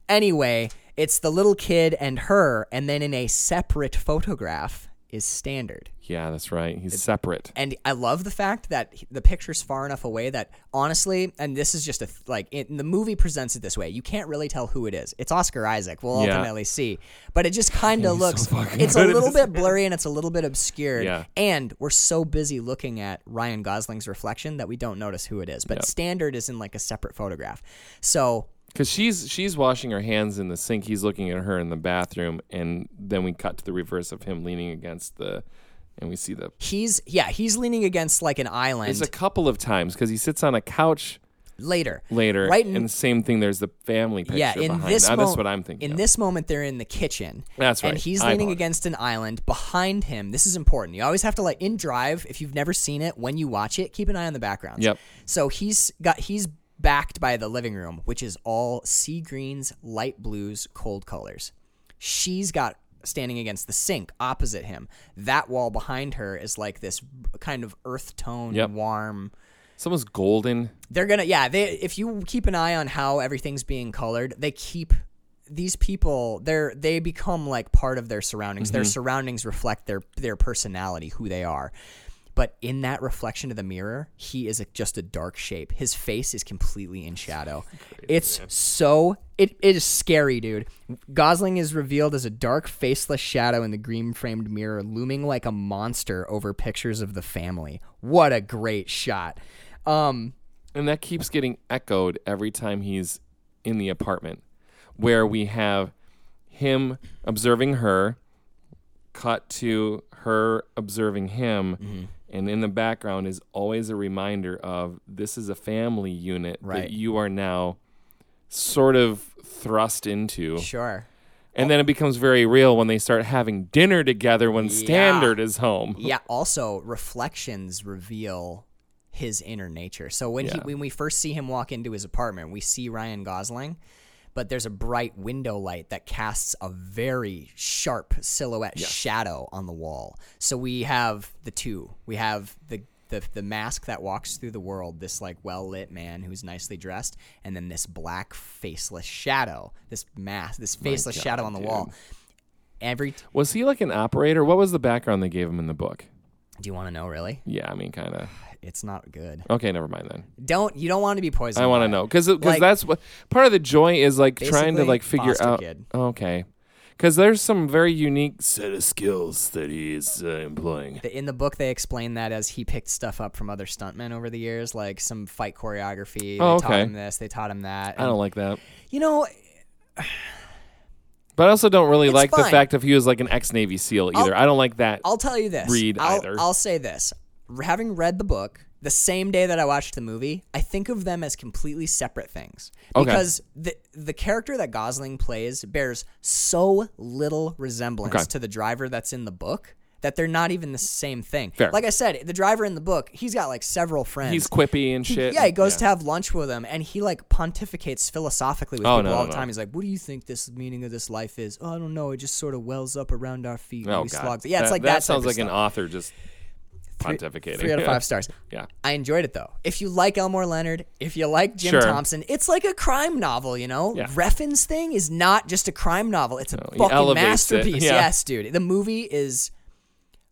Speaker 3: Anyway, it's the little kid and her, and then in a separate photograph is Standard.
Speaker 2: yeah, that's right. He's separate.
Speaker 3: And I love the fact that he- the picture's far enough away that honestly, and this is just a th- like in the movie presents it this way. You can't really tell who it is. It's Oscar Isaac. We'll
Speaker 2: Yeah.
Speaker 3: ultimately see, but it just kind of looks.
Speaker 2: fucking
Speaker 3: it's a
Speaker 2: good at
Speaker 3: little
Speaker 2: this.
Speaker 3: bit blurry and it's a little bit obscured.
Speaker 2: Yeah.
Speaker 3: And we're so busy looking at Ryan Gosling's reflection that we don't notice who it is. But Standard is in like a separate photograph. So
Speaker 2: Because she's she's washing her hands in the sink. He's looking at her in the bathroom, and then we cut to the reverse of him leaning against the, and we see the.
Speaker 3: he's yeah he's leaning against like an island.
Speaker 2: It's a couple of times because he sits on a couch
Speaker 3: later.
Speaker 2: later,
Speaker 3: Right in-
Speaker 2: and the same thing. There's the family picture
Speaker 3: Yeah, in
Speaker 2: behind.
Speaker 3: this
Speaker 2: now,
Speaker 3: moment,
Speaker 2: that's what I'm thinking.
Speaker 3: In
Speaker 2: of.
Speaker 3: this moment, they're in the kitchen.
Speaker 2: That's
Speaker 3: And
Speaker 2: right.
Speaker 3: he's
Speaker 2: I
Speaker 3: leaning
Speaker 2: apologize.
Speaker 3: against an island. Behind him, this is important. You always have to like in Drive. If you've never seen it, when you watch it, keep an eye on the background.
Speaker 2: Yep.
Speaker 3: So he's got he's backed by the living room, which is all sea greens, light blues, cold colors. She's got standing against the sink opposite him. That wall behind her is like this kind of earth tone,
Speaker 2: Yep.
Speaker 3: warm
Speaker 2: someone's golden.
Speaker 3: they're gonna yeah they if you keep an eye on how everything's being colored they keep these people they're they become like part of their surroundings their surroundings reflect their their personality who they are but in that reflection of the mirror he is a, just a dark shape his face is completely in shadow it's so it, it is scary dude gosling is revealed as a dark faceless shadow in the green framed mirror looming like a monster over pictures of the family what a great shot um
Speaker 2: and that keeps getting echoed every time he's in the apartment where we have him observing her cut to her observing him
Speaker 3: Mm-hmm.
Speaker 2: and in the background is always a reminder of this is a family unit
Speaker 3: Right.
Speaker 2: that you are now sort of thrust into
Speaker 3: Sure.
Speaker 2: and then it becomes very real when they start having dinner together when standard is home
Speaker 3: Yeah. Also, reflections reveal his inner nature. So when he
Speaker 2: Yeah.
Speaker 3: when we first see him walk into his apartment, we see Ryan Gosling, but there's a bright window light that casts a very sharp silhouette shadow on the wall. So we have the two. We have the the the mask that walks through the world, this like well lit man who's nicely dressed, and then this black faceless shadow, this mask, this faceless
Speaker 2: God,
Speaker 3: shadow on the wall.
Speaker 2: dude.
Speaker 3: Every t-
Speaker 2: Was he like an operator? What was the background they gave him in the book?
Speaker 3: do you want to know really?
Speaker 2: Yeah, I mean, kind of.
Speaker 3: It's not good.
Speaker 2: Okay, never mind then.
Speaker 3: Don't you don't want to be poisoned?
Speaker 2: I want
Speaker 3: by
Speaker 2: to
Speaker 3: it.
Speaker 2: know because because
Speaker 3: Like-
Speaker 2: that's what part of the joy is like trying to
Speaker 3: Basically,
Speaker 2: like figure
Speaker 3: foster
Speaker 2: out.
Speaker 3: kid.
Speaker 2: Okay, because there's some very unique set of skills that he is uh, employing.
Speaker 3: The- In the book, they explain that as he picked stuff up from other stuntmen over the years, like some fight choreography. They
Speaker 2: Oh,
Speaker 3: taught
Speaker 2: okay.
Speaker 3: him this, they taught him that.
Speaker 2: I
Speaker 3: and-
Speaker 2: don't like that,
Speaker 3: You know,
Speaker 2: but I also don't really
Speaker 3: It's
Speaker 2: like the
Speaker 3: fine.
Speaker 2: fact if he was like an ex Navy SEAL either. I don't like that.
Speaker 3: I'll tell you this.
Speaker 2: read
Speaker 3: I'll,
Speaker 2: either.
Speaker 3: I'll say this. R- Having read the book, the same day that I watched the movie, I think of them as completely separate things
Speaker 2: Okay.
Speaker 3: because the the character that Gosling plays bears so little resemblance
Speaker 2: Okay.
Speaker 3: to the driver that's in the book that they're not even the same thing.
Speaker 2: Fair.
Speaker 3: Like I said, the driver in the book, he's got like several friends.
Speaker 2: He's quippy and
Speaker 3: He-
Speaker 2: shit.
Speaker 3: yeah, he goes to have lunch with them, and he like pontificates philosophically with
Speaker 2: Oh,
Speaker 3: people
Speaker 2: no, no,
Speaker 3: all the
Speaker 2: no.
Speaker 3: time. He's like, "What do you think this meaning of this life is?" Oh, I don't know. It just sort of wells up around our feet. and
Speaker 2: Oh
Speaker 3: we
Speaker 2: god,
Speaker 3: slogs it." Yeah, it's like
Speaker 2: that
Speaker 3: that.
Speaker 2: sounds like an
Speaker 3: an
Speaker 2: author just pontificating.
Speaker 3: three out of
Speaker 2: Yeah.
Speaker 3: five stars.
Speaker 2: Yeah.
Speaker 3: I enjoyed it though. If you like Elmore Leonard, if you like Jim
Speaker 2: Sure.
Speaker 3: Thompson, it's like a crime novel. You know,
Speaker 2: Yeah.
Speaker 3: Reffin's thing is not just a crime novel. It's a
Speaker 2: he
Speaker 3: fucking
Speaker 2: elevates it.
Speaker 3: masterpiece.
Speaker 2: Yeah.
Speaker 3: Yes, dude. The movie is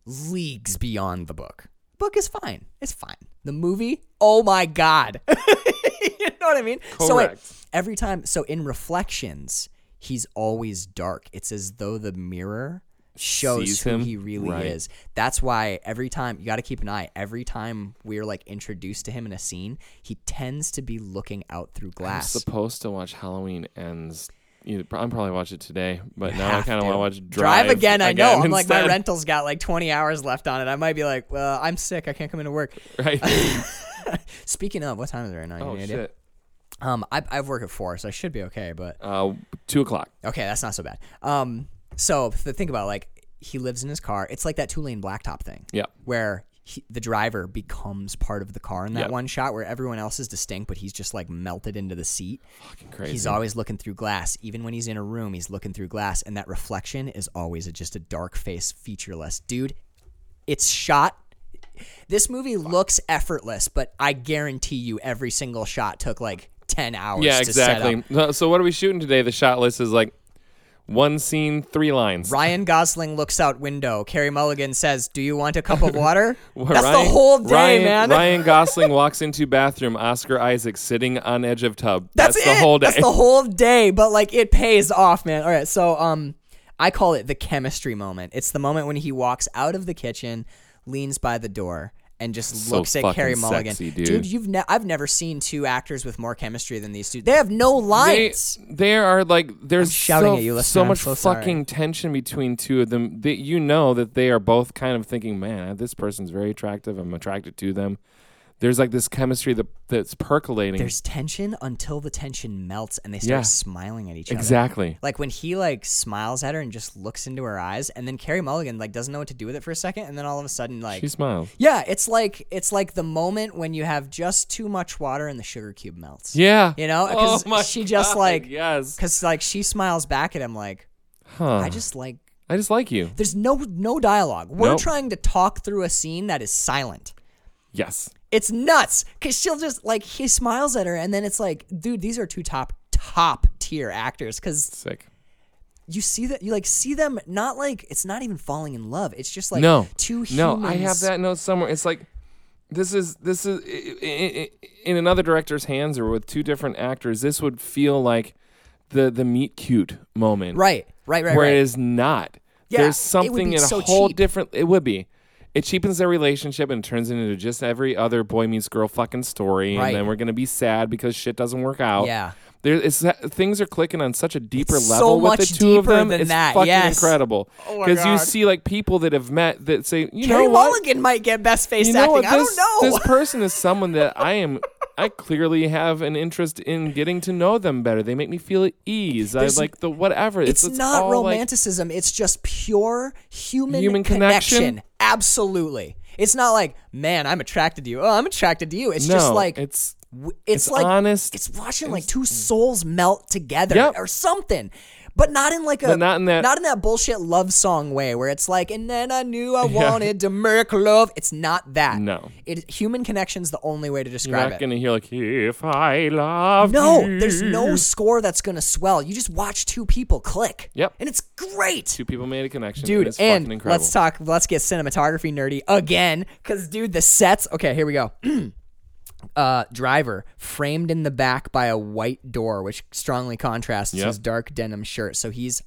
Speaker 3: leagues beyond the book. Book is fine. It's fine. The movie, oh my god. you know what I mean? So wait,
Speaker 2: Correct.
Speaker 3: every time, so in reflections, he's always dark. It's as though the mirror shows
Speaker 2: Sees
Speaker 3: who
Speaker 2: him?
Speaker 3: he really
Speaker 2: Right.
Speaker 3: is. That's why every time you got to keep an eye. Every time we're like introduced to him in a scene, he tends to be looking out through glass.
Speaker 2: supposed to watch Halloween Ends. You, I'm probably watch it today, but
Speaker 3: You
Speaker 2: now I
Speaker 3: have
Speaker 2: kind of want to
Speaker 3: to.
Speaker 2: watch Drive,
Speaker 3: Drive, again, I know. I'm like my
Speaker 2: instead.
Speaker 3: rental's got like 20 hours left on it. I might be like, well, I'm sick. I can't come into work.
Speaker 2: Right?
Speaker 3: Speaking of, what time is it right now? You have
Speaker 2: oh
Speaker 3: any idea?
Speaker 2: shit.
Speaker 3: Um, I I work at four, so I should be okay. But
Speaker 2: Uh, two o'clock.
Speaker 3: okay, that's not so bad. Um, so th- think about it, like he lives in his car. It's like that two lane blacktop thing.
Speaker 2: Yeah.
Speaker 3: where he, the driver becomes part of the car in that
Speaker 2: Yeah.
Speaker 3: one shot, where everyone else is distinct, but he's just like melted into the seat.
Speaker 2: Fucking crazy.
Speaker 3: He's always looking through glass, even when he's in a room. He's looking through glass, and that reflection is always a, just a dark face, featureless dude. It's shot. This movie looks effortless, but I guarantee you, every single shot took like ten hours.
Speaker 2: yeah,
Speaker 3: to set up.
Speaker 2: exactly. No, So what are we shooting today? The shot list is like one scene, three lines.
Speaker 3: Ryan Gosling looks out window. Carrie Mulligan says, "Do you want a cup of water?"
Speaker 2: Well,
Speaker 3: That's
Speaker 2: Ryan-
Speaker 3: the whole day,
Speaker 2: Ryan,
Speaker 3: man.
Speaker 2: Ryan Gosling walks into bathroom. Oscar Isaac sitting on edge of tub.
Speaker 3: That's,
Speaker 2: the
Speaker 3: it.
Speaker 2: whole day.
Speaker 3: That's the whole day, but like it pays off, man. All right, so um I call it the chemistry moment. It's the moment when he walks out of the kitchen, leans by the door, and just
Speaker 2: So
Speaker 3: looks at
Speaker 2: fucking
Speaker 3: Carrie Mulligan.
Speaker 2: sexy, dude.
Speaker 3: you've ne- I've never seen two actors with more chemistry than these two. They have no
Speaker 2: they,
Speaker 3: lines.
Speaker 2: they are like there's
Speaker 3: shouting
Speaker 2: so,
Speaker 3: at you, listener.
Speaker 2: so
Speaker 3: I'm
Speaker 2: much
Speaker 3: so sorry.
Speaker 2: fucking tension between two of them that you know that they are both kind of thinking, man, uh, this person's very attractive. I'm attracted to them. There's like this chemistry that that's percolating.
Speaker 3: There's tension until the tension melts and they start
Speaker 2: Yeah.
Speaker 3: smiling at each other.
Speaker 2: exactly.
Speaker 3: Like when he like smiles at her and just looks into her eyes, and then Carrie Mulligan like doesn't know what to do with it for a second, and then all of a sudden like
Speaker 2: She smiles.
Speaker 3: Yeah, it's like it's like the moment when you have just too much water and the sugar cube melts.
Speaker 2: Yeah.
Speaker 3: You know,
Speaker 2: Oh
Speaker 3: 'cause
Speaker 2: my
Speaker 3: she just,
Speaker 2: God,
Speaker 3: like-
Speaker 2: yes.
Speaker 3: Cuz like she smiles back at him like
Speaker 2: Huh.
Speaker 3: I just like
Speaker 2: I just like you.
Speaker 3: there's no no dialogue. We're
Speaker 2: Nope.
Speaker 3: trying to talk through a scene that is silent.
Speaker 2: Yes.
Speaker 3: It's nuts cuz she'll just like he smiles at her and then it's like dude, these are two top top tier actors cuz
Speaker 2: Sick.
Speaker 3: you see that you like see them not like it's not even falling in love. It's just like
Speaker 2: no.
Speaker 3: two humans.
Speaker 2: No, I have that note somewhere. It's like this is this is i- i- i- in another director's hands or with two different actors. This would feel like the the meet cute moment,
Speaker 3: Right. Right, right,
Speaker 2: where
Speaker 3: right.
Speaker 2: it is not.
Speaker 3: Yeah,
Speaker 2: There's
Speaker 3: it would be
Speaker 2: something in a
Speaker 3: so
Speaker 2: whole
Speaker 3: cheap.
Speaker 2: different. It would be. It cheapens their relationship and turns it into just every other boy meets girl fucking story,
Speaker 3: Right.
Speaker 2: and then we're gonna be sad because shit doesn't work out.
Speaker 3: Yeah.
Speaker 2: there it's uh, things are clicking on such a deeper
Speaker 3: It's
Speaker 2: level
Speaker 3: so
Speaker 2: with the
Speaker 3: much
Speaker 2: two of
Speaker 3: deeper
Speaker 2: them.
Speaker 3: than
Speaker 2: it's
Speaker 3: that,
Speaker 2: fucking
Speaker 3: yes.
Speaker 2: incredible
Speaker 3: Oh my
Speaker 2: you
Speaker 3: God.
Speaker 2: see like people that have met that say, you
Speaker 3: Carey
Speaker 2: know what,
Speaker 3: Mulligan might get best face
Speaker 2: you
Speaker 3: acting.
Speaker 2: know what?
Speaker 3: I
Speaker 2: This,
Speaker 3: don't know.
Speaker 2: this person is someone that I am. I clearly have an interest in getting to know them better. They make me feel at ease.
Speaker 3: There's-
Speaker 2: I like the whatever.
Speaker 3: it's, not
Speaker 2: all, like-
Speaker 3: romanticism. it's just pure human,
Speaker 2: Human connection?
Speaker 3: connection. Absolutely. It's not like, man, I'm attracted to you. Oh, I'm attracted to you. It's
Speaker 2: no,
Speaker 3: just like it's,
Speaker 2: it's
Speaker 3: it's
Speaker 2: it's
Speaker 3: like
Speaker 2: honest.
Speaker 3: it's watching like two souls melt together
Speaker 2: Yep.
Speaker 3: or something. but not in like a
Speaker 2: But not in that-
Speaker 3: not in that bullshit love song way where it's like and then I knew I wanted to make love. It's not that.
Speaker 2: No.
Speaker 3: It human connection's the only way to
Speaker 2: You're not
Speaker 3: describe it.
Speaker 2: gonna hear like if I love
Speaker 3: No,
Speaker 2: you."
Speaker 3: there's no score that's gonna swell. You just watch two people click.
Speaker 2: Yep.
Speaker 3: And it's great.
Speaker 2: two people made a connection.
Speaker 3: Dude,
Speaker 2: it's fucking
Speaker 3: and
Speaker 2: incredible.
Speaker 3: let's talk let's get cinematography nerdy again. Cause dude, the sets okay, here we go. uh driver framed in the back by a white door, which strongly contrasts
Speaker 2: Yep.
Speaker 3: his dark denim shirt. So he's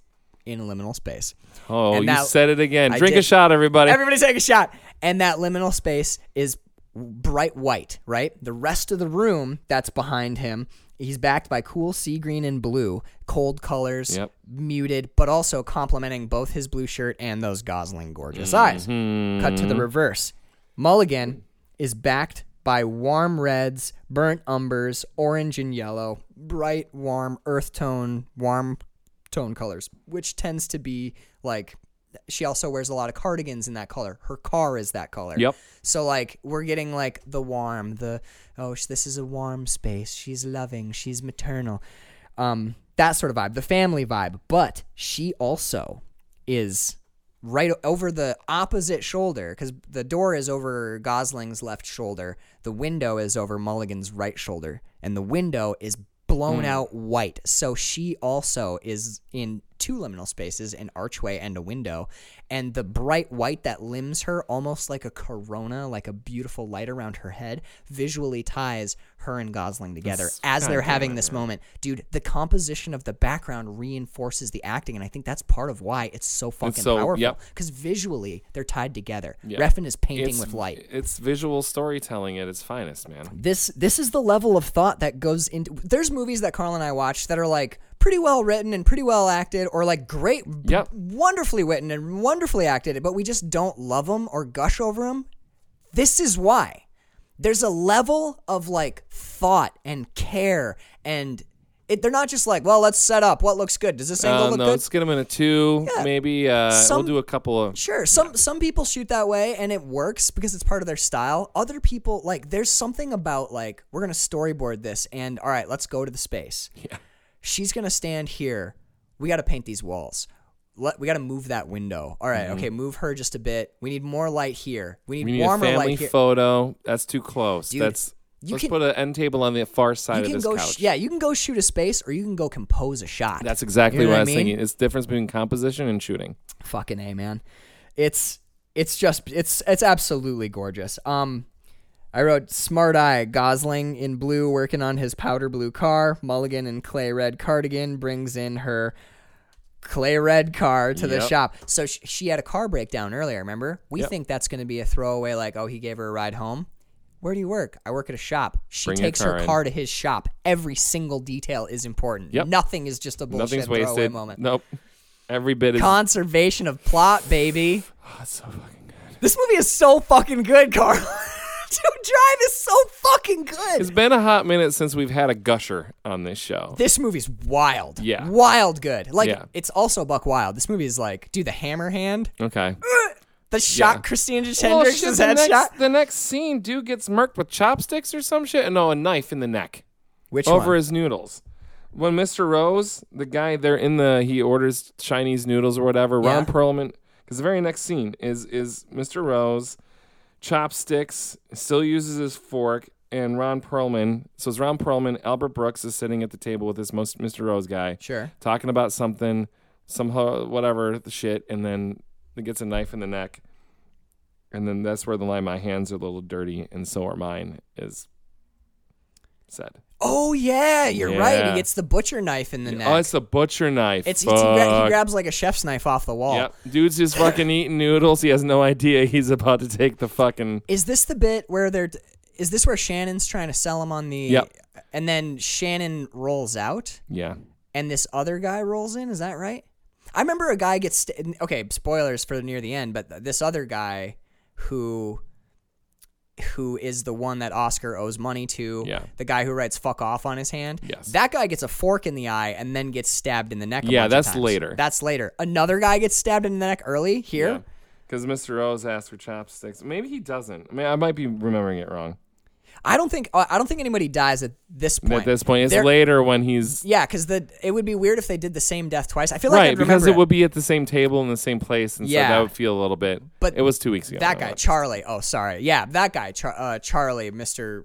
Speaker 3: in liminal space.
Speaker 2: oh,
Speaker 3: and
Speaker 2: you
Speaker 3: that-
Speaker 2: said it again.
Speaker 3: I
Speaker 2: Drink a
Speaker 3: did.
Speaker 2: shot, everybody.
Speaker 3: Everybody take a shot. And that liminal space is bright white, right? The rest of the room that's behind him, he's backed by cool sea green and blue, cold colors,
Speaker 2: Yep.
Speaker 3: muted, but also complementing both his blue shirt and those Gosling gorgeous eyes. Cut to the reverse. Mulligan is backed by warm reds, burnt umbers, orange and yellow, bright, warm, earth tone, warm tone colors, which tends to be like she also wears a lot of cardigans in that color. Her car is that color.
Speaker 2: Yep.
Speaker 3: So like we're getting like the warm, the oh sh- this is a warm space. She's loving. She's maternal. Um, that sort of vibe, the family vibe. But she also is right o- over the opposite shoulder because the door is over Gosling's left shoulder. The window is over Mulligan's right shoulder, and the window is blown out white. So she also is in two liminal spaces, an archway and a window, and the bright white that limbs her almost like a corona, like a beautiful light around her head, visually ties her and Gosling together as they're having this moment. Dude, the composition of the background reinforces the acting, and I think that's part of why it's so fucking
Speaker 2: so-
Speaker 3: powerful.
Speaker 2: yep.
Speaker 3: Because visually, they're tied together. Refn is painting
Speaker 2: it's,
Speaker 3: with light.
Speaker 2: It's visual storytelling at its finest, man.
Speaker 3: This this is the level of thought that goes into. There's movies that Carl and I watch that are like pretty well written and pretty well acted, or like great,
Speaker 2: Yep.
Speaker 3: wonderfully written and wonderfully acted, but we just don't love them or gush over them. This is why. There's a level of like thought and care, and it, they're not just like, well, let's set up what looks good. Does this angle
Speaker 2: Um,
Speaker 3: look
Speaker 2: no,
Speaker 3: good?
Speaker 2: let's get them in a two. Maybe uh,
Speaker 3: Some-
Speaker 2: we'll do a couple of.
Speaker 3: Sure. Some some people shoot that way and it works because it's part of their style. Other people like there's something about like we're going to storyboard this and all right, let's go to the space. Yeah. She's going to stand here. We got to paint these walls. Let, we got to move that window. All right, okay, move her just a bit. We need more light here. We need,
Speaker 2: Mm-hmm. We need a
Speaker 3: warmer
Speaker 2: family
Speaker 3: light here.
Speaker 2: photo. That's too close.
Speaker 3: Dude,
Speaker 2: That's
Speaker 3: you
Speaker 2: let's
Speaker 3: can-
Speaker 2: put an end table on the far side
Speaker 3: you
Speaker 2: of
Speaker 3: can
Speaker 2: this
Speaker 3: go
Speaker 2: couch.
Speaker 3: sh- yeah, you can go shoot a space or you can go compose a shot.
Speaker 2: That's exactly
Speaker 3: You
Speaker 2: what,
Speaker 3: know what
Speaker 2: I
Speaker 3: I
Speaker 2: was
Speaker 3: mean?
Speaker 2: thinking. It's the difference between composition and shooting.
Speaker 3: fucking a man it's it's just it's it's absolutely gorgeous um i wrote smart eye gosling in blue working on his powder blue car mulligan in clay red cardigan brings in her clay red car to the
Speaker 2: Yep.
Speaker 3: shop so sh- she had a car breakdown earlier remember we think that's going to be a throwaway like oh he gave her a ride home where do you work i work at a shop she
Speaker 2: Bring your
Speaker 3: takes her
Speaker 2: car in.
Speaker 3: car to his shop every single detail is important
Speaker 2: Yep.
Speaker 3: nothing is just a bullshit
Speaker 2: Nothing's
Speaker 3: throwaway
Speaker 2: wasted.
Speaker 3: moment
Speaker 2: Nope. Every bit is.
Speaker 3: conservation of plot baby
Speaker 2: Oh, it's so fucking good.
Speaker 3: This movie is so fucking good, Carl. Dude, Drive is so fucking good.
Speaker 2: It's been a hot minute since we've had a gusher on this show.
Speaker 3: this movie's wild.
Speaker 2: Yeah.
Speaker 3: Wild good. Like,
Speaker 2: Yeah.
Speaker 3: it's also Buck Wild. This movie is like, dude, the hammer hand,
Speaker 2: Okay.
Speaker 3: the shot
Speaker 2: Yeah.
Speaker 3: Christina Hendricks'
Speaker 2: Well, shit, the,
Speaker 3: headshot.
Speaker 2: next, the next scene, dude gets murked with chopsticks or some shit. No, a knife in the neck
Speaker 3: Which
Speaker 2: over
Speaker 3: one?
Speaker 2: his noodles. When Mr. Rose, the guy there in the, he orders Chinese noodles or whatever. Ron
Speaker 3: Yeah.
Speaker 2: Perlman, because the very next scene is is Mr. Rose, chopsticks, still uses his fork, and Ron Perlman. So it's Ron Perlman. Albert Brooks is sitting at the table with this most Mr. Rose guy
Speaker 3: Sure.
Speaker 2: talking about something, some ho- whatever the shit, and then it gets a knife in the neck, and then that's where the line "My hands are a little dirty, and so are mine" is said.
Speaker 3: Oh, yeah, you're right. He
Speaker 2: Yeah.
Speaker 3: gets the butcher knife in the neck.
Speaker 2: Oh, it's the butcher knife.
Speaker 3: it's, it's- he, gra- he
Speaker 2: Fuck.
Speaker 3: grabs like a chef's knife off the wall.
Speaker 2: Yep, dude's just fucking eating noodles. He has no idea he's about to take the fucking.
Speaker 3: Is this the bit where they're. Is this where Shannon's trying to sell him on the.
Speaker 2: Yep.
Speaker 3: And then Shannon rolls out?
Speaker 2: Yeah,
Speaker 3: and this other guy rolls in. Is that right? I remember a guy gets st- okay. Spoilers for near the end, but th- this other guy who who is the one that Oscar owes money to,
Speaker 2: Yeah.
Speaker 3: the guy who writes "fuck off" on his hand.
Speaker 2: Yes.
Speaker 3: that guy gets a fork in the eye and then gets stabbed in the neck. a
Speaker 2: Yeah,
Speaker 3: bunch of
Speaker 2: that's
Speaker 3: times.
Speaker 2: later.
Speaker 3: That's later. Another guy gets stabbed in the neck early here.
Speaker 2: yeah. Because Mr. Rose asked for chopsticks. Maybe he doesn't. I mean, I might be remembering it wrong.
Speaker 3: I don't think I don't think anybody dies at this point.
Speaker 2: At this point, it's
Speaker 3: They're-
Speaker 2: later when he's
Speaker 3: Yeah, because the it would be weird if they did the same death twice. I feel like
Speaker 2: right
Speaker 3: I'd
Speaker 2: because
Speaker 3: remember
Speaker 2: it would be at the same table in the same place, and so
Speaker 3: Yeah.
Speaker 2: that would feel a little bit.
Speaker 3: But
Speaker 2: it was two weeks ago.
Speaker 3: that
Speaker 2: by
Speaker 3: guy
Speaker 2: the way.
Speaker 3: Charlie. Oh, sorry. Yeah, that guy Char- uh, Charlie, Mister.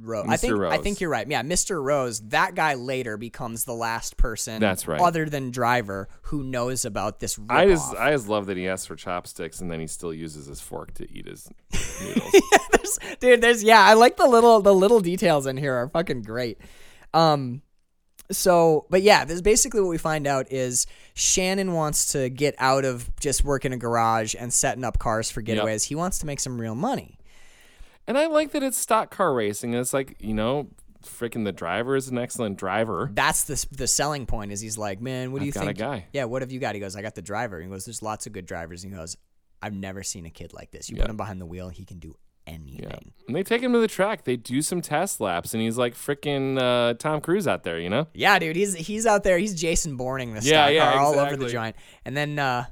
Speaker 3: Rose. I
Speaker 2: Mr.
Speaker 3: think I
Speaker 2: Rose.
Speaker 3: think you're right. Yeah, Mr. Rose. That guy later becomes the last person.
Speaker 2: That's right.
Speaker 3: Other than Driver, who knows about this.
Speaker 2: I just
Speaker 3: ripoff.
Speaker 2: I just love that he asks for chopsticks and then he still uses his fork to eat his noodles.
Speaker 3: There's- dude there's yeah i like the little the little details in here are fucking great um so but yeah this basically what we find out is shannon wants to get out of just working a garage and setting up cars for getaways he wants to make some real money
Speaker 2: and I like that it's stock car racing. It's like you know, freaking the driver is an excellent driver.
Speaker 3: that's the the selling point is he's like man what do
Speaker 2: I've
Speaker 3: you
Speaker 2: got a
Speaker 3: think
Speaker 2: guy."
Speaker 3: yeah what have you got he goes i got the driver he goes there's lots of good drivers he goes i've never seen a kid like this you put
Speaker 2: Yeah.
Speaker 3: him behind the wheel he can do anything
Speaker 2: Yeah. And they take him to the track. They do some test laps, and he's like freaking uh, Tom Cruise out there, you know?
Speaker 3: Yeah, dude, he's he's out there. He's Jason Bourning the
Speaker 2: Yeah,
Speaker 3: stock
Speaker 2: yeah,
Speaker 3: car all over the
Speaker 2: exactly.
Speaker 3: joint, and then uh,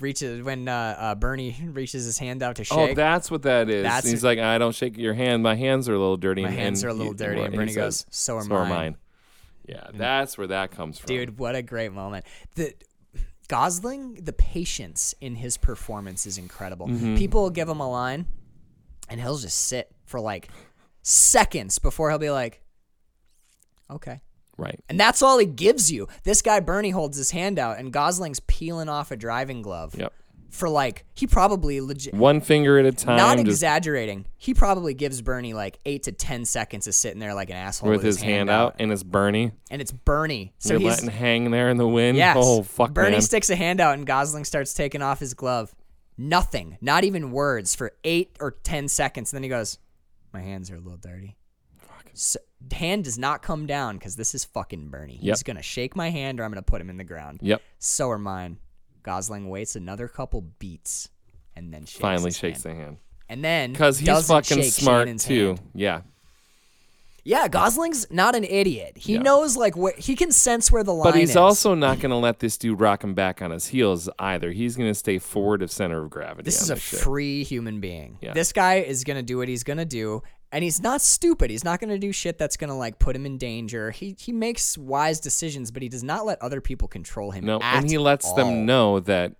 Speaker 3: reaches when uh, uh, Bernie reaches his hand out to shake.
Speaker 2: Oh, that's what that is.
Speaker 3: That's-
Speaker 2: And he's like, I don't shake your hand. My hands are a little dirty.
Speaker 3: My hands are a little dirty. And Bernie
Speaker 2: he
Speaker 3: goes,
Speaker 2: says,
Speaker 3: "So are
Speaker 2: are
Speaker 3: mine."
Speaker 2: mine. Yeah, that's where that comes from.
Speaker 3: dude, what a great moment! The Gosling, the patience in his performance is incredible.
Speaker 2: Mm-hmm.
Speaker 3: People will give him a line, and he'll just sit for like seconds before he'll be like, "Okay."
Speaker 2: Right.
Speaker 3: And that's all he gives you. This guy Bernie holds his hand out, and Gosling's peeling off a driving glove
Speaker 2: Yep.
Speaker 3: for like he probably legit.
Speaker 2: One finger at a time.
Speaker 3: Not
Speaker 2: just
Speaker 3: exaggerating. He probably gives Bernie like eight to ten seconds of sitting there like an asshole
Speaker 2: with his, hand out, and it's Bernie.
Speaker 3: and it's Bernie. So
Speaker 2: You're
Speaker 3: he's
Speaker 2: letting hang there in the wind.
Speaker 3: yes.
Speaker 2: Oh fuck,
Speaker 3: Bernie
Speaker 2: man.
Speaker 3: sticks a hand out, and Gosling starts taking off his glove. Nothing, not even words, for eight or ten seconds. And then he goes, "My hands are a little dirty." So, hand does not come down because this is fucking Bernie.
Speaker 2: Yep.
Speaker 3: He's gonna shake my hand, or I'm gonna put him in the ground.
Speaker 2: yep.
Speaker 3: So are mine. Gosling waits another couple beats, and then shakes
Speaker 2: Finally
Speaker 3: his
Speaker 2: shakes
Speaker 3: hand.
Speaker 2: the hand
Speaker 3: and then
Speaker 2: because he's
Speaker 3: doesn't
Speaker 2: fucking
Speaker 3: shake
Speaker 2: smart
Speaker 3: Shannon's
Speaker 2: too.
Speaker 3: hand.
Speaker 2: Yeah.
Speaker 3: Yeah, Gosling's not an idiot. He
Speaker 2: Yeah.
Speaker 3: knows like what he can sense where the line.
Speaker 2: But he's
Speaker 3: is.
Speaker 2: also not going to let this dude rock him back on his heels either. He's going to stay forward of center of gravity.
Speaker 3: this
Speaker 2: on
Speaker 3: is a
Speaker 2: shit.
Speaker 3: free human being.
Speaker 2: Yeah.
Speaker 3: This guy is gonna do what he's gonna do, and he's not stupid. He's not gonna do shit that's gonna like put him in danger. He he makes wise decisions, but he does not let other people control him.
Speaker 2: No,
Speaker 3: at
Speaker 2: and he lets
Speaker 3: all.
Speaker 2: them know that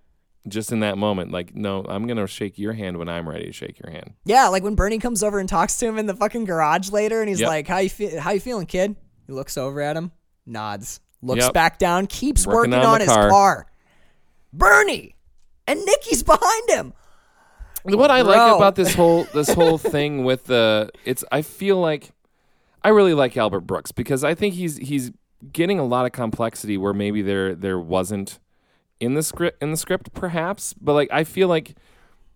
Speaker 2: just in that moment, like, no, I'm gonna shake your hand when I'm ready to shake your hand.
Speaker 3: Yeah, like when Bernie comes over and talks to him in the fucking garage later, and he's
Speaker 2: Yep.
Speaker 3: like, "How you feel? How you feeling, kid?" He looks over at him, nods, looks
Speaker 2: Yep.
Speaker 3: back down, keeps working,
Speaker 2: Working on
Speaker 3: on,
Speaker 2: the
Speaker 3: his car.
Speaker 2: car.
Speaker 3: Bernie and Nikki's behind him.
Speaker 2: What I
Speaker 3: Bro.
Speaker 2: like about this whole this whole thing with the it's I feel like I really like Albert Brooks because I think he's he's getting a lot of complexity where maybe there there wasn't in the script in the script perhaps, but like I feel like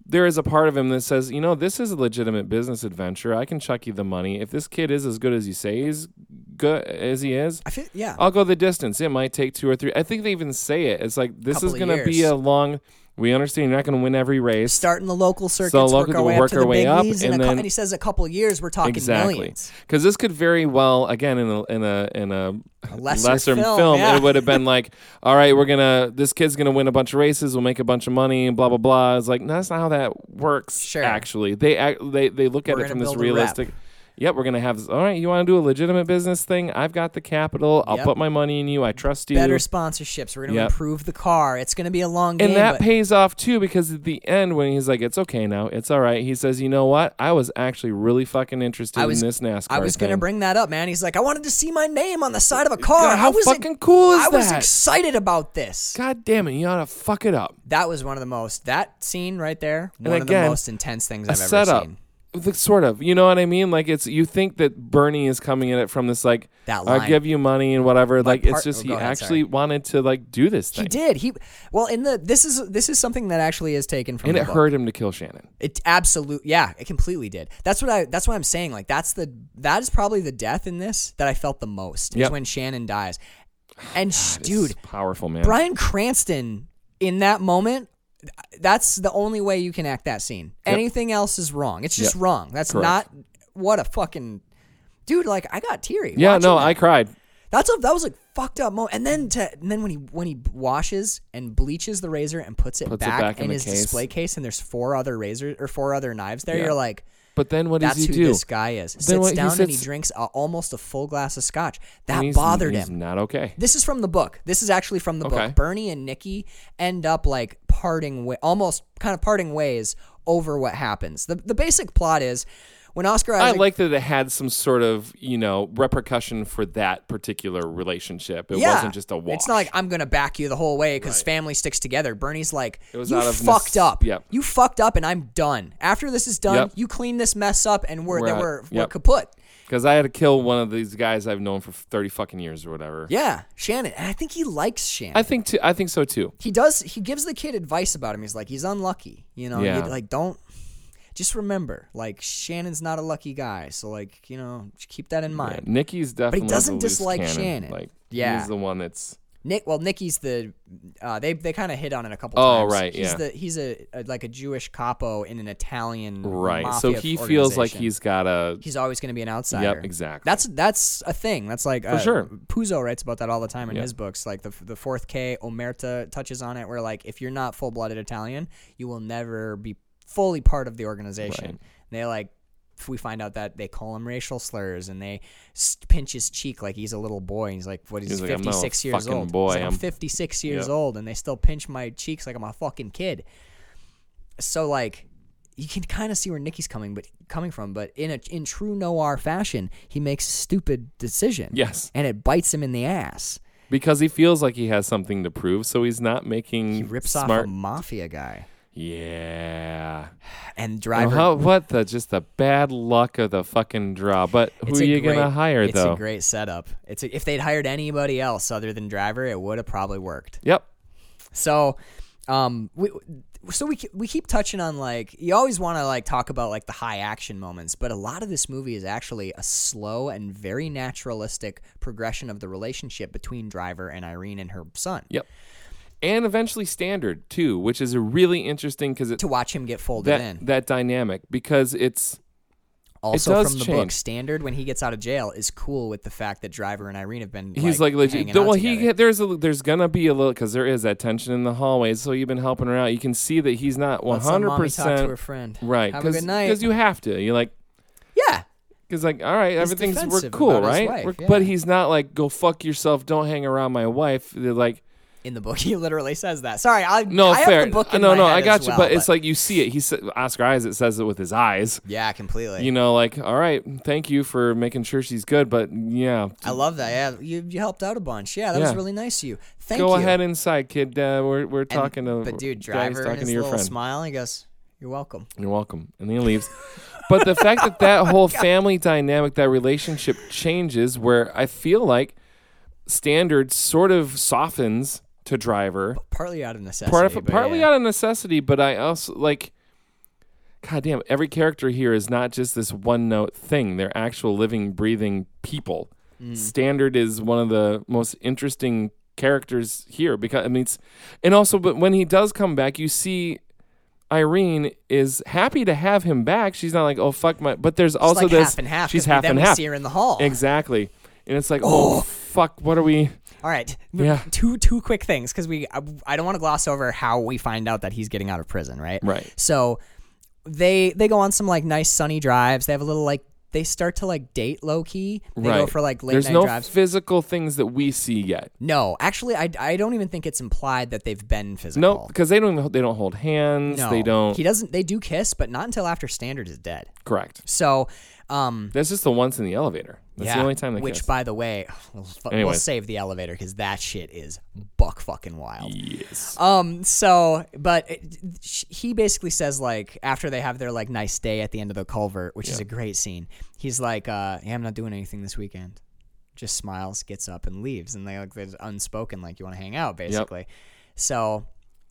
Speaker 2: there is a part of him that says, you know, this is a legitimate business adventure. I can chuck you the money if this kid is as good as you say he's good as he is.
Speaker 3: I feel yeah.
Speaker 2: I'll go the distance. It might take two or three. I think they even say it. It's like this
Speaker 3: Couple
Speaker 2: is
Speaker 3: of
Speaker 2: going to be
Speaker 3: years.
Speaker 2: a long. We understand you're not going to win every race.
Speaker 3: Starting the local circuits, work
Speaker 2: local-
Speaker 3: our way up
Speaker 2: work
Speaker 3: to
Speaker 2: our
Speaker 3: the
Speaker 2: way
Speaker 3: big
Speaker 2: up,
Speaker 3: leagues, and,
Speaker 2: and
Speaker 3: a cou-
Speaker 2: then-
Speaker 3: and he says a couple years, we're talking
Speaker 2: exactly,
Speaker 3: millions.
Speaker 2: because this could very well, again, in a in a in a,
Speaker 3: lesser film,
Speaker 2: film,
Speaker 3: yeah.
Speaker 2: it would have been like, all right, we're gonna this kid's gonna win a bunch of races, we'll make a bunch of money, blah blah blah. It's like no, that's not how that works.
Speaker 3: Sure.
Speaker 2: actually, they act, they they look at
Speaker 3: We're
Speaker 2: it
Speaker 3: gonna
Speaker 2: from this
Speaker 3: build a rep.
Speaker 2: realistic. Yep, we're gonna have. this- All right, you want to do a legitimate business thing? I've got the capital. I'll
Speaker 3: Yep.
Speaker 2: put my money in you. I trust you.
Speaker 3: Better sponsorships. We're going to
Speaker 2: Yep.
Speaker 3: improve the car. It's going to be a long game.
Speaker 2: and that
Speaker 3: but-
Speaker 2: pays off too because at the end when he's like it's okay now it's all right he says you know what i was actually really fucking interested
Speaker 3: I was
Speaker 2: in this nascar
Speaker 3: I was gonna
Speaker 2: thing."
Speaker 3: bring that up, man. He's like, I wanted to see my name on the side of a car.
Speaker 2: God, how
Speaker 3: I was
Speaker 2: fucking cool is
Speaker 3: I was
Speaker 2: that?
Speaker 3: excited about this.
Speaker 2: god damn it you ought to fuck it up
Speaker 3: That was one of the most. That scene right there. One of the
Speaker 2: again,
Speaker 3: most intense things
Speaker 2: a
Speaker 3: I've ever
Speaker 2: setup
Speaker 3: seen.
Speaker 2: The- sort of you know what i mean like it's you think that bernie is coming at it from this like
Speaker 3: That line.
Speaker 2: i'll give you money and whatever like
Speaker 3: part-
Speaker 2: it's just
Speaker 3: oh,
Speaker 2: he
Speaker 3: go ahead,
Speaker 2: actually
Speaker 3: sorry.
Speaker 2: wanted to like do this thing
Speaker 3: He did. He well in the this is this is something that actually is taken from.
Speaker 2: and
Speaker 3: the
Speaker 2: it
Speaker 3: book.
Speaker 2: hurt him to kill shannon
Speaker 3: It absolute yeah, it completely did. That's what I that's what I'm saying. Like that's the that is probably the death in this that I felt the most is
Speaker 2: Yep.
Speaker 3: when Shannon dies. And sh
Speaker 2: It's
Speaker 3: dude,
Speaker 2: powerful man
Speaker 3: Brian Cranston in that moment, th- that's the only way you can act that scene. Anything else is wrong. It's just
Speaker 2: Yep.
Speaker 3: wrong. That's
Speaker 2: Correct.
Speaker 3: not what a fucking dude. Like I got teary.
Speaker 2: yeah
Speaker 3: watching
Speaker 2: no
Speaker 3: that.
Speaker 2: i cried
Speaker 3: That's a that was a fucked up moment. And then to and then when he when he washes and bleaches the razor and puts it,
Speaker 2: Puts it
Speaker 3: back,
Speaker 2: back in
Speaker 3: in
Speaker 2: the
Speaker 3: his
Speaker 2: case.
Speaker 3: display case, and there's four other razors or four other knives there.
Speaker 2: Yeah.
Speaker 3: You're like,
Speaker 2: But then what
Speaker 3: That's
Speaker 2: does he
Speaker 3: who
Speaker 2: do?
Speaker 3: this guy is.
Speaker 2: Then
Speaker 3: Sits
Speaker 2: what- he
Speaker 3: down and he
Speaker 2: sits-
Speaker 3: drinks a, almost a full glass of scotch. That
Speaker 2: And he's-
Speaker 3: bothered
Speaker 2: he's
Speaker 3: him.
Speaker 2: Not okay.
Speaker 3: This is from the book. This is actually from the
Speaker 2: Okay.
Speaker 3: book. Bernie and Nikki end up like parting way, almost kind of parting ways over what happens. The the basic plot is when Oscar
Speaker 2: I
Speaker 3: Isaac
Speaker 2: like that it had some sort of you know repercussion for that particular relationship. It
Speaker 3: yeah,
Speaker 2: wasn't just a walk.
Speaker 3: It's not like I'm gonna back you the whole way because family sticks together. Bernie's like,
Speaker 2: was
Speaker 3: you
Speaker 2: out of
Speaker 3: fucked
Speaker 2: nes-
Speaker 3: up.
Speaker 2: yep.
Speaker 3: You fucked up, and I'm done. After this is done,
Speaker 2: Yep.
Speaker 3: you clean this mess up, and we're
Speaker 2: We're
Speaker 3: that
Speaker 2: out.
Speaker 3: we're, we're
Speaker 2: Yep.
Speaker 3: kaput.
Speaker 2: because I had to kill one of these guys I've known for thirty fucking years or whatever.
Speaker 3: Yeah, Shannon, and I think he likes Shannon.
Speaker 2: I think too. I think so too.
Speaker 3: he does he gives the kid advice about him he's like he's unlucky you know
Speaker 2: Yeah.
Speaker 3: You- like don't just remember like shannon's not a lucky guy so like you know just keep that in
Speaker 2: Yeah,
Speaker 3: mind
Speaker 2: Nikki's definitely.
Speaker 3: doesn't
Speaker 2: the loose
Speaker 3: dislike
Speaker 2: cannon.
Speaker 3: Shannon.
Speaker 2: Like,
Speaker 3: Yeah.
Speaker 2: he's the one that's.
Speaker 3: nick well nikki's the uh, they they kind of hit on it a couple
Speaker 2: Oh,
Speaker 3: times
Speaker 2: right,
Speaker 3: he's
Speaker 2: yeah.
Speaker 3: the he's a, a like a jewish capo in an italian
Speaker 2: Right. So
Speaker 3: mafia
Speaker 2: he feels like
Speaker 3: organization.
Speaker 2: he's got a.
Speaker 3: he's always going to be an outsider
Speaker 2: exactly.
Speaker 3: that's that's a thing that's like uh,
Speaker 2: sure.
Speaker 3: puzo writes about that all the time in
Speaker 2: Yeah.
Speaker 3: his books like the, the fourth k omerta touches on it where like if you're not full-blooded italian you will never be fully part of the organization
Speaker 2: Right.
Speaker 3: they like f- we find out that they call him racial slurs and they s- pinch his cheek like he's a little boy. And he's like, what is
Speaker 2: He's
Speaker 3: he,
Speaker 2: like, I'm not a
Speaker 3: 56 years
Speaker 2: fucking
Speaker 3: old? He's
Speaker 2: boy,
Speaker 3: like, I'm
Speaker 2: I'm-
Speaker 3: 56 years
Speaker 2: Yep.
Speaker 3: old and they still pinch my cheeks like I'm a fucking kid. So like you can kind of see where Nicky's coming but coming from, but in a in true noir fashion, he makes a stupid decision.
Speaker 2: Yes.
Speaker 3: And it bites him in the ass.
Speaker 2: Because he feels like he has something to prove, so he's not making
Speaker 3: He rips off
Speaker 2: smart.
Speaker 3: a mafia guy
Speaker 2: yeah. Oh,
Speaker 3: and driver
Speaker 2: how, what the just the bad luck of the fucking draw. But who
Speaker 3: It's
Speaker 2: are
Speaker 3: a
Speaker 2: you
Speaker 3: great-
Speaker 2: gonna hire
Speaker 3: it's
Speaker 2: though?
Speaker 3: a great setup. It's a, if they'd hired anybody else other than Driver, it would have probably worked.
Speaker 2: yep.
Speaker 3: So, um, we so we ke- we keep touching on like you always want to like talk about like the high action moments, but a lot of this movie is actually a slow and very naturalistic progression of the relationship between Driver and Irene and her son.
Speaker 2: Yep. And eventually standard too, which is a really interesting because it's
Speaker 3: To watch him get folded
Speaker 2: that
Speaker 3: in.
Speaker 2: that dynamic because it's
Speaker 3: also
Speaker 2: does
Speaker 3: from the book,
Speaker 2: change.
Speaker 3: Standard when he gets out of jail is cool with the fact that Driver and Irene have been.
Speaker 2: he's like, legit.
Speaker 3: hanging
Speaker 2: the-
Speaker 3: out
Speaker 2: well,
Speaker 3: together.
Speaker 2: he there's a, there's gonna be a little because there is that tension in the hallways. So you've been helping her out. You can see that he's not one
Speaker 3: Let's let
Speaker 2: hundred
Speaker 3: mommy talk to her
Speaker 2: percent
Speaker 3: friend.
Speaker 2: right
Speaker 3: Have a good night.
Speaker 2: because you have to. You're like
Speaker 3: yeah.
Speaker 2: Because like, all right, everything's we're
Speaker 3: defensive
Speaker 2: cool,
Speaker 3: about his
Speaker 2: right?
Speaker 3: wife,
Speaker 2: We're-
Speaker 3: yeah.
Speaker 2: But he's not like, go fuck yourself. Don't hang around my wife. They're like,
Speaker 3: in the book. He literally says that. Sorry, I
Speaker 2: no,
Speaker 3: I
Speaker 2: fair.
Speaker 3: Have the book in
Speaker 2: no,
Speaker 3: my
Speaker 2: no,
Speaker 3: head
Speaker 2: I got
Speaker 3: as
Speaker 2: you.
Speaker 3: well,
Speaker 2: but, it's like you see it. He said Oscar Isaac says it with his eyes.
Speaker 3: yeah, completely.
Speaker 2: You know, like, all right, thank you for making sure she's good, but yeah,
Speaker 3: I love that. Yeah, you, you helped out a bunch. Yeah, that was
Speaker 2: Yeah.
Speaker 3: really nice of you. Thank
Speaker 2: go
Speaker 3: you.
Speaker 2: ahead inside, kid. Uh, we're we're
Speaker 3: And-
Speaker 2: talking to
Speaker 3: but dude,
Speaker 2: Daddy's
Speaker 3: driver and
Speaker 2: talking
Speaker 3: his
Speaker 2: to your
Speaker 3: little
Speaker 2: friend.
Speaker 3: smile. He goes, "You're welcome."
Speaker 2: You're welcome. And then he leaves. but the fact that that whole family dynamic, that relationship changes, where I feel like standard sort of softens to driver.
Speaker 3: Partly out of necessity.
Speaker 2: part of,
Speaker 3: but
Speaker 2: partly
Speaker 3: yeah.
Speaker 2: out of necessity, but I also like. God damn! Every character here is not just this one note thing. They're actual living, breathing people.
Speaker 3: Hmm.
Speaker 2: Standard is one of the most interesting characters here because I mean, it's, and also, but when he does come back, you see. Irene is happy to have him back. She's not like, oh fuck my. But there's also
Speaker 3: like
Speaker 2: this.
Speaker 3: half and half,
Speaker 2: She's
Speaker 3: 'cause we-
Speaker 2: half
Speaker 3: then
Speaker 2: and
Speaker 3: we
Speaker 2: half.
Speaker 3: see her in the hall.
Speaker 2: Exactly, and it's like, oh fuck, what are we?
Speaker 3: All right.
Speaker 2: Yeah.
Speaker 3: Two two quick things because we I, I don't want to gloss over how we find out that he's getting out of prison. Right.
Speaker 2: Right.
Speaker 3: So they they go on some like nice sunny drives. They have a little like they start to like date low key. They
Speaker 2: right.
Speaker 3: go for like late
Speaker 2: There's
Speaker 3: night
Speaker 2: no
Speaker 3: drives.
Speaker 2: physical things that we see yet.
Speaker 3: No, actually, I, I don't even think it's implied that they've been physical.
Speaker 2: No, because they don't. Even, they don't hold hands.
Speaker 3: No.
Speaker 2: They don't.
Speaker 3: He doesn't. They do kiss, but not until after Standard is dead.
Speaker 2: correct.
Speaker 3: So, um,
Speaker 2: That's just the once in the elevator. That's
Speaker 3: yeah.
Speaker 2: the only time they
Speaker 3: which,
Speaker 2: kiss.
Speaker 3: by the way, we'll, fu- we'll
Speaker 2: Anyways.
Speaker 3: save the elevator because that shit is buck fucking wild.
Speaker 2: yes.
Speaker 3: Um. So, but it, sh- he basically says like after they have their like nice day at the end of the culvert, which is a great scene. He's like, uh, "Yeah, I'm not doing anything this weekend." Just smiles, gets up, and leaves. And they like there's unspoken like you want to hang out basically. So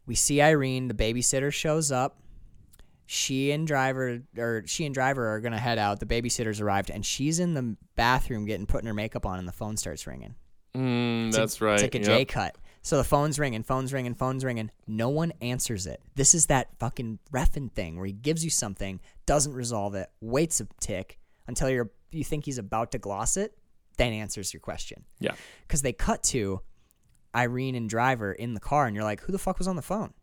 Speaker 3: we see Irene. The babysitter shows up. She and driver or she and driver are gonna head out. The babysitter's arrived, and she's in the bathroom getting putting her makeup on, and the phone starts ringing.
Speaker 2: Mm, that's right.
Speaker 3: It's like a
Speaker 2: yep.
Speaker 3: J cut. So the phone's ringing, phone's ringing, phone's ringing. No one answers it. This is that fucking refin thing where he gives you something, doesn't resolve it, waits a tick until you're you think he's about to gloss it, then answers your question.
Speaker 2: Yeah.
Speaker 3: Because they cut to Irene and Driver in the car, and you're like, who the fuck was on the phone?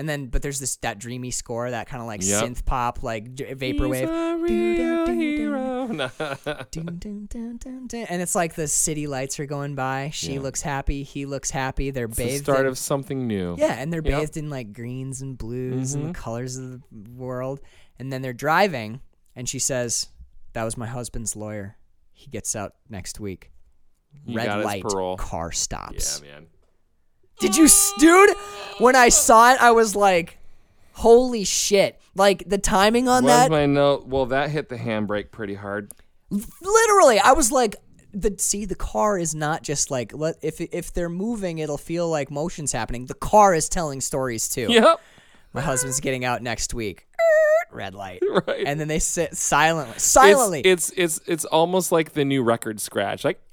Speaker 3: And then, but there's this that dreamy score, that kind of like
Speaker 2: Yep.
Speaker 3: synth pop, like d-
Speaker 2: He's
Speaker 3: vaporwave,
Speaker 2: a real hero. No.
Speaker 3: Dun, dun, dun, dun, dun. and it's like the city lights are going by. She looks happy, he looks happy. They're
Speaker 2: the
Speaker 3: bathed.
Speaker 2: start
Speaker 3: in-
Speaker 2: of something new.
Speaker 3: Yeah, and they're
Speaker 2: Yep. Mm-hmm.
Speaker 3: bathed in like greens and blues and the colors of the world. And then they're driving, and she says, "That was my husband's lawyer. He gets out next week."
Speaker 2: You
Speaker 3: Red
Speaker 2: got his
Speaker 3: light,
Speaker 2: parole.
Speaker 3: car
Speaker 2: Yeah,
Speaker 3: stops.
Speaker 2: man.
Speaker 3: Did you, s- dude? When I saw it, I was like, "Holy shit!" Like the timing on
Speaker 2: Was
Speaker 3: that.
Speaker 2: my note? Well, that hit the handbrake pretty hard.
Speaker 3: literally, I was like. The, see the car is not just like let, if if they're moving it'll feel like motion's happening the car is telling stories too
Speaker 2: Yep.
Speaker 3: my husband's getting out next week. Red light.
Speaker 2: Right.
Speaker 3: And then they sit silently.
Speaker 2: It's-
Speaker 3: Silently.
Speaker 2: It's, it's it's almost like the new record scratch. Like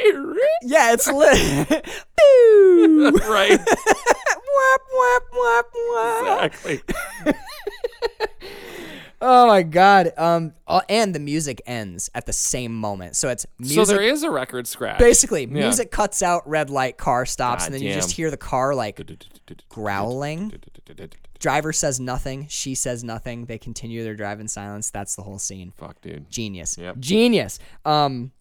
Speaker 3: yeah, it's lit. Boo!
Speaker 2: right.
Speaker 3: Wap, wap, wap, wap.
Speaker 2: Exactly.
Speaker 3: Oh my god. Um uh, and the music ends at the same moment. So it's
Speaker 2: so
Speaker 3: music
Speaker 2: there is a record scratch.
Speaker 3: basically music cuts out, red light, car stops, and then you
Speaker 2: Goddamn.
Speaker 3: just hear the car like growling.
Speaker 2: Fuck,
Speaker 3: Driver says nothing, she says nothing. They continue their drive in silence. That's the whole scene.
Speaker 2: dude.
Speaker 3: Genius.
Speaker 2: Yep.
Speaker 3: Genius. Um,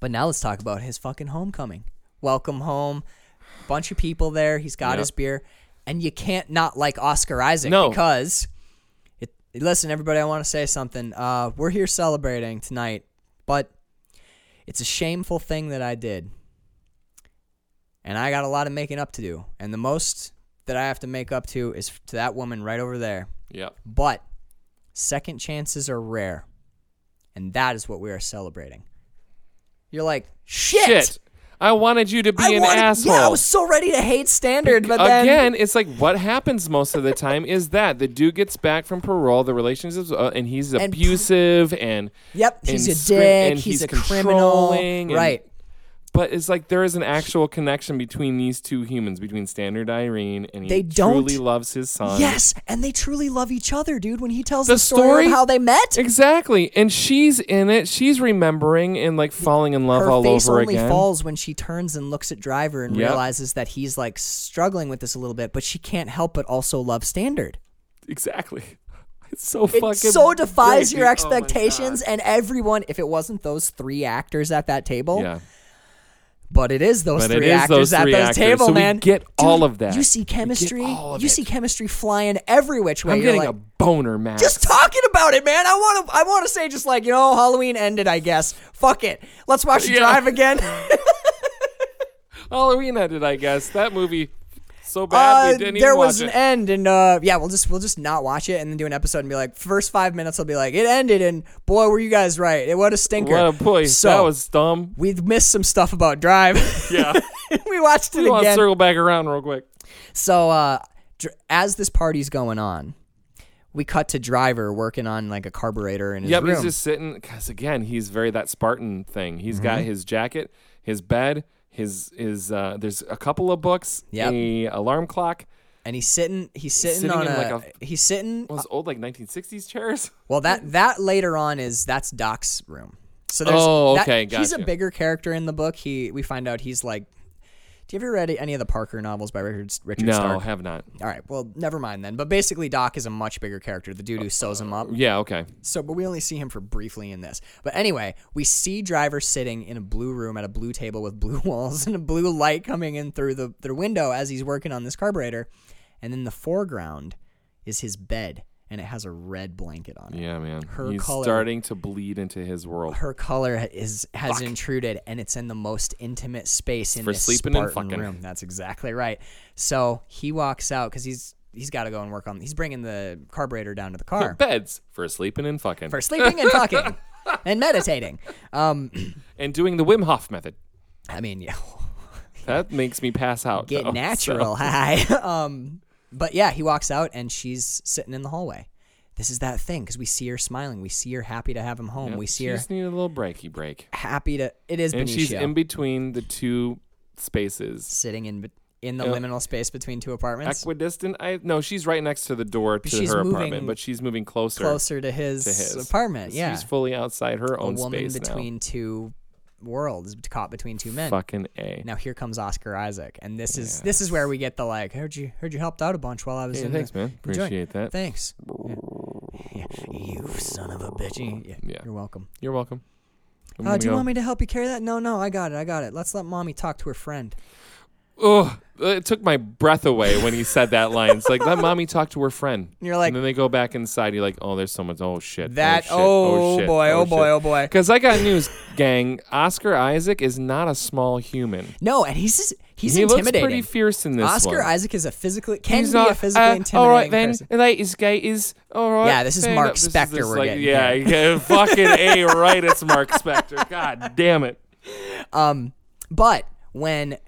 Speaker 3: but now let's talk about his fucking homecoming. Welcome home. Bunch of people there. He's got
Speaker 2: Yep.
Speaker 3: his beer, and you can't not like Oscar Isaac
Speaker 2: No.
Speaker 3: because. It, listen, everybody, I want to say something. Uh, we're here celebrating tonight, but it's a shameful thing that I did, and I got a lot of making up to do. And the most that I have to make up to is to that woman right over there.
Speaker 2: Yep.
Speaker 3: But second chances are rare. And that is what we are celebrating. You're like, shit.
Speaker 2: Shit. I wanted you to be
Speaker 3: I
Speaker 2: an
Speaker 3: wanted-
Speaker 2: asshole.
Speaker 3: Yeah, I was so ready to hate standard, but then
Speaker 2: Again, it's like what happens most of the time is that the dude gets back from parole, the relationship, uh, and he's
Speaker 3: And pr-
Speaker 2: abusive, and
Speaker 3: Yep,
Speaker 2: and
Speaker 3: he's a
Speaker 2: scrim-
Speaker 3: dick,
Speaker 2: and
Speaker 3: he's, a criminal.
Speaker 2: controlling, and-
Speaker 3: Right.
Speaker 2: But it's like there is an actual connection between these two humans, between Standard Irene and he
Speaker 3: They don't-
Speaker 2: truly loves his son.
Speaker 3: Yes, and they truly love each other, dude. When he tells the,
Speaker 2: The
Speaker 3: story, of
Speaker 2: story-
Speaker 3: how they met,
Speaker 2: Exactly. And she's in it. She's remembering and like falling in love
Speaker 3: her
Speaker 2: all
Speaker 3: face
Speaker 2: over
Speaker 3: only
Speaker 2: again.
Speaker 3: falls when she turns and looks at Driver and
Speaker 2: Yep.
Speaker 3: realizes that he's like struggling with this a little bit, but she can't help but also love Standard.
Speaker 2: Exactly. It's so fucking
Speaker 3: it so defies
Speaker 2: great,
Speaker 3: your
Speaker 2: dude. Oh my
Speaker 3: expectations and everyone if it wasn't those three actors at that table
Speaker 2: God. Oh yeah.
Speaker 3: but it is those
Speaker 2: But it
Speaker 3: three
Speaker 2: is
Speaker 3: actors
Speaker 2: those
Speaker 3: at
Speaker 2: three
Speaker 3: those
Speaker 2: actors,
Speaker 3: table
Speaker 2: so we
Speaker 3: man
Speaker 2: get
Speaker 3: Dude,
Speaker 2: all of that.
Speaker 3: you
Speaker 2: We
Speaker 3: see
Speaker 2: get
Speaker 3: chemistry
Speaker 2: all of
Speaker 3: you see
Speaker 2: it.
Speaker 3: chemistry flying every which way
Speaker 2: I'm
Speaker 3: You're
Speaker 2: getting
Speaker 3: like,
Speaker 2: a boner, Max.
Speaker 3: just talking about it man i want to i want to say just like you know halloween ended i guess fuck it let's watch the
Speaker 2: Yeah.
Speaker 3: drive again
Speaker 2: Halloween ended, I guess. That movie so bad
Speaker 3: Uh,
Speaker 2: we didn't
Speaker 3: there
Speaker 2: even
Speaker 3: was
Speaker 2: watch
Speaker 3: an
Speaker 2: it.
Speaker 3: end, and uh, yeah, we'll just we'll just not watch it, and then do an episode and be like, first five minutes, I'll be like, it ended, and boy, were you guys right? It what a stinker.
Speaker 2: What a boy.
Speaker 3: So
Speaker 2: that was dumb.
Speaker 3: we missed some stuff about Drive.
Speaker 2: Yeah.
Speaker 3: we watched it
Speaker 2: we want to
Speaker 3: again.
Speaker 2: circle back around real quick.
Speaker 3: So uh, dr- as this party's going on, we cut to Driver working on like a carburetor in his
Speaker 2: Yep,
Speaker 3: room. Mm-hmm.
Speaker 2: he's just sitting because again, he's very that Spartan thing. He's got his jacket, his bed, his his. Uh, there's a couple of books,
Speaker 3: Yep.
Speaker 2: a alarm clock.
Speaker 3: and he's sitting he's sitting,
Speaker 2: sitting
Speaker 3: on
Speaker 2: in,
Speaker 3: a,
Speaker 2: like, a-
Speaker 3: he's sitting.
Speaker 2: Those old like 1960s chairs.
Speaker 3: Well, that that later on is that's Doc's room. So there's
Speaker 2: Oh,
Speaker 3: that-
Speaker 2: okay,
Speaker 3: he's a
Speaker 2: gotcha.
Speaker 3: bigger character in the book. He we find out he's like. Do you ever read any of the Parker novels by Richard Richard
Speaker 2: No,
Speaker 3: Stark?
Speaker 2: have not.
Speaker 3: All right, well, never mind then. But basically, Doc is a much bigger character,
Speaker 2: Uh,
Speaker 3: the dude who sews him up.
Speaker 2: Yeah, okay.
Speaker 3: So, but we only see him for briefly in this. But anyway, we see Driver sitting in a blue room at a blue table with blue walls and a blue light coming in through the, the window as he's working on this carburetor. And in the foreground is his bed, and it has a red blanket on it.
Speaker 2: Yeah, man.
Speaker 3: Her
Speaker 2: he's
Speaker 3: color-
Speaker 2: starting to bleed into his world.
Speaker 3: Her color is has intruded, and it's in the most intimate space in
Speaker 2: For
Speaker 3: this
Speaker 2: sleeping and
Speaker 3: Spartan
Speaker 2: fucking.
Speaker 3: room. That's exactly right. So he walks out because he's he's got to go and work on. He's bringing the carburetor down to the car.
Speaker 2: Beds for sleeping and fucking
Speaker 3: for sleeping and talking and meditating. Um,
Speaker 2: and doing the Wim Hof method.
Speaker 3: I mean, yeah,
Speaker 2: That makes me pass out.
Speaker 3: get
Speaker 2: though, Oh, so-
Speaker 3: natural, hi. um, but yeah, he walks out and she's sitting in the hallway. This is that thing because we see her smiling, we see her happy to have him home,
Speaker 2: Yep,
Speaker 3: we see
Speaker 2: she
Speaker 3: her
Speaker 2: just needed a little breaky break,
Speaker 3: happy to. It is
Speaker 2: and
Speaker 3: Benicio
Speaker 2: she's in between the two spaces.
Speaker 3: sitting in be- in the
Speaker 2: Yep.
Speaker 3: liminal space between two apartments,
Speaker 2: Equidistant? I no, she's right next to the door to
Speaker 3: she's
Speaker 2: her
Speaker 3: moving
Speaker 2: apartment, but she's moving closer.
Speaker 3: closer to his,
Speaker 2: to his
Speaker 3: apartment. Yeah,
Speaker 2: She's fully outside her
Speaker 3: a
Speaker 2: own
Speaker 3: woman
Speaker 2: space now.
Speaker 3: between two world is caught between two men.
Speaker 2: Fucking a.
Speaker 3: Now here comes Oscar Isaac, and this is this is where we get the like. Heard you heard you helped out a bunch while I was
Speaker 2: Hey,
Speaker 3: in.
Speaker 2: thanks,
Speaker 3: the,
Speaker 2: man.
Speaker 3: enjoy.
Speaker 2: Appreciate that.
Speaker 3: Thanks. Yeah. Yeah. You son of a bitch. Yeah.
Speaker 2: Yeah.
Speaker 3: You're welcome.
Speaker 2: You're welcome. I'm
Speaker 3: Uh,
Speaker 2: gonna
Speaker 3: do you
Speaker 2: go.
Speaker 3: want me to help you carry that? No, no, I got it. I got it. Let's let mommy talk to her friend.
Speaker 2: Oh, Ugh. It took my breath away when he said that line. It's like let mommy talk to her friend.
Speaker 3: And you're like-
Speaker 2: and then they go back inside. You're like, oh, there's someone. Oh shit.
Speaker 3: That-
Speaker 2: shit,
Speaker 3: oh,
Speaker 2: shit,
Speaker 3: boy, oh, boy,
Speaker 2: shit.
Speaker 3: oh, boy.
Speaker 2: Because I got news, gang. Oscar Isaac is not a small human.
Speaker 3: No, and he's just, he's
Speaker 2: he looks
Speaker 3: intimidating.
Speaker 2: pretty fierce in this
Speaker 3: Oscar
Speaker 2: one.
Speaker 3: Isaac is a physically can
Speaker 2: He's
Speaker 3: be
Speaker 2: not,
Speaker 3: a physically
Speaker 2: uh,
Speaker 3: intimidating
Speaker 2: all right then.
Speaker 3: person.
Speaker 2: Like his guy is all right.
Speaker 3: Yeah, this is
Speaker 2: then,
Speaker 3: Mark
Speaker 2: uh, this
Speaker 3: Spector
Speaker 2: this,
Speaker 3: we're
Speaker 2: like,
Speaker 3: getting
Speaker 2: yeah,
Speaker 3: here.
Speaker 2: yeah, fucking a right. It's Mark Spector. God damn it.
Speaker 3: But when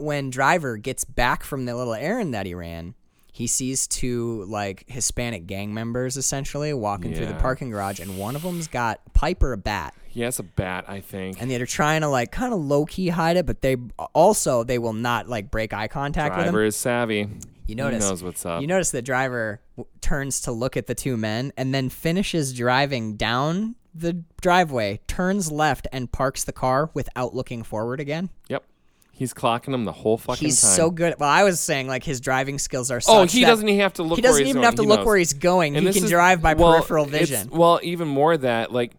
Speaker 3: when Driver gets back from the little errand that he ran, he sees two like Hispanic gang members essentially walking through the
Speaker 2: Yeah.
Speaker 3: parking garage, and one of them's got Piper a bat,
Speaker 2: He has a bat, I think.
Speaker 3: and the other trying to like kind of low key hide it, but they also they will not like break eye contact with him.
Speaker 2: Driver is savvy.
Speaker 3: You notice
Speaker 2: He knows what's up.
Speaker 3: You notice that driver w- turns to look at the two men and then finishes driving down the driveway, turns left and parks the car without looking forward again.
Speaker 2: Yep. He's clocking him the whole fucking
Speaker 3: He's
Speaker 2: time.
Speaker 3: so good. Well, I was saying like his driving skills are. Such
Speaker 2: Oh, he
Speaker 3: that
Speaker 2: doesn't even have to look.
Speaker 3: He doesn't
Speaker 2: where he's
Speaker 3: even
Speaker 2: going.
Speaker 3: have to
Speaker 2: He
Speaker 3: look
Speaker 2: knows.
Speaker 3: where he's going.
Speaker 2: And
Speaker 3: he
Speaker 2: this
Speaker 3: can
Speaker 2: is-
Speaker 3: drive by
Speaker 2: well,
Speaker 3: peripheral
Speaker 2: it's-
Speaker 3: vision.
Speaker 2: Well, even more that like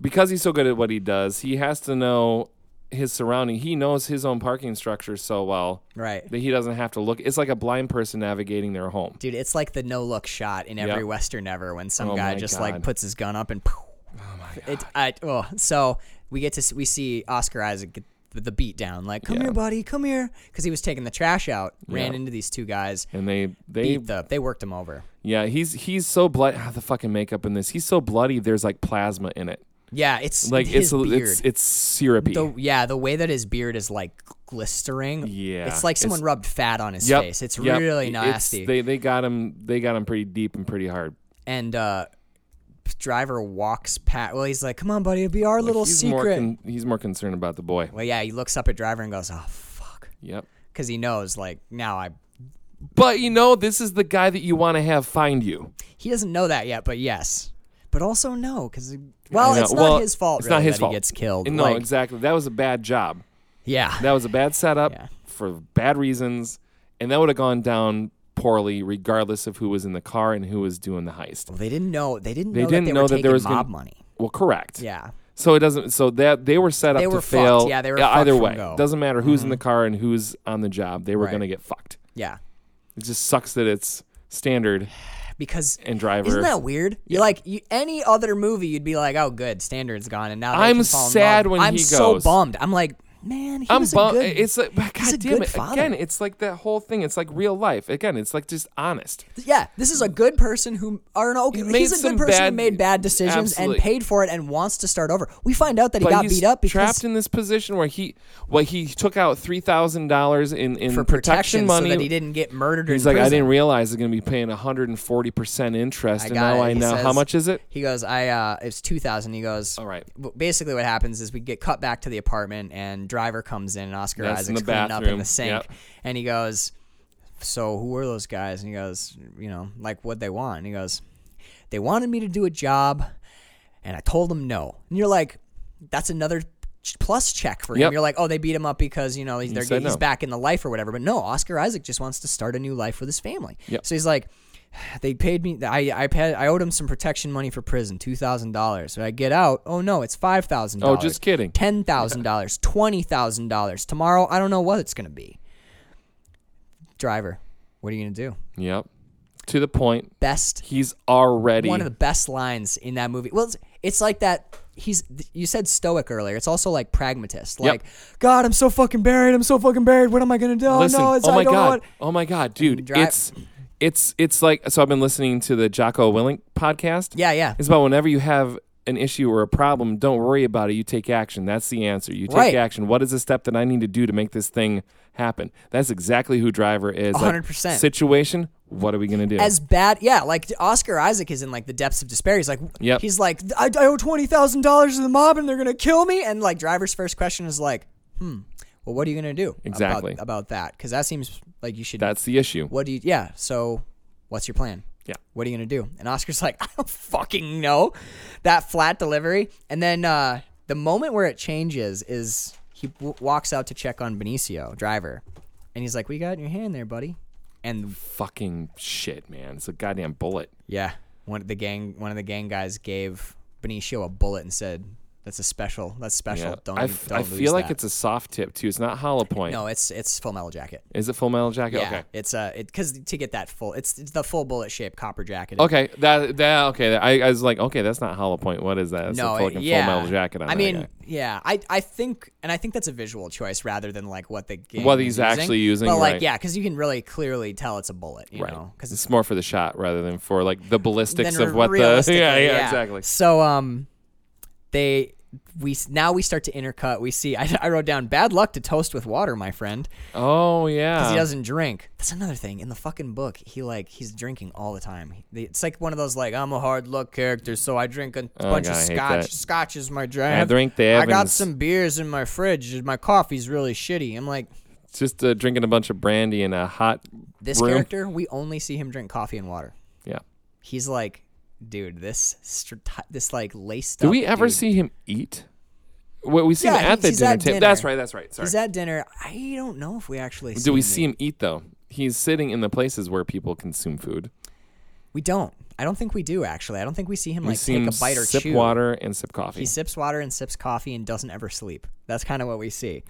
Speaker 2: because he's so good at what he does, he has to know his surrounding. He knows his own parking structure so well
Speaker 3: Right.
Speaker 2: that he doesn't have to look. It's like a blind person navigating their home.
Speaker 3: Dude, it's like the no look shot in every
Speaker 2: Yep.
Speaker 3: western ever when some
Speaker 2: Oh
Speaker 3: guy
Speaker 2: my
Speaker 3: just
Speaker 2: God.
Speaker 3: like puts his gun up and. Poof. Oh my god! It, I, oh, so we get to s- we see Oscar Isaac get the- the beat down. Like, come
Speaker 2: Yeah.
Speaker 3: here, buddy, come here, because he was taking the trash out, ran
Speaker 2: Yeah.
Speaker 3: into these two guys,
Speaker 2: And they they
Speaker 3: beat the, they worked him over.
Speaker 2: yeah he's he's so bloody. Ah, the fucking makeup in this. He's so bloody. There's like plasma in it.
Speaker 3: Yeah, it's
Speaker 2: Like
Speaker 3: his
Speaker 2: it's
Speaker 3: beard.
Speaker 2: it's it's syrupy.
Speaker 3: the yeah the way that his beard is like glistering.
Speaker 2: Yeah,
Speaker 3: it's like someone
Speaker 2: it's-
Speaker 3: rubbed fat on his
Speaker 2: Yep,
Speaker 3: face. It's
Speaker 2: yep.
Speaker 3: really
Speaker 2: It's-
Speaker 3: nasty.
Speaker 2: they they got him they got him pretty deep and pretty hard.
Speaker 3: and uh, driver walks pat. Well, he's like, "Come on, buddy, it'll be our little
Speaker 2: he's
Speaker 3: secret."
Speaker 2: More con- he's more concerned about the boy.
Speaker 3: Well, yeah, he looks up at driver and goes, "Oh fuck,"
Speaker 2: Yep.
Speaker 3: because he knows like now I.
Speaker 2: But you know, this is the guy that you want to have find you.
Speaker 3: He doesn't know that yet, but yes, but also no, because well,
Speaker 2: I know.
Speaker 3: it's not
Speaker 2: Well,
Speaker 3: his fault.
Speaker 2: It's
Speaker 3: really,
Speaker 2: not his
Speaker 3: that
Speaker 2: fault.
Speaker 3: He gets killed.
Speaker 2: No,
Speaker 3: like,
Speaker 2: exactly. That was a bad job.
Speaker 3: Yeah,
Speaker 2: That was a bad setup
Speaker 3: Yeah.
Speaker 2: for bad reasons, and that would have gone down poorly, regardless of who was in the car and who was doing the heist.
Speaker 3: well, they didn't know. They didn't.
Speaker 2: They
Speaker 3: know
Speaker 2: didn't
Speaker 3: that they
Speaker 2: know
Speaker 3: were
Speaker 2: that
Speaker 3: taking
Speaker 2: there was gonna-
Speaker 3: mob money.
Speaker 2: Well, correct.
Speaker 3: Yeah,
Speaker 2: So it doesn't. So that they were set up
Speaker 3: They
Speaker 2: to
Speaker 3: were fucked.
Speaker 2: fail.
Speaker 3: Yeah, they were fucked
Speaker 2: either
Speaker 3: from
Speaker 2: way.
Speaker 3: go. Mm-hmm.
Speaker 2: Doesn't matter who's in the car and who's on the job. They were
Speaker 3: Right.
Speaker 2: going to get fucked.
Speaker 3: yeah,
Speaker 2: It just sucks that it's standard
Speaker 3: because.
Speaker 2: and driver.
Speaker 3: Isn't that weird? You're like you, any other movie, you'd be like, "Oh, good, standards gone," and now they
Speaker 2: I'm
Speaker 3: can fall in
Speaker 2: sad
Speaker 3: love.
Speaker 2: when
Speaker 3: I'm
Speaker 2: he
Speaker 3: so
Speaker 2: goes.
Speaker 3: bummed. I'm like, man, he
Speaker 2: I'm
Speaker 3: was a
Speaker 2: bum.
Speaker 3: good.
Speaker 2: It's like, but
Speaker 3: he's a
Speaker 2: God damn
Speaker 3: good
Speaker 2: it.
Speaker 3: father.
Speaker 2: Again, it's like that whole thing. It's like real life. Again, it's like just honest.
Speaker 3: Yeah, this is a good person who are an okay.
Speaker 2: made
Speaker 3: He's a
Speaker 2: some
Speaker 3: good person who
Speaker 2: bad-
Speaker 3: made bad decisions
Speaker 2: absolutely.
Speaker 3: and paid for it and wants to start over. We find out that he
Speaker 2: But
Speaker 3: got
Speaker 2: he's
Speaker 3: beat up because
Speaker 2: trapped in this position where he, well, he took out three thousand dollars in in
Speaker 3: for protection,
Speaker 2: money.
Speaker 3: so that he didn't get murdered.
Speaker 2: He's
Speaker 3: in
Speaker 2: like, I
Speaker 3: prison.
Speaker 2: didn't realize I'm going to be paying 140 percent interest,
Speaker 3: I
Speaker 2: and
Speaker 3: got
Speaker 2: now
Speaker 3: it.
Speaker 2: I
Speaker 3: He
Speaker 2: know
Speaker 3: says-
Speaker 2: how much is it.
Speaker 3: He goes, I uh, it's two thousand. He goes,
Speaker 2: All right.
Speaker 3: w- Basically, what happens is we get cut back to the apartment, and driver comes in, and Oscar
Speaker 2: That's in the
Speaker 3: Isaac's cleaning up in
Speaker 2: bathroom.
Speaker 3: the sink,
Speaker 2: Yep.
Speaker 3: and he goes, so who were those guys? And he goes, you know, like what they want. And he goes, they wanted me to do a job, and I told them no. And you're like, that's another ch- plus check for him.
Speaker 2: Yep.
Speaker 3: You're like, oh, they beat him up because you know he's, they're,
Speaker 2: said
Speaker 3: he's
Speaker 2: no.
Speaker 3: back in the life or whatever. But no, Oscar Isaac just wants to start a new life with his family.
Speaker 2: Yep.
Speaker 3: So he's like, they paid me. I I paid. I owed him some protection money for prison, two thousand dollars. So I get out. Oh no, it's five thousand.
Speaker 2: Oh, just kidding.
Speaker 3: Ten thousand dollars. Twenty thousand dollars. Tomorrow, I don't know what it's gonna be. Driver, what are you gonna do?
Speaker 2: Yep. To the point,
Speaker 3: Best
Speaker 2: he's already
Speaker 3: one of the best lines in that movie. Well, it's, it's like that. He's you said stoic earlier. It's also like pragmatist. Like, God, I'm so fucking buried. I'm so fucking buried. What am I gonna do?
Speaker 2: Listen,
Speaker 3: no, it's,
Speaker 2: oh
Speaker 3: I
Speaker 2: my
Speaker 3: don't know
Speaker 2: god,
Speaker 3: what-
Speaker 2: oh my god, dude,
Speaker 3: And dri-
Speaker 2: it's it's it's like so. I've been listening to the Jocko Willink podcast.
Speaker 3: Yeah, yeah.
Speaker 2: It's about whenever you have an issue or a problem, don't worry about it. You take action. That's the answer. You take
Speaker 3: Right.
Speaker 2: action. What is the step that I need to do to make this thing happen? That's exactly who Driver is. Like,
Speaker 3: 100%.
Speaker 2: situation. What are we gonna do?
Speaker 3: as bad. Yeah, like Oscar Isaac is in like the depths of despair. He's like,
Speaker 2: Yep.
Speaker 3: he's like, I, I owe twenty thousand dollars to the mob, and they're gonna kill me. And like, driver's first question is like, hmm, well, what are you gonna do about-
Speaker 2: Exactly.
Speaker 3: about, that? Because that seems like you should.
Speaker 2: That's the issue.
Speaker 3: what do you? Yeah. So, what's your plan?
Speaker 2: Yeah.
Speaker 3: What are you gonna do? And Oscar's like, I don't fucking know. That flat delivery, and then uh, The moment where it changes is he w- walks out to check on Benicio, driver, and he's like, "What you got in your hand there, buddy?" And
Speaker 2: Fucking shit, man. It's a goddamn bullet.
Speaker 3: yeah, one of the gang, one of the gang guys gave Benicio a bullet and said, "That's a special. That's special.
Speaker 2: Yeah.
Speaker 3: Don't, e-,
Speaker 2: I,
Speaker 3: don't
Speaker 2: I
Speaker 3: lose
Speaker 2: feel like
Speaker 3: that."
Speaker 2: it's a soft tip too. It's not hollow point.
Speaker 3: no, it's it's Full Metal Jacket.
Speaker 2: Is it full metal jacket?
Speaker 3: Yeah,
Speaker 2: Okay.
Speaker 3: it's uh, it because to get that full, it's, it's the full bullet shape copper jacket.
Speaker 2: Okay, that that okay. I, I was like, okay, that's not hollow point. What is that? That's
Speaker 3: no,
Speaker 2: a
Speaker 3: it-
Speaker 2: fucking
Speaker 3: yeah.
Speaker 2: full metal jacket on.
Speaker 3: I
Speaker 2: that
Speaker 3: mean,
Speaker 2: guy.
Speaker 3: yeah, I I think, and I think that's a visual choice rather than like what the game
Speaker 2: What
Speaker 3: is
Speaker 2: he's actually using,
Speaker 3: But like,
Speaker 2: right.
Speaker 3: yeah, because you can really clearly tell it's a bullet, you
Speaker 2: right?
Speaker 3: know, because
Speaker 2: Because
Speaker 3: it's
Speaker 2: it's more for the shot rather than for like the ballistics
Speaker 3: then
Speaker 2: of what the yeah,
Speaker 3: realistically,
Speaker 2: yeah exactly.
Speaker 3: So um, they we s- now we start to intercut. We see I, I wrote down bad luck to toast with water, my friend,
Speaker 2: Oh
Speaker 3: because he
Speaker 2: yeah.
Speaker 3: doesn't drink. That's another thing in the fucking book. He like he's drinking all the time. He- they- it's like one of those like I'm a hard luck character, so I drink a bunch
Speaker 2: Oh, God,
Speaker 3: of
Speaker 2: I hate that.
Speaker 3: scotch. Scotch is my drink.
Speaker 2: I drink the
Speaker 3: I got
Speaker 2: Evans.
Speaker 3: some beers in my fridge. My coffee's really shitty. I'm like.
Speaker 2: Just uh, drinking a bunch of brandy in a hot
Speaker 3: This
Speaker 2: room.
Speaker 3: character, we only see him drink coffee and water.
Speaker 2: Yeah.
Speaker 3: He's like, dude, this str- this like laced.
Speaker 2: Do
Speaker 3: up
Speaker 2: we ever
Speaker 3: dude.
Speaker 2: see him eat? Well, we see
Speaker 3: Yeah,
Speaker 2: him at the
Speaker 3: he's
Speaker 2: dinner
Speaker 3: at
Speaker 2: table.
Speaker 3: dinner.
Speaker 2: That's right. That's right. Sorry.
Speaker 3: He's at dinner. I don't know if we actually
Speaker 2: Do we see him eat though? He's sitting in the places where people consume food.
Speaker 3: We don't. I don't think we do actually. I don't think we see him
Speaker 2: we
Speaker 3: like
Speaker 2: see
Speaker 3: take
Speaker 2: him
Speaker 3: a bite or
Speaker 2: sip
Speaker 3: chew.
Speaker 2: water and sip coffee.
Speaker 3: He sips water and sips coffee and doesn't ever sleep. That's kind of what we see.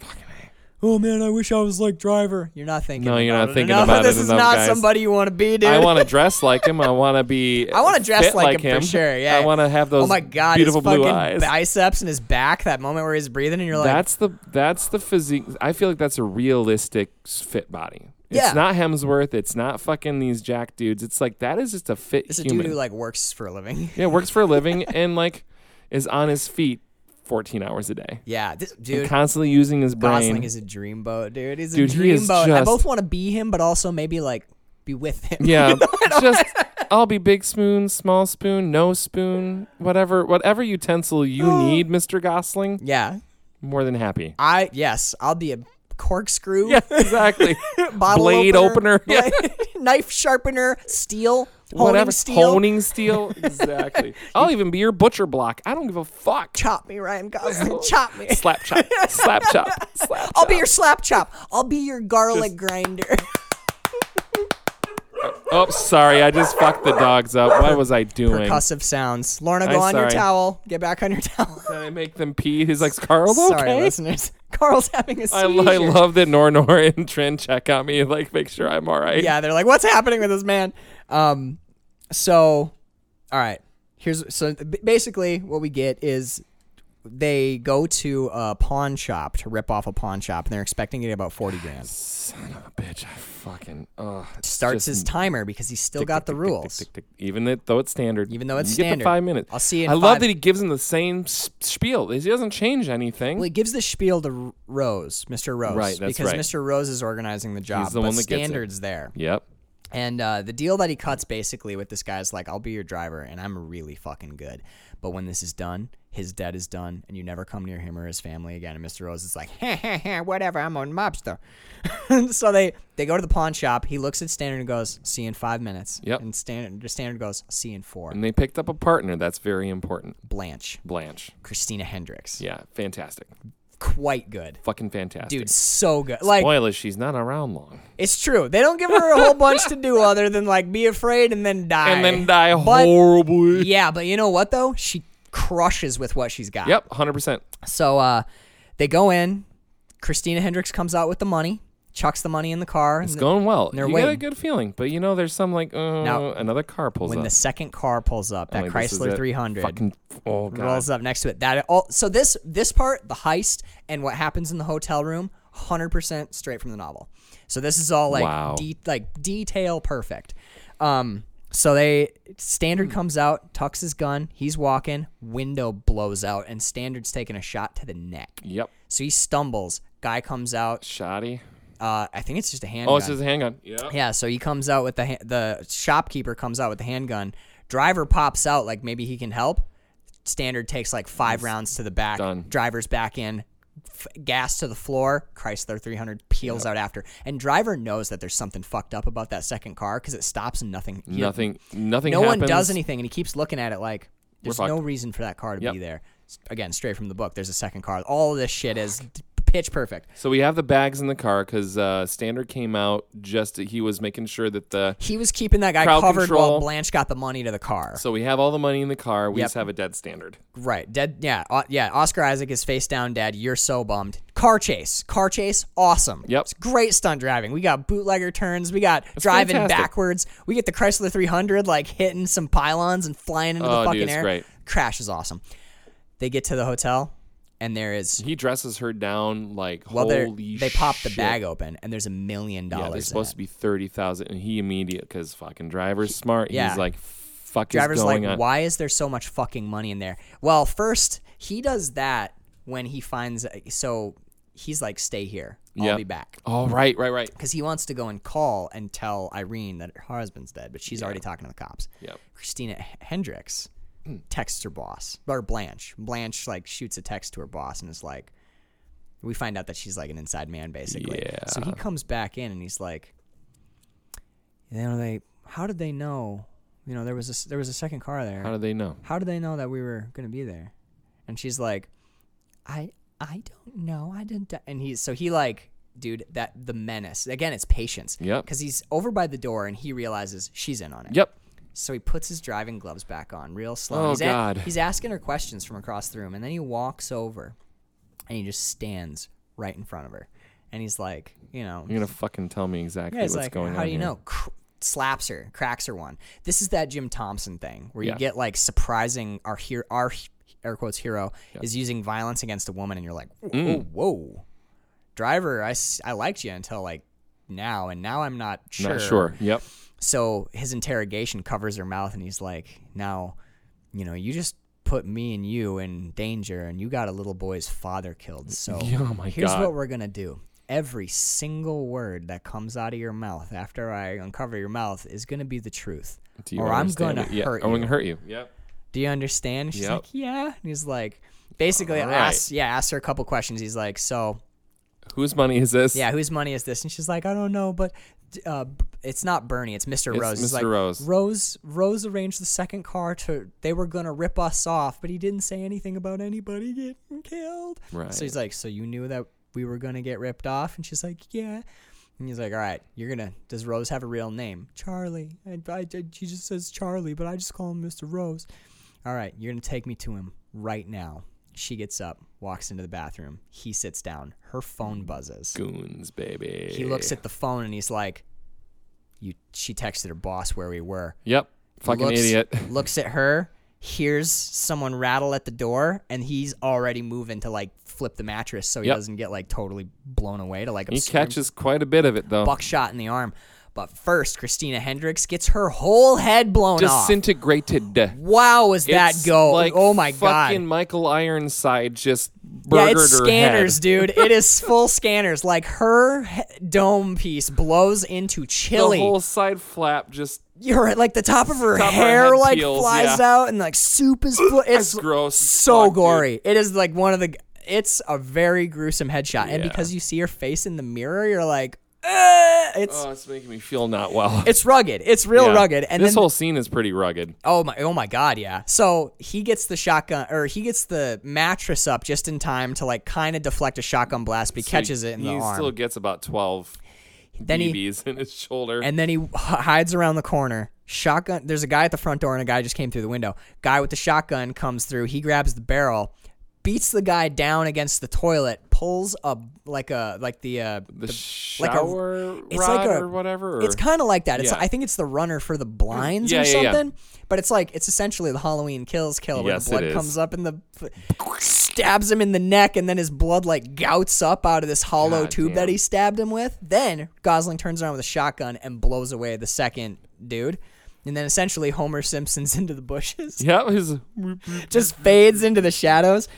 Speaker 3: Oh man, I wish I was like driver. You're not thinking.
Speaker 2: No, you're
Speaker 3: about
Speaker 2: not thinking
Speaker 3: enough.
Speaker 2: about
Speaker 3: this
Speaker 2: it
Speaker 3: is
Speaker 2: enough,
Speaker 3: not
Speaker 2: guys.
Speaker 3: somebody you want to be, dude.
Speaker 2: I want to dress like him. I want to be.
Speaker 3: I want to dress
Speaker 2: fit
Speaker 3: like,
Speaker 2: like
Speaker 3: him, for sure. Yeah.
Speaker 2: I want to have those.
Speaker 3: Oh my god,
Speaker 2: beautiful
Speaker 3: his fucking
Speaker 2: blue eyes.
Speaker 3: biceps and his back. That moment where he's breathing, and you're like,
Speaker 2: that's the that's the physique. I feel like that's a realistic s- fit body. It's
Speaker 3: Yeah.
Speaker 2: not Hemsworth. It's not fucking these jack dudes. It's like that is just a fit
Speaker 3: "This is a
Speaker 2: human.
Speaker 3: dude who like works for a living."
Speaker 2: yeah, works for a living and like is on his feet 14 hours a day.
Speaker 3: Yeah, this
Speaker 2: And
Speaker 3: dude.
Speaker 2: constantly using his brain.
Speaker 3: Gosling is a dreamboat, dude. He's
Speaker 2: Dude,
Speaker 3: a
Speaker 2: he is
Speaker 3: dreamboat. I
Speaker 2: just-
Speaker 3: both want to be him, but also maybe like be with him.
Speaker 2: Yeah, just I'll be big spoon, small spoon, no spoon, whatever, whatever utensil you need, Mister Gosling.
Speaker 3: yeah.
Speaker 2: More than happy.
Speaker 3: I yes, I'll be a corkscrew,
Speaker 2: Yeah, exactly.
Speaker 3: bottle
Speaker 2: Blade opener, yeah.
Speaker 3: bla- knife sharpener, steel, honing
Speaker 2: whatever.
Speaker 3: steel.
Speaker 2: Honing steel. exactly. I'll even be your butcher block. I don't give a fuck.
Speaker 3: Chop me, Ryan Gosling. Chop me.
Speaker 2: Slap chop. Slap chop. Slap.
Speaker 3: I'll be your slap chop. I'll be your garlic grinder.
Speaker 2: Oh, sorry. I just fucked the dogs up. What was I doing?
Speaker 3: Percussive sounds. Lorna, go
Speaker 2: I'm
Speaker 3: on your
Speaker 2: sorry.
Speaker 3: towel. Get back on your towel.
Speaker 2: Did I make them pee? He's like, Carl,
Speaker 3: Sorry,
Speaker 2: okay.
Speaker 3: listeners. Carl's having a
Speaker 2: I,
Speaker 3: seizure.
Speaker 2: lo- I love that Nor Nor and Trin check on me and like make sure I'm all right.
Speaker 3: yeah, they're like, what's happening with this man? Um, so, all right. Here's so b- basically what we get is they go to a pawn shop to rip off a pawn shop, and they're expecting to get about forty grand.
Speaker 2: Son of a bitch. I fucking. Oh,
Speaker 3: Starts his timer because he's still got the rules.
Speaker 2: Even it- though it's standard.
Speaker 3: Even though it's
Speaker 2: you Get
Speaker 3: standard.
Speaker 2: the five minutes.
Speaker 3: I'll see you in
Speaker 2: I love
Speaker 3: five.
Speaker 2: that he gives him the same s- spiel. He doesn't change anything.
Speaker 3: Well, he gives the spiel to R- Rose, Mr. Rose,
Speaker 2: Right, that's
Speaker 3: because
Speaker 2: right.
Speaker 3: Mr. Rose is organizing the job.
Speaker 2: He's the
Speaker 3: but
Speaker 2: one that gets it.
Speaker 3: standards there,
Speaker 2: yep.
Speaker 3: and uh, the deal that he cuts basically with this guy is like, "I'll be your driver, and I'm really fucking good, but when this is done, his debt is done, and you never come near him or his family again." And Mr. Rose is like, "Ha ha ha, whatever, I'm a mobster." so they they go to the pawn shop. He looks at Standard and goes, "See you in five minutes."
Speaker 2: Yep.
Speaker 3: And Standard Standard goes, "See you in four.
Speaker 2: And they picked up a partner. That's very important.
Speaker 3: Blanche,
Speaker 2: Blanche.
Speaker 3: Christina Hendricks,
Speaker 2: Yeah, fantastic.
Speaker 3: quite good.
Speaker 2: Fucking fantastic.
Speaker 3: Dude, so good. Like
Speaker 2: Spoilers, she's not around long.
Speaker 3: It's true. They don't give her a whole bunch to do other than like be afraid and then die.
Speaker 2: And then die
Speaker 3: But-
Speaker 2: horribly.
Speaker 3: Yeah, but you know what though? She crushes with what she's got.
Speaker 2: Yep, 100%.
Speaker 3: So uh they go in, Christina Hendricks comes out with the money, chucks the money in the car.
Speaker 2: It's
Speaker 3: and
Speaker 2: going well.
Speaker 3: they're
Speaker 2: you get a
Speaker 3: waiting.
Speaker 2: good feeling. But you know, there's some like, uh,
Speaker 3: Now,
Speaker 2: another car pulls
Speaker 3: when
Speaker 2: up.
Speaker 3: the second car pulls up, that
Speaker 2: I'm like, this is
Speaker 3: Chrysler
Speaker 2: it.
Speaker 3: 300
Speaker 2: Fucking, oh, God.
Speaker 3: rolls up next to it. That all so this this part, the heist and what happens in the hotel room, 100% straight from the novel. So this is all like
Speaker 2: Wow.
Speaker 3: de- like detail perfect. Um so they
Speaker 2: Hmm.
Speaker 3: Standard comes out, tucks his gun, he's walking, window blows out and Standard's taking a shot to the neck.
Speaker 2: Yep.
Speaker 3: So he stumbles, guy comes out,
Speaker 2: Shoddy.
Speaker 3: uh I think it's just a handgun.
Speaker 2: Oh, it's just a handgun. Yeah.
Speaker 3: Yeah, so he comes out with the ha- the shopkeeper comes out with the handgun. Driver pops out like maybe he can help. Standard takes like five rounds to the back.
Speaker 2: Done.
Speaker 3: Driver's back in. F- gas to the floor. Chrysler 300 peels out after. And driver knows that there's something fucked up about that second car because it stops and nothing. he-
Speaker 2: Nothing, nothing
Speaker 3: No one
Speaker 2: happens.
Speaker 3: does anything, and he keeps looking at it like there's no
Speaker 2: fucked.
Speaker 3: reason for that car to
Speaker 2: Yep.
Speaker 3: be there. s- again straight from the book. There's a second car. All this shit is d- pitch perfect.
Speaker 2: So we have the bags in the car because uh, Standard came out just he was making sure that the
Speaker 3: He was keeping that guy
Speaker 2: Crowd
Speaker 3: covered while
Speaker 2: control.
Speaker 3: Blanche got the money to the car.
Speaker 2: so we have all the money in the car. We
Speaker 3: Yep.
Speaker 2: just have a dead Standard.
Speaker 3: Right. Dead. Yeah. O- yeah. Oscar Isaac is face down dead. You're so bummed. Car chase. Car chase. Awesome.
Speaker 2: Yep.
Speaker 3: It's great stunt driving. We got bootlegger turns. We got driving
Speaker 2: fantastic.
Speaker 3: backwards. We get the Chrysler 300 like hitting some pylons and flying into
Speaker 2: Oh,
Speaker 3: the
Speaker 2: dude,
Speaker 3: fucking
Speaker 2: it's
Speaker 3: air.
Speaker 2: great.
Speaker 3: Crash is awesome. They get to the hotel and there is.
Speaker 2: He dresses her down like
Speaker 3: Well, they're-
Speaker 2: holy.
Speaker 3: they pop the
Speaker 2: shit.
Speaker 3: bag open and there's a million
Speaker 2: Yeah,
Speaker 3: dollars. in
Speaker 2: there's supposed
Speaker 3: it.
Speaker 2: to be thirty thousand, and he immediate because fucking driver's smart.
Speaker 3: yeah.
Speaker 2: He's like, fuck
Speaker 3: driver's
Speaker 2: is
Speaker 3: like,
Speaker 2: going on.
Speaker 3: why is there so much fucking money in there? Well, first he does that when he finds so he's like, stay here, I'll
Speaker 2: Yeah.
Speaker 3: be back,
Speaker 2: Oh right, right, right.
Speaker 3: because he wants to go and call and tell Irene that her husband's dead, but she's already talking to the cops.
Speaker 2: Yep. Hmm.
Speaker 3: Christina H- Hendricks texts her boss or Blanche. Blanche like shoots a text to her boss and is like, we find out that she's like an inside man basically.
Speaker 2: Yeah.
Speaker 3: So he comes back in and he's like, you know, they how did they know? You know, there was a s- there was a second car there
Speaker 2: How do they know?
Speaker 3: how do they know that we were going to be there? And she's like, I I don't know. I didn't. di-" And he's so he like, dude, that the menace again. It's patience.
Speaker 2: Yep.
Speaker 3: Because he's over by the door and he realizes she's in on it.
Speaker 2: Yep.
Speaker 3: So he puts his driving gloves back on, real slow.
Speaker 2: Oh,
Speaker 3: he's a-
Speaker 2: God.
Speaker 3: he's asking her questions from across the room, and then he walks over, and he just stands right in front of her, and he's like, you know,
Speaker 2: You're gonna fucking tell me exactly
Speaker 3: yeah, it's
Speaker 2: what's
Speaker 3: like,
Speaker 2: going on.
Speaker 3: how do you
Speaker 2: here.
Speaker 3: know? Cr- slaps her, cracks her one. This is that Jim Thompson thing where you
Speaker 2: Yeah.
Speaker 3: get like surprising our hero, our he- air quotes hero is using violence against a woman, and you're like, whoa,
Speaker 2: Mm.
Speaker 3: whoa, whoa. driver, I, s- I liked you until like now, and now I'm not sure.
Speaker 2: Not sure. Yep.
Speaker 3: So his interrogation covers her mouth, and he's like, now, you know, you just put me and you in danger, and you got a little boy's father killed. So
Speaker 2: Oh my
Speaker 3: Here's
Speaker 2: god.
Speaker 3: what we're gonna do. Every single word that comes out of your mouth after I uncover your mouth is gonna be the truth,
Speaker 2: Do you
Speaker 3: or I'm
Speaker 2: understand
Speaker 3: gonna
Speaker 2: what- yeah,
Speaker 3: hurt
Speaker 2: I'm
Speaker 3: you.
Speaker 2: gonna hurt you. Yep.
Speaker 3: Do you understand? She's
Speaker 2: Yep.
Speaker 3: like, yeah. And he's like, basically,
Speaker 2: Alright.
Speaker 3: asks, yeah, asks her a couple questions. He's like, so
Speaker 2: Whose money is this?
Speaker 3: yeah, whose money is this? And she's like, I don't know, but uh, b- it's not Bernie, it's Mr.
Speaker 2: It's
Speaker 3: Rose. He's
Speaker 2: Mr.
Speaker 3: like,
Speaker 2: Rose.
Speaker 3: Rose Rose arranged the second car to. They were gonna rip us off, but he didn't say anything about anybody getting killed.
Speaker 2: Right.
Speaker 3: So he's like, so you knew that we were gonna get ripped off, and she's like, yeah. And he's like, all right, you're gonna. Does Rose have a real name? Charlie. I, I, I- she just says Charlie, but I just call him Mr. Rose. All right, you're gonna take me to him right now. She gets up, walks into the bathroom. He sits down. Her
Speaker 2: Mm.
Speaker 3: phone buzzes
Speaker 2: Goons, baby.
Speaker 3: he looks at the phone and he's like, "You." She texted her boss where we were.
Speaker 2: Yep. Fucking
Speaker 3: Looks-
Speaker 2: idiot.
Speaker 3: Looks at her, hears someone rattle at the door, and he's already moving to like flip the mattress so he
Speaker 2: Yep.
Speaker 3: doesn't get like totally blown away to like
Speaker 2: He
Speaker 3: obscure
Speaker 2: catches quite a bit of it though.
Speaker 3: buckshot in the arm. But first, Christina Hendricks gets her whole head blown off.
Speaker 2: Disintegrated.
Speaker 3: Wow, was that
Speaker 2: It's
Speaker 3: go?
Speaker 2: Like
Speaker 3: oh my god!
Speaker 2: Fucking Michael Ironside just
Speaker 3: Yeah,
Speaker 2: burgered
Speaker 3: it's
Speaker 2: her
Speaker 3: scanners,
Speaker 2: head.
Speaker 3: dude. It is full scanners. Like her he- dome piece blows into
Speaker 2: The
Speaker 3: chili.
Speaker 2: whole side flap just
Speaker 3: you're like the top of her
Speaker 2: Top of her
Speaker 3: hair
Speaker 2: head
Speaker 3: like
Speaker 2: peels,
Speaker 3: flies
Speaker 2: yeah.
Speaker 3: out and like soup is fl- it's
Speaker 2: gross as
Speaker 3: so
Speaker 2: fuck, dude.
Speaker 3: gory it is like one of the it's a very gruesome headshot and
Speaker 2: Yeah.
Speaker 3: because you see her face in the mirror you're like "Ugh." it's
Speaker 2: oh, it's making me feel not well.
Speaker 3: it's rugged it's real
Speaker 2: Yeah.
Speaker 3: rugged and
Speaker 2: this
Speaker 3: then
Speaker 2: whole scene is pretty rugged.
Speaker 3: oh my oh my god yeah so he gets the shotgun or he gets the mattress up just in time to like kind of deflect a shotgun blast but he catches it in
Speaker 2: he
Speaker 3: the arm
Speaker 2: still gets about twelve
Speaker 3: Then he-
Speaker 2: BBs in his shoulder.
Speaker 3: and then he h- hides around the corner. Shotgun. There's a guy at the front door, and a guy just came through the window. Guy with the shotgun comes through. He grabs the barrel, beats the guy down against the toilet, pulls a like a like the uh,
Speaker 2: the,
Speaker 3: like a-
Speaker 2: shower
Speaker 3: it's
Speaker 2: rod
Speaker 3: like a-
Speaker 2: or whatever. or-
Speaker 3: it's kind of like that. It's
Speaker 2: Yeah.
Speaker 3: I think it's the runner for the blinds
Speaker 2: Yeah,
Speaker 3: or
Speaker 2: yeah, yeah.
Speaker 3: something. But it's like it's essentially the Halloween Kills kill where
Speaker 2: Yes,
Speaker 3: the
Speaker 2: it
Speaker 3: blood
Speaker 2: is.
Speaker 3: comes up and the stabs him in the neck, and then his blood like gouts up out of this hollow
Speaker 2: God
Speaker 3: tube that
Speaker 2: damn.
Speaker 3: he stabbed him with. Then Gosling turns around with a shotgun and blows away the second dude. And then essentially Homer Simpson's into the bushes,
Speaker 2: yeah. His,
Speaker 3: just fades into the shadows.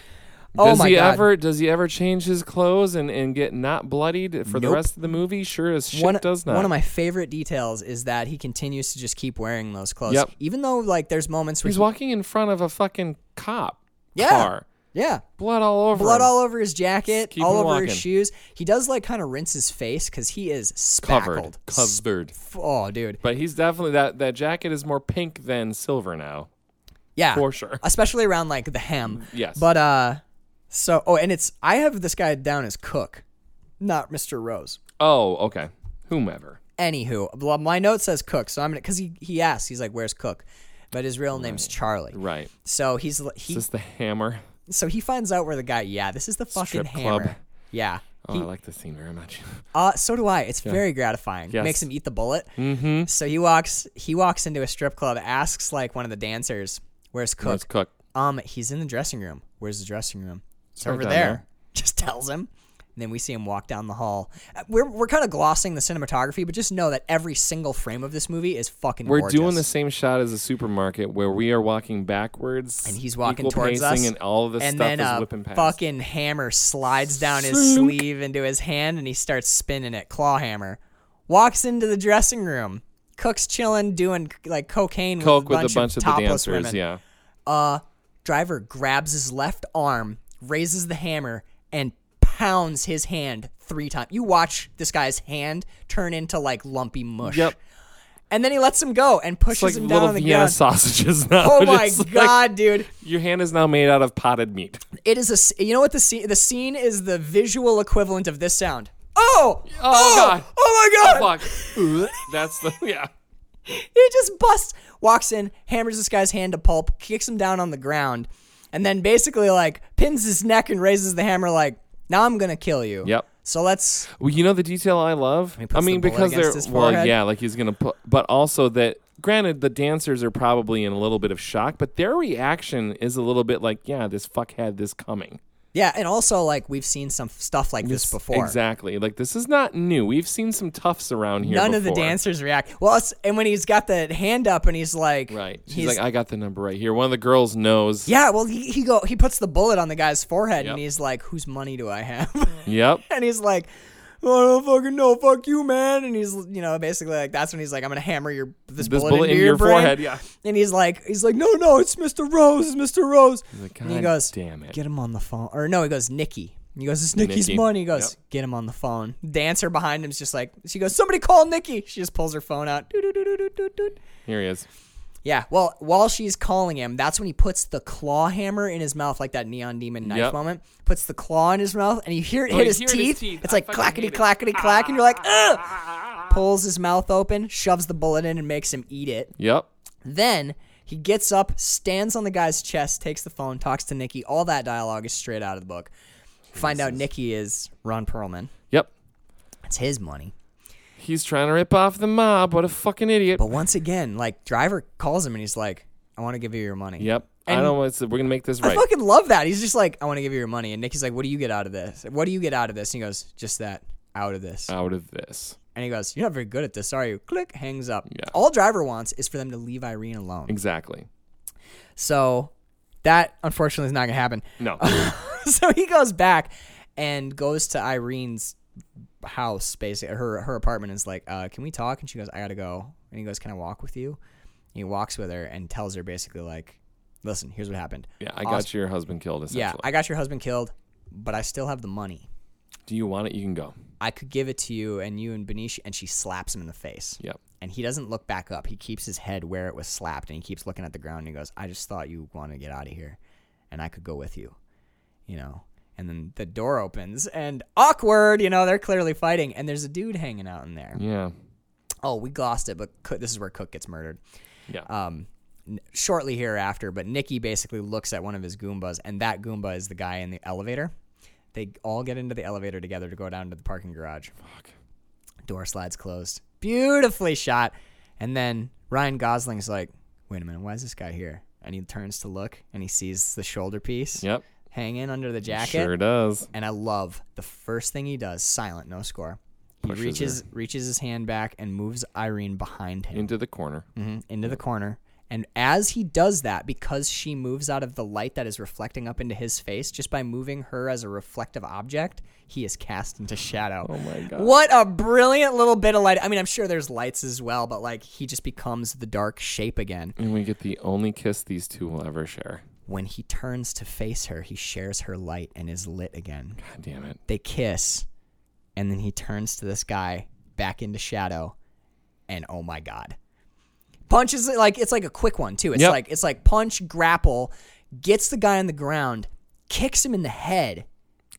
Speaker 3: Oh
Speaker 2: does
Speaker 3: my
Speaker 2: he
Speaker 3: god!
Speaker 2: ever? Does he ever change his clothes and, and get not bloodied for the
Speaker 3: Nope.
Speaker 2: rest of the movie? Sure as shit
Speaker 3: one,
Speaker 2: does not.
Speaker 3: one of my favorite details is that he continues to just keep wearing those clothes,
Speaker 2: Yep.
Speaker 3: even though like there's moments where
Speaker 2: He's
Speaker 3: he-
Speaker 2: walking in front of a fucking cop
Speaker 3: Yeah.
Speaker 2: car.
Speaker 3: yeah,
Speaker 2: Blood all over.
Speaker 3: blood
Speaker 2: him.
Speaker 3: all over his jacket,
Speaker 2: keep
Speaker 3: all
Speaker 2: him
Speaker 3: over his
Speaker 2: walking.
Speaker 3: shoes. He does like kind of rinse his face because he is
Speaker 2: covered.
Speaker 3: spackled.
Speaker 2: Covered.
Speaker 3: Sp- oh, dude.
Speaker 2: But he's definitely that that jacket is more pink than silver now.
Speaker 3: Yeah.
Speaker 2: For sure.
Speaker 3: Especially around like the hem.
Speaker 2: Yes.
Speaker 3: But uh so oh and it's I have this guy down as Cook, not Mr. Rose.
Speaker 2: Oh, okay. Whomever.
Speaker 3: Anywho, well, my note says Cook, so I'm gonna because he he asks, he's like, "Where's Cook?" But his real name's Charlie.
Speaker 2: Right.
Speaker 3: So he's l- he
Speaker 2: Is this the hammer?
Speaker 3: so he finds out where the guy. Yeah, this is the fucking
Speaker 2: Strip
Speaker 3: hammer.
Speaker 2: club.
Speaker 3: Yeah.
Speaker 2: Oh, I like this scene very much.
Speaker 3: Uh, so do I. It's very gratifying.
Speaker 2: Yes.
Speaker 3: Makes him eat the bullet. Mm-hmm. So he walks. He walks into a strip club. Asks like one of the dancers, "Where's Cook?"
Speaker 2: Let's cook.
Speaker 3: Um, he's in the dressing room. Where's the dressing room? It's
Speaker 2: right
Speaker 3: over
Speaker 2: down
Speaker 3: there.
Speaker 2: there.
Speaker 3: Just tells him. And then we see him walk down the hall. Uh, We're, we're kind of glossing the cinematography, but just know that every single frame of this movie is fucking
Speaker 2: We're
Speaker 3: gorgeous.
Speaker 2: doing the same shot as a supermarket where we are walking backwards
Speaker 3: And he's walking
Speaker 2: equal
Speaker 3: towards
Speaker 2: pacing
Speaker 3: us.
Speaker 2: and all of this
Speaker 3: and
Speaker 2: stuff
Speaker 3: then
Speaker 2: is
Speaker 3: a
Speaker 2: whipping past.
Speaker 3: fucking hammer slides down his
Speaker 2: Sink.
Speaker 3: sleeve into his hand and he starts spinning it. Claw hammer. Walks into the dressing room. Cook's chilling, doing like cocaine
Speaker 2: Coke
Speaker 3: with a
Speaker 2: with a bunch
Speaker 3: bunch, of,
Speaker 2: of, the
Speaker 3: topless
Speaker 2: dancers.
Speaker 3: women. Uh,
Speaker 2: Yeah.
Speaker 3: Driver grabs his left arm, raises the hammer, and pounds his hand three times. You watch this guy's hand turn into like lumpy mush.
Speaker 2: Yep.
Speaker 3: And then he lets him go and
Speaker 2: It's
Speaker 3: pushes
Speaker 2: like
Speaker 3: Oh, him down
Speaker 2: little
Speaker 3: on the
Speaker 2: Vienna
Speaker 3: ground.
Speaker 2: sausages now.
Speaker 3: Oh my
Speaker 2: Just like-
Speaker 3: god, dude!
Speaker 2: your hand is now made out of potted meat.
Speaker 3: It is a. s- You know what the scene? The scene is the visual equivalent of this sound. Oh! Oh,
Speaker 2: God.
Speaker 3: Oh my god!
Speaker 2: Fuck. That's the yeah.
Speaker 3: He just busts, walks in, hammers this guy's hand to pulp, kicks him down on the ground, and then basically like pins his neck and raises the hammer like, "Now I'm gonna kill you."
Speaker 2: Yep.
Speaker 3: So let's.
Speaker 2: Well, you know the detail I love. I
Speaker 3: puts
Speaker 2: mean,
Speaker 3: the bullet
Speaker 2: because
Speaker 3: against
Speaker 2: they're
Speaker 3: his
Speaker 2: well,
Speaker 3: forehead.
Speaker 2: yeah, like he's gonna put, but also that. Granted, the dancers are probably in a little bit of shock, but their reaction is a little bit like, "Yeah, this fuck had this coming."
Speaker 3: Yeah, and also like we've seen some f- stuff like this before.
Speaker 2: Exactly. Like this is not new. We've seen some toughs around here.
Speaker 3: None of the
Speaker 2: before.
Speaker 3: dancers react. Well, it's, and when he's got the hand up and he's like,
Speaker 2: Right. She's
Speaker 3: he's
Speaker 2: like, "I got the number right here." One of the girls knows.
Speaker 3: yeah. Well, he, he go he puts the bullet on the guy's forehead
Speaker 2: Yep.
Speaker 3: and he's like, "Whose money do I have?"
Speaker 2: Yep.
Speaker 3: and he's like, "I don't fucking know. Fuck you, man." And he's you know basically like that's when he's like, "I'm gonna hammer your this,
Speaker 2: This
Speaker 3: bullet,
Speaker 2: bullet
Speaker 3: into
Speaker 2: in
Speaker 3: your,
Speaker 2: your
Speaker 3: brain."
Speaker 2: forehead, yeah.
Speaker 3: And he's like, he's like, "No, no, it's Mr. Rose. It's Mr. Rose."
Speaker 2: like,
Speaker 3: and he
Speaker 2: "God
Speaker 3: goes,
Speaker 2: damn it."
Speaker 3: Get him on the phone." Or no, he goes, "Nikki." And He goes, "It's Nikki's
Speaker 2: Nikki.
Speaker 3: money." He goes,
Speaker 2: Yep.
Speaker 3: "Get him on the phone." Dancer behind him's just like, she goes, "Somebody call Nikki." She just pulls her phone out. Doot, doot, doot, doot, doot, doot, doot.
Speaker 2: Here he is.
Speaker 3: Yeah. Well, while she's calling him, that's when he puts the claw hammer in his mouth, like that neon demon knife
Speaker 2: Yep.
Speaker 3: moment. Puts the claw in his mouth, and you hear it
Speaker 2: Oh,
Speaker 3: hit
Speaker 2: you
Speaker 3: his,
Speaker 2: hear it
Speaker 3: teeth.
Speaker 2: in his teeth.
Speaker 3: It's
Speaker 2: I
Speaker 3: like
Speaker 2: fucking hate
Speaker 3: clackety
Speaker 2: it.
Speaker 3: clackety clack, and you're like, ugh. Pulls his mouth open, shoves the bullet in, and makes him eat it.
Speaker 2: Yep.
Speaker 3: Then he gets up, stands on the guy's chest, takes the phone, talks to Nikki. All that dialogue is straight out of the book. Find out Nikki is Ron Perlman.
Speaker 2: Yep.
Speaker 3: It's his money.
Speaker 2: He's trying to rip off the mob. What a fucking idiot.
Speaker 3: But once again, like Driver calls him and he's like, "I want to give you your money."
Speaker 2: Yep. I
Speaker 3: And-
Speaker 2: don't want to. We're gonna make this
Speaker 3: I
Speaker 2: right.
Speaker 3: fucking love that. He's just like, I want to give you your money. And Nikki's like, What do you get out of this? What do you get out of this? And he goes, Just that. Out of this.
Speaker 2: Out of this.
Speaker 3: And he goes, You're not very good at this, are you? Click, hangs up.
Speaker 2: Yeah.
Speaker 3: All Driver wants is for them to leave Irene alone.
Speaker 2: Exactly.
Speaker 3: So that unfortunately is not going to happen.
Speaker 2: No.
Speaker 3: so he goes back and goes to Irene's house, basically her her apartment is like, uh, can we talk? And she goes, I gotta go. And he goes, Can I walk with you? And he walks with her and tells her basically like, Listen, here's what happened.
Speaker 2: yeah. I got
Speaker 3: Awesome.
Speaker 2: your husband killed. Essentially.
Speaker 3: Yeah, I got your husband killed, but I still have the money.
Speaker 2: Do you want it? You can go.
Speaker 3: I could give it to you and you and Benicia and she slaps him in the face.
Speaker 2: Yep.
Speaker 3: And he doesn't look back up. He keeps his head where it was slapped and he keeps looking at the ground and he goes, I just thought you wanted to get out of here and I could go with you. You know? And then the door opens and awkward, you know, they're clearly fighting and there's a dude hanging out in there.
Speaker 2: Yeah.
Speaker 3: Oh, we glossed it, but Cook, this is where Cook gets murdered.
Speaker 2: Yeah.
Speaker 3: Um, n- shortly hereafter, but Nikki basically looks at one of his Goombas, and that Goomba is the guy in the elevator. They all get into the elevator together to go down to the parking garage. Fuck. Door slides closed. Beautifully shot. And then Ryan Gosling's like, wait a minute, why is this guy here? And he turns to look and he sees the shoulder piece
Speaker 2: Yep.
Speaker 3: hanging under the jacket.
Speaker 2: Sure does.
Speaker 3: And I love the first thing he does, silent, no score. He
Speaker 2: Pushes
Speaker 3: reaches reaches his hand back and moves Irene behind him
Speaker 2: Into the corner.
Speaker 3: Mhm, into the corner. And as he does that, because she moves out of the light that is reflecting up into his face, just by moving her as a reflective object, he is cast into shadow. Oh
Speaker 2: my God.
Speaker 3: What a brilliant little bit of light. I mean, I'm sure there's lights as well, but like he just becomes the dark shape again.
Speaker 2: And we get the only kiss these two will ever share.
Speaker 3: When he turns to face her, he shares her light and is lit again.
Speaker 2: God damn it.
Speaker 3: They kiss, and then he turns to this guy back into shadow, and oh my god. Punch is like it's like a quick one too. It's
Speaker 2: Yep.
Speaker 3: like it's like punch, grapple, gets the guy on the ground, kicks him in the head,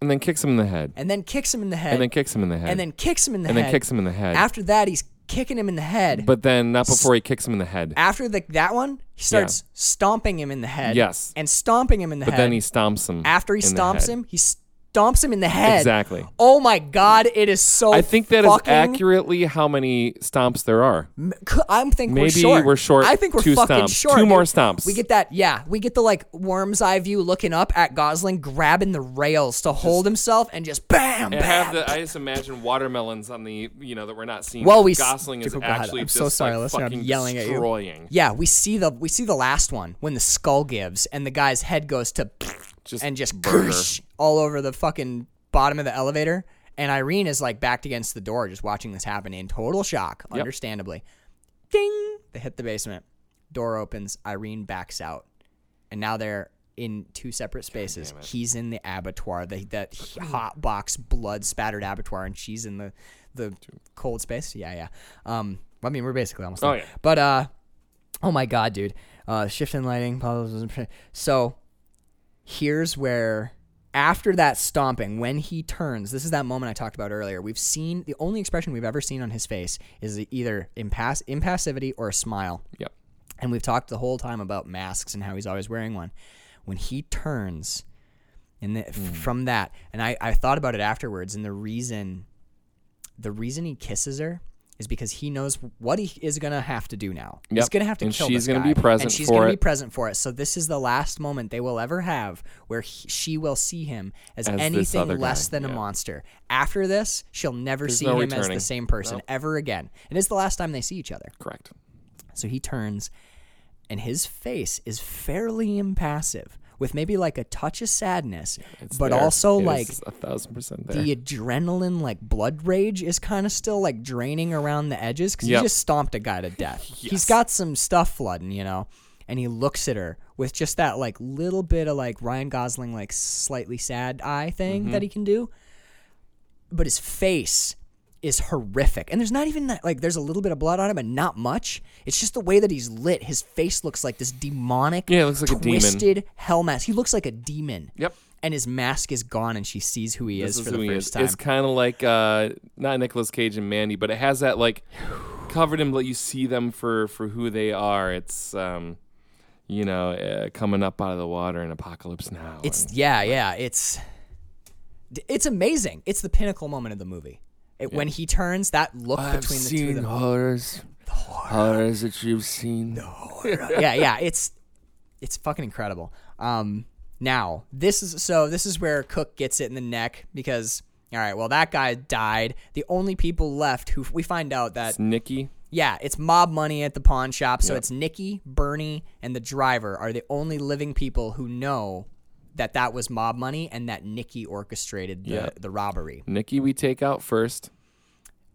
Speaker 2: and then kicks him in the head,
Speaker 3: and then kicks him in the head,
Speaker 2: and then kicks him in the head,
Speaker 3: and then kicks him in the
Speaker 2: and
Speaker 3: head.
Speaker 2: then kicks him in the head.
Speaker 3: After that, he's kicking him in the head.
Speaker 2: but then not before he kicks him in the head.
Speaker 3: after the, that one, he starts stomping him in the head.
Speaker 2: Yes.
Speaker 3: and stomping him in the
Speaker 2: But
Speaker 3: head.
Speaker 2: then he stomps him.
Speaker 3: after he
Speaker 2: in the
Speaker 3: stomps
Speaker 2: head.
Speaker 3: him, he stomps him in the head.
Speaker 2: Exactly.
Speaker 3: Oh my god, it is so.
Speaker 2: I think that is
Speaker 3: fucking-
Speaker 2: accurately how many stomps there are.
Speaker 3: M- c- I'm think we're
Speaker 2: Maybe
Speaker 3: short.
Speaker 2: we're short
Speaker 3: I think we're
Speaker 2: two
Speaker 3: fucking
Speaker 2: stomps.
Speaker 3: short.
Speaker 2: Two more
Speaker 3: dude.
Speaker 2: stomps.
Speaker 3: We get that. Yeah, we get the like worm's eye view looking up at Gosling, grabbing the rails to hold himself, and just bam,
Speaker 2: I
Speaker 3: bam.
Speaker 2: have the. I just imagine watermelons on the. You know that we're not seeing.
Speaker 3: Well, we s-
Speaker 2: Gosling is
Speaker 3: Dear God,
Speaker 2: actually
Speaker 3: I'm
Speaker 2: just
Speaker 3: so sorry,
Speaker 2: like
Speaker 3: listener, I'm
Speaker 2: fucking
Speaker 3: yelling at you.
Speaker 2: destroying.
Speaker 3: yeah, we see the we see the last one when the skull gives and the guy's head goes to
Speaker 2: Just
Speaker 3: and just
Speaker 2: burger.
Speaker 3: kersh all over the fucking bottom of the elevator. And Irene is like backed against the door, just watching this happen in total shock, understandably. Ding! They hit the basement. Door opens. Irene backs out, and now they're in two separate spaces. He's in the abattoir, the that hot box blood spattered abattoir, and she's in the the cold space. Yeah, yeah. Um, I mean, we're basically almost.
Speaker 2: Oh,
Speaker 3: there.
Speaker 2: yeah.
Speaker 3: But uh, oh my god, dude. Uh, shift in lighting. blah, blah, blah. So here's where after that stomping when he turns this is that moment i talked about earlier we've seen the only expression we've ever seen on his face is either impass- impassivity or a smile
Speaker 2: Yep.
Speaker 3: and we've talked the whole time about masks and how he's always wearing one when he turns and the, f-
Speaker 2: Mm.
Speaker 3: from that and I, I thought about it afterwards and the reason the reason he kisses her is because he knows what he is gonna have to do now. He's
Speaker 2: Yep.
Speaker 3: gonna have to
Speaker 2: And
Speaker 3: kill
Speaker 2: she's
Speaker 3: this
Speaker 2: gonna
Speaker 3: guy,
Speaker 2: be present
Speaker 3: and she's
Speaker 2: for
Speaker 3: gonna be
Speaker 2: it.
Speaker 3: present for it. So this is the last moment they will ever have where he, she will see him as,
Speaker 2: As this
Speaker 3: anything
Speaker 2: other guy,
Speaker 3: less than a
Speaker 2: yeah.
Speaker 3: monster. After this, she'll never see
Speaker 2: no
Speaker 3: him as the
Speaker 2: returning.
Speaker 3: same person ever again. It is the last time they see each other.
Speaker 2: Correct.
Speaker 3: So he turns, and his face is fairly impassive, with maybe like a touch of sadness,
Speaker 2: It's
Speaker 3: but
Speaker 2: there.
Speaker 3: also
Speaker 2: It is
Speaker 3: like
Speaker 2: a thousand percent there.
Speaker 3: the adrenaline, like blood rage, is kind of still like draining around the edges because
Speaker 2: Yep.
Speaker 3: he just stomped a guy to death. He's
Speaker 2: Yes.
Speaker 3: got some stuff flooding, you know. And he looks at her with just that like little bit of like Ryan Gosling like slightly sad eye thing
Speaker 2: Mm-hmm.
Speaker 3: that he can do, but his face is horrific. And there's not even that like there's a little bit of blood on him, but not much. It's just the way that he's lit. His face looks like this demonic,
Speaker 2: Yeah, it looks like a demon.
Speaker 3: twisted hell mask. He looks like a demon.
Speaker 2: Yep.
Speaker 3: And his mask is gone, and she sees who he
Speaker 2: This
Speaker 3: is
Speaker 2: is
Speaker 3: for the
Speaker 2: who he
Speaker 3: first
Speaker 2: is.
Speaker 3: time.
Speaker 2: It's kind of like uh, not Nicolas Cage and Mandy, but it has that like covered him, let you see them for for who they are. It's um, you know, uh, coming up out of the water in Apocalypse Now.
Speaker 3: It's
Speaker 2: and-
Speaker 3: yeah, yeah. It's d- it's amazing. It's the pinnacle moment of the movie. It, When he turns that look between the two of them.
Speaker 2: horrors, horrors that you've seen.
Speaker 3: yeah, yeah. It's it's fucking incredible. Um, now this is so this is where Cook gets it in the neck because all right, well that guy died. The only people left who we find out that
Speaker 2: It's Nikki.
Speaker 3: Yeah, it's mob money at the pawn shop. So it's Nikki, Bernie, and the driver are the only living people who know that that was mob money and that Nikki orchestrated the,
Speaker 2: Yeah.
Speaker 3: the robbery.
Speaker 2: Nikki, we take out first.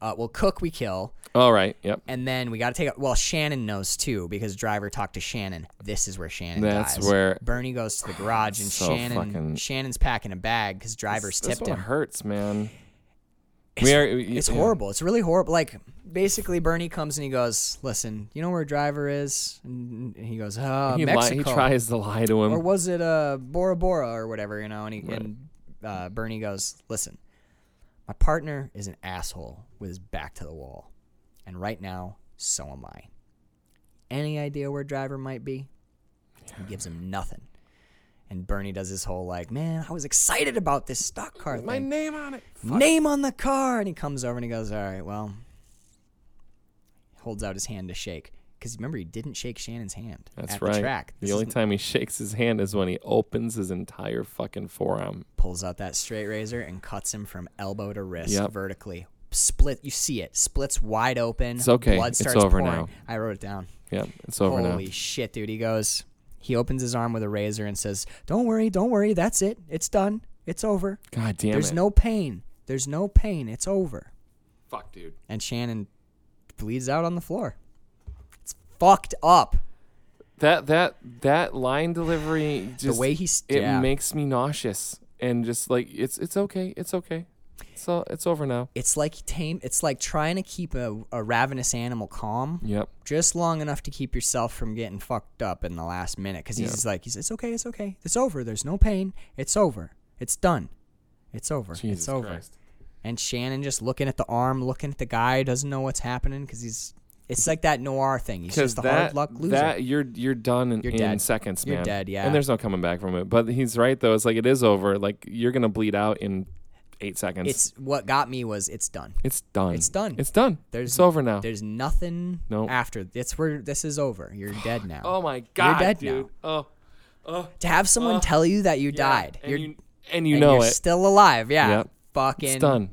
Speaker 3: Uh, well, Cook we kill,
Speaker 2: All right. Yep.
Speaker 3: and then we got to take out. Well, Shannon knows too because driver talked to Shannon. This is where Shannon
Speaker 2: That's
Speaker 3: dies.
Speaker 2: where-
Speaker 3: Bernie goes to the garage, and
Speaker 2: So
Speaker 3: Shannon
Speaker 2: fucking-
Speaker 3: Shannon's packing a bag because driver's
Speaker 2: this
Speaker 3: tipped
Speaker 2: one
Speaker 3: him.
Speaker 2: hurts, man.
Speaker 3: It's,
Speaker 2: We are-
Speaker 3: it's
Speaker 2: yeah.
Speaker 3: horrible. It's really horrible. Like basically, Bernie comes and he goes, "Listen, you know where driver is?" And he goes, "Uh,
Speaker 2: he, li- he
Speaker 3: Mexico."
Speaker 2: tries to lie to him.
Speaker 3: or was it uh, Bora Bora or whatever, you know? And, he, and uh, Bernie goes, "Listen, my partner is an asshole with his back to the wall, and right now, so am I. Any idea where Driver might be?" He gives him nothing, and Bernie does his whole like, "Man, I was excited about this stock car
Speaker 2: My
Speaker 3: thing
Speaker 2: name on it.
Speaker 3: name on the car. And he comes over and he goes, All right, well, holds out his hand to shake. Because remember, he didn't shake Shannon's hand
Speaker 2: That's
Speaker 3: at
Speaker 2: right.
Speaker 3: the track. This
Speaker 2: The only
Speaker 3: is-
Speaker 2: time he shakes his hand is when he opens his entire fucking forearm.
Speaker 3: pulls out that straight razor and cuts him from elbow to wrist
Speaker 2: Yep.
Speaker 3: vertically. Split, you see it. Splits wide open.
Speaker 2: It's okay.
Speaker 3: Blood
Speaker 2: It's
Speaker 3: starts
Speaker 2: over
Speaker 3: pouring.
Speaker 2: now.
Speaker 3: I wrote it down.
Speaker 2: Yeah, it's over
Speaker 3: Holy
Speaker 2: now.
Speaker 3: shit, dude. He goes, he opens his arm with a razor and says, Don't worry, don't worry. That's it. It's done. It's over.
Speaker 2: God damn
Speaker 3: There's
Speaker 2: it.
Speaker 3: no pain. There's no pain. It's over.
Speaker 2: fuck, dude.
Speaker 3: and Shannon bleeds out on the floor. It's fucked up.
Speaker 2: That that that line delivery just
Speaker 3: way he s-
Speaker 2: it
Speaker 3: yeah.
Speaker 2: makes me nauseous and just like it's it's okay, it's okay. So it's over now.
Speaker 3: It's like tame. It's like trying to keep a, a ravenous animal calm.
Speaker 2: Yep.
Speaker 3: Just long enough to keep yourself from getting fucked up in the last minute, because he's
Speaker 2: Yeah.
Speaker 3: just like, he's it's okay, it's okay, it's over. There's no pain. It's over. It's done. It's over.
Speaker 2: Jesus
Speaker 3: it's over.
Speaker 2: Christ.
Speaker 3: and Shannon just looking at the arm, looking at the guy, doesn't know what's happening because he's. It's like that noir thing. He's
Speaker 2: Because
Speaker 3: just a
Speaker 2: that,
Speaker 3: hard luck loser.
Speaker 2: that you're you're done in,
Speaker 3: You're
Speaker 2: in
Speaker 3: dead.
Speaker 2: seconds, man.
Speaker 3: You're dead, yeah.
Speaker 2: And there's no coming back from it. But he's right though. It's like it is over. Like you're gonna bleed out in eight seconds.
Speaker 3: it's what got me was it's done.
Speaker 2: it's done.
Speaker 3: it's done.
Speaker 2: It's done.
Speaker 3: There's-
Speaker 2: it's over now.
Speaker 3: There's nothing
Speaker 2: Nope.
Speaker 3: after. That's where this is over. You're dead now.
Speaker 2: Oh my god,
Speaker 3: dead
Speaker 2: dude. Oh,
Speaker 3: to have someone tell you that you died,
Speaker 2: And
Speaker 3: you're
Speaker 2: you and you
Speaker 3: and
Speaker 2: know
Speaker 3: you're
Speaker 2: it.
Speaker 3: still alive. Yeah,
Speaker 2: Yep.
Speaker 3: fucking
Speaker 2: it's done.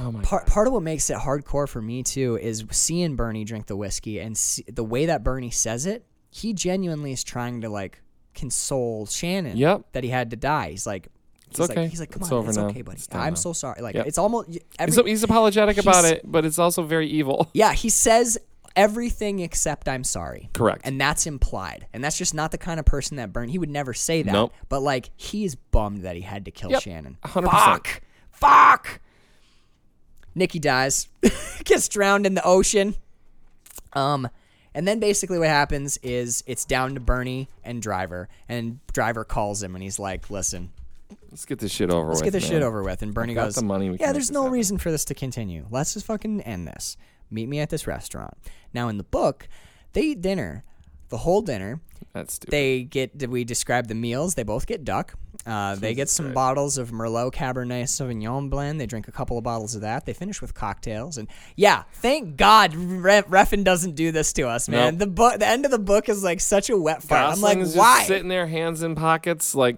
Speaker 2: Oh my.
Speaker 3: Part, part of what makes it hardcore for me too is seeing Bernie drink the whiskey and see, the way that Bernie says it, he genuinely is trying to like console Shannon
Speaker 2: Yep.
Speaker 3: that he had to die. He's like, he's
Speaker 2: okay.
Speaker 3: like, he's like, come
Speaker 2: It's
Speaker 3: on,
Speaker 2: over
Speaker 3: it's
Speaker 2: now.
Speaker 3: okay, buddy.
Speaker 2: It's done
Speaker 3: I'm
Speaker 2: now."
Speaker 3: so sorry. Like,
Speaker 2: Yep.
Speaker 3: it's almost every,
Speaker 2: he's, he's apologetic about
Speaker 3: he's-
Speaker 2: it, but it's also very evil.
Speaker 3: yeah. He says everything except I'm sorry.
Speaker 2: Correct.
Speaker 3: and that's implied, and that's just not the kind of person that Bernie. He would never say that.
Speaker 2: Nope.
Speaker 3: But like, he is bummed that he had to kill
Speaker 2: Yep.
Speaker 3: Shannon.
Speaker 2: 100%.
Speaker 3: Fuck. Fuck. Nikki dies, gets drowned in the ocean. Um, and then basically what happens is it's down to Bernie and Driver, and Driver calls him and he's like, "Listen,
Speaker 2: Let's get this shit over
Speaker 3: let's
Speaker 2: with.
Speaker 3: get this
Speaker 2: man.
Speaker 3: shit over with." And Bernie
Speaker 2: got
Speaker 3: goes,
Speaker 2: the money, we can
Speaker 3: "Yeah,
Speaker 2: make
Speaker 3: there's
Speaker 2: this
Speaker 3: no
Speaker 2: happen."
Speaker 3: reason for this to continue. Let's just fucking end this. Meet me at this restaurant." Now in the book, they eat dinner, the whole dinner,
Speaker 2: That's stupid.
Speaker 3: they get did we describe the meals they both get duck uh, they get some bottles of merlot cabernet sauvignon blend they drink a couple of bottles of that they finish with cocktails and yeah thank god Re- Refn doesn't do this to us man
Speaker 2: Nope.
Speaker 3: the book the end of the book is like such a wet fart i'm like
Speaker 2: Gosling's just
Speaker 3: why
Speaker 2: sitting there, hands in pockets, like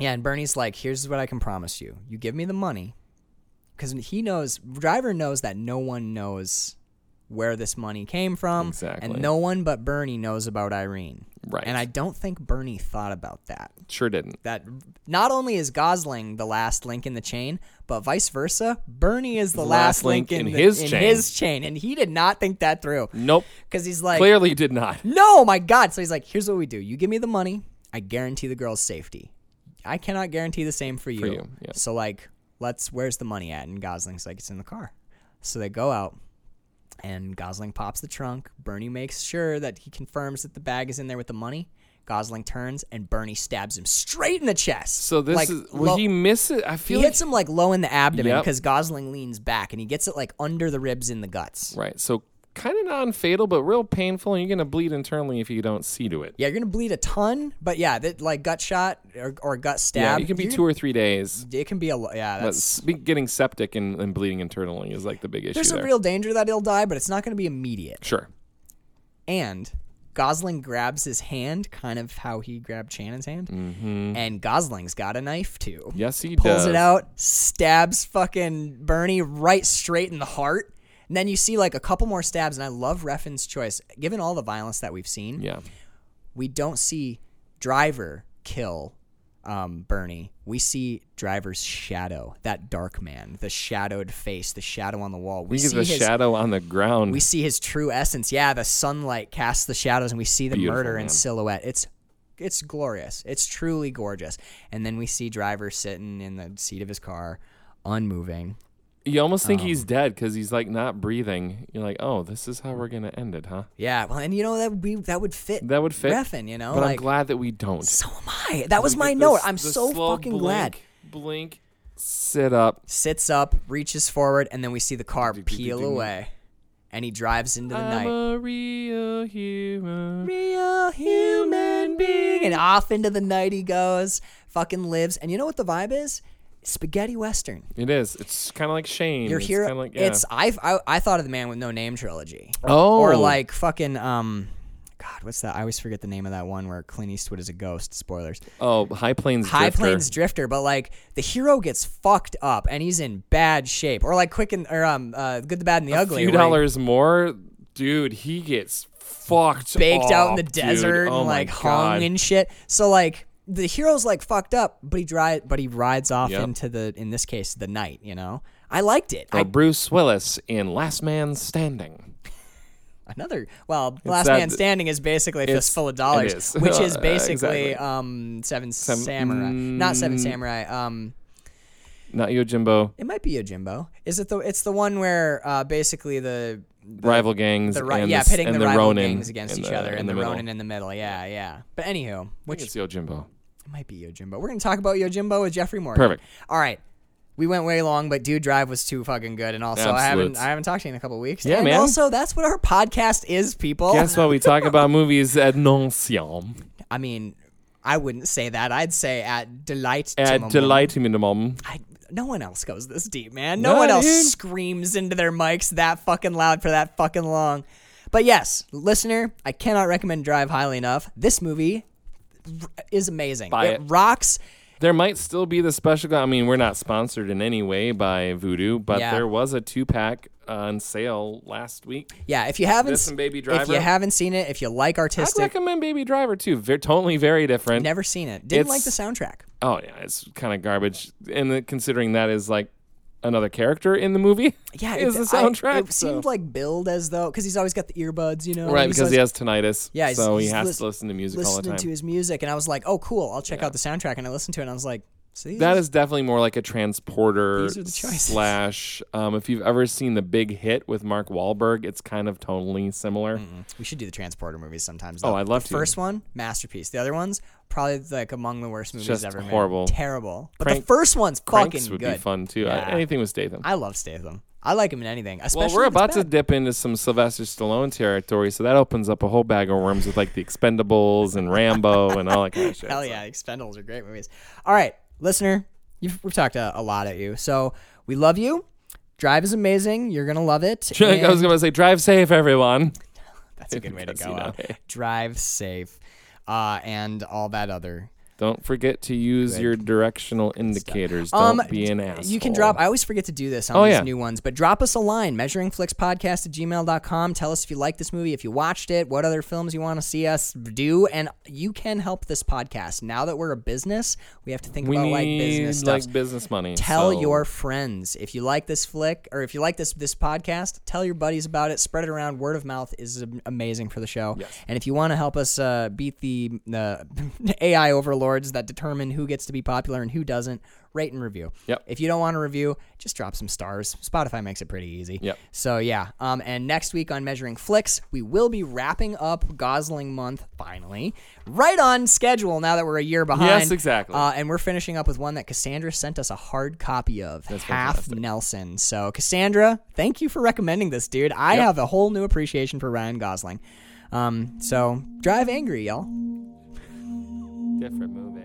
Speaker 3: yeah and bernie's like here's what i can promise you you give me the money because he knows driver knows that no one knows where this money came from
Speaker 2: Exactly.
Speaker 3: and no one but bernie knows about irene
Speaker 2: Right.
Speaker 3: and i don't think bernie thought about that
Speaker 2: sure didn't.
Speaker 3: that not only is Gosling the last link in the chain, but vice versa, Bernie is the, last, link, in, the-
Speaker 2: his
Speaker 3: in
Speaker 2: chain.
Speaker 3: his chain, and he did not think that through
Speaker 2: Nope.
Speaker 3: because he's like,
Speaker 2: Clearly did not.
Speaker 3: "No, my God!" So he's like, "Here's what we do: you give me the money, I guarantee the girl's safety. I cannot guarantee the same for you.
Speaker 2: you, yeah.
Speaker 3: So like, let's where's the money at?" And Gosling's like, "It's in the car." So they go out. And Gosling pops the trunk. Bernie makes sure that he confirms that the bag is in there with the money. Gosling turns and Bernie stabs him straight in the chest.
Speaker 2: So this
Speaker 3: Like,
Speaker 2: is well,
Speaker 3: lo-
Speaker 2: he misses. I
Speaker 3: he
Speaker 2: feel like
Speaker 3: hits him like low in the abdomen
Speaker 2: Yep.
Speaker 3: because Gosling leans back and he gets it like under the ribs in the guts.
Speaker 2: right. So kind of non-fatal, but real painful, and you're gonna bleed internally if you don't see to it.
Speaker 3: Yeah, you're gonna bleed a ton, but yeah, that like gut shot or, or gut
Speaker 2: Yeah,
Speaker 3: stab.
Speaker 2: you can be
Speaker 3: you're-
Speaker 2: two or three days.
Speaker 3: It can be a lo- yeah.
Speaker 2: But s-
Speaker 3: That's
Speaker 2: be- getting septic and, and bleeding internally is like the big issue.
Speaker 3: there's a
Speaker 2: there.
Speaker 3: real danger that he'll die, but it's not gonna be immediate.
Speaker 2: sure.
Speaker 3: And Gosling grabs his hand, kind of how he grabbed Shannon's hand, and Gosling's got a knife too.
Speaker 2: Yes, he
Speaker 3: pulls
Speaker 2: Mm-hmm. does.
Speaker 3: it out, stabs fucking Bernie right straight in the heart. And then you see like a couple more stabs, and I love Refn's choice. Given all the violence that we've seen,
Speaker 2: Yeah.
Speaker 3: we don't see Driver kill um, Bernie. We see Driver's shadow, that dark man, the shadowed face, the shadow on the wall. We
Speaker 2: He gives
Speaker 3: see
Speaker 2: a
Speaker 3: his,
Speaker 2: shadow on the ground.
Speaker 3: we see his true essence. Yeah, the sunlight casts the shadows, and we see the
Speaker 2: Beautiful,
Speaker 3: murder in
Speaker 2: man.
Speaker 3: silhouette. It's it's glorious. It's truly gorgeous. And then we see Driver sitting in the seat of his car, unmoving.
Speaker 2: you almost think
Speaker 3: Um,
Speaker 2: he's dead because he's like not breathing. You're like, oh, this is how we're gonna end it, huh?
Speaker 3: Yeah, well, and you know that would be that would fit.
Speaker 2: That would fit.
Speaker 3: Refn, you know,
Speaker 2: but I'm
Speaker 3: like
Speaker 2: glad that we don't.
Speaker 3: so am I. That was
Speaker 2: We
Speaker 3: my
Speaker 2: get
Speaker 3: note.
Speaker 2: this-
Speaker 3: I'm
Speaker 2: the
Speaker 3: so
Speaker 2: slow
Speaker 3: fucking glad.
Speaker 2: blink, Blink, sit up.
Speaker 3: Sits up, reaches forward, and then we see the car peel away, and he drives into the
Speaker 2: I'm
Speaker 3: night.
Speaker 2: a real human.
Speaker 3: real human being. And off into the night he goes, fucking lives. And you know what the vibe is? Spaghetti Western.
Speaker 2: It is. It's kind of like Shane.
Speaker 3: You're
Speaker 2: it's
Speaker 3: here.
Speaker 2: Kinda like, yeah.
Speaker 3: It's I've, I I thought of the Man with No Name trilogy.
Speaker 2: oh,
Speaker 3: Or like fucking um, God, what's that? I always forget the name of that one where Clint Eastwood is a ghost. Spoilers.
Speaker 2: oh, High Plains.
Speaker 3: High
Speaker 2: Drifter.
Speaker 3: Plains Drifter, but like the hero gets fucked up and he's in bad shape. Or like Quick and or um, uh, Good, the Bad, and the Ugly.
Speaker 2: Few
Speaker 3: where he-
Speaker 2: dollars more, dude. He gets fucked.
Speaker 3: baked out in the
Speaker 2: up, dude.
Speaker 3: desert
Speaker 2: Oh
Speaker 3: and
Speaker 2: my
Speaker 3: like
Speaker 2: God.
Speaker 3: hung and shit. So like the hero's like fucked up, but he dri- but he rides off
Speaker 2: Yep.
Speaker 3: into the in this case the night. You know, I liked it.
Speaker 2: Or
Speaker 3: I,
Speaker 2: Bruce Willis in Last Man Standing.
Speaker 3: another well, Last
Speaker 2: that-
Speaker 3: Man Standing is basically a
Speaker 2: it's-
Speaker 3: fistful of dollars,
Speaker 2: it is.
Speaker 3: which is
Speaker 2: Uh,
Speaker 3: basically
Speaker 2: exactly. mm.
Speaker 3: um Seven
Speaker 2: Sem-
Speaker 3: Samurai, not Seven Samurai. Um,
Speaker 2: Not Yojimbo.
Speaker 3: It might be Yojimbo. Is it the? It's the one where uh, basically the, the
Speaker 2: rival gangs
Speaker 3: the ri-
Speaker 2: and
Speaker 3: yeah
Speaker 2: the, s-
Speaker 3: pitting
Speaker 2: and
Speaker 3: the,
Speaker 2: the
Speaker 3: rival
Speaker 2: Ronin
Speaker 3: gangs against
Speaker 2: in
Speaker 3: each
Speaker 2: the-
Speaker 3: other
Speaker 2: in
Speaker 3: and
Speaker 2: the
Speaker 3: the,
Speaker 2: middle.
Speaker 3: Ronin in the middle. Yeah, yeah. But anywho,
Speaker 2: Which
Speaker 3: which
Speaker 2: is Yojimbo?
Speaker 3: it might be Yojimbo. We're gonna talk about Yojimbo with Jeffrey Morgan.
Speaker 2: Perfect.
Speaker 3: All right. We went way long, but Dude Drive was too fucking good, and also I haven't
Speaker 2: Absolutes.
Speaker 3: I haven't talked to you in a couple weeks.
Speaker 2: Yeah,
Speaker 3: and
Speaker 2: man.
Speaker 3: Also, that's what our podcast is, people.
Speaker 2: Guess what? We talk about movies at Nonsiam.
Speaker 3: I mean, I wouldn't say that. I'd say at delight. to
Speaker 2: At
Speaker 3: Mum-
Speaker 2: Delight in the Mom.
Speaker 3: I, no one else goes this deep, man. No
Speaker 2: No,
Speaker 3: one else
Speaker 2: dude.
Speaker 3: screams into their mics that fucking loud for that fucking long. But yes, listener, I cannot recommend Drive highly enough. This movie r- is amazing.
Speaker 2: Buy it.
Speaker 3: rocks.
Speaker 2: There might still be the special. I mean, we're not sponsored in any way by Voodoo, but
Speaker 3: Yeah.
Speaker 2: there was a two pack on sale last week.
Speaker 3: Yeah, if you haven't
Speaker 2: This and Baby
Speaker 3: if
Speaker 2: Driver.
Speaker 3: you haven't seen it, if you like
Speaker 2: I'd
Speaker 3: artistic,
Speaker 2: recommend Baby Driver too. Ver- totally very different.
Speaker 3: never seen it. Didn't like the
Speaker 2: It's-
Speaker 3: soundtrack.
Speaker 2: Oh yeah, it's kind of garbage. And the, considering that is like another character in the movie.
Speaker 3: Yeah,
Speaker 2: is the
Speaker 3: I-
Speaker 2: soundtrack.
Speaker 3: it seemed like billed as though because he's always got the earbuds, you know.
Speaker 2: right
Speaker 3: he's
Speaker 2: because
Speaker 3: always-
Speaker 2: he has tinnitus.
Speaker 3: Yeah, he's-
Speaker 2: so
Speaker 3: he's
Speaker 2: he has
Speaker 3: lis-
Speaker 2: to listen to music all the
Speaker 3: listening
Speaker 2: time.
Speaker 3: to his music, and I was like, "Oh, cool! I'll check out the soundtrack." And I listened to it, and I was like, "See,
Speaker 2: that is definitely more like a transporter
Speaker 3: These are the choices.
Speaker 2: slash. Um, if you've ever seen the Big Hit with Mark Wahlberg, it's kind of totally similar.
Speaker 3: we should do the transporter movies sometimes."
Speaker 2: Oh,
Speaker 3: though.
Speaker 2: I'd love
Speaker 3: the
Speaker 2: to.
Speaker 3: First one, masterpiece. The other ones, probably like among the worst movies
Speaker 2: Just
Speaker 3: ever. made.
Speaker 2: horrible.
Speaker 3: terrible. But
Speaker 2: Crank-
Speaker 3: the first one's
Speaker 2: Cranks
Speaker 3: fucking
Speaker 2: would
Speaker 3: good.
Speaker 2: be fun too.
Speaker 3: Yeah.
Speaker 2: I, anything with Statham.
Speaker 3: I love Statham. I like him in anything. Especially
Speaker 2: well, we're
Speaker 3: if it's
Speaker 2: about to
Speaker 3: bad.
Speaker 2: dip into some Sylvester Stallone territory, so that opens up a whole bag of worms with like the Expendables and Rambo and all that kind of shit.
Speaker 3: Hell yeah, Expendables are great movies. All right, listener, you've, we've talked a, a lot at you, so we love you. Drive is amazing. You're gonna love it.
Speaker 2: I was
Speaker 3: and-
Speaker 2: gonna say, drive safe, everyone.
Speaker 3: That's a good way to
Speaker 2: Because,
Speaker 3: go.
Speaker 2: you know,
Speaker 3: out.
Speaker 2: hey.
Speaker 3: Drive safe, uh, and all that other.
Speaker 2: Don't forget to use your directional indicators. Don't be an asshole.
Speaker 3: Um, You can drop. I always forget to do this on
Speaker 2: Oh,
Speaker 3: these
Speaker 2: yeah.
Speaker 3: new ones, but drop us a line. Measuringflixpodcast at gmail.com. Tell us if you like this movie, if you watched it, what other films you want to see us do, and you can help this podcast. Now that we're a business, we have to think
Speaker 2: we
Speaker 3: about
Speaker 2: need
Speaker 3: like business stuff.
Speaker 2: like business money.
Speaker 3: Tell
Speaker 2: so-
Speaker 3: your friends if you like this flick or if you like this this podcast. Tell your buddies about it. Spread it around. Word of mouth is am- amazing for the show. And if you want to help us uh, beat the uh, AI overlords that determine who gets to be popular and who doesn't, rate and review.
Speaker 2: Yep.
Speaker 3: If you don't want to review, just drop some stars. Spotify makes it pretty easy.
Speaker 2: Yep.
Speaker 3: So yeah. Um, and next week on Measuring Flicks, we will be wrapping up Gosling month finally, right on schedule. Now that we're a year behind.
Speaker 2: exactly.
Speaker 3: Uh, and we're finishing up with one that Cassandra sent us a hard copy of, Half Nelson. So, Cassandra, thank you for recommending this, dude. I have a whole new appreciation for Ryan Gosling. Um, so, drive angry, y'all.
Speaker 2: different movie.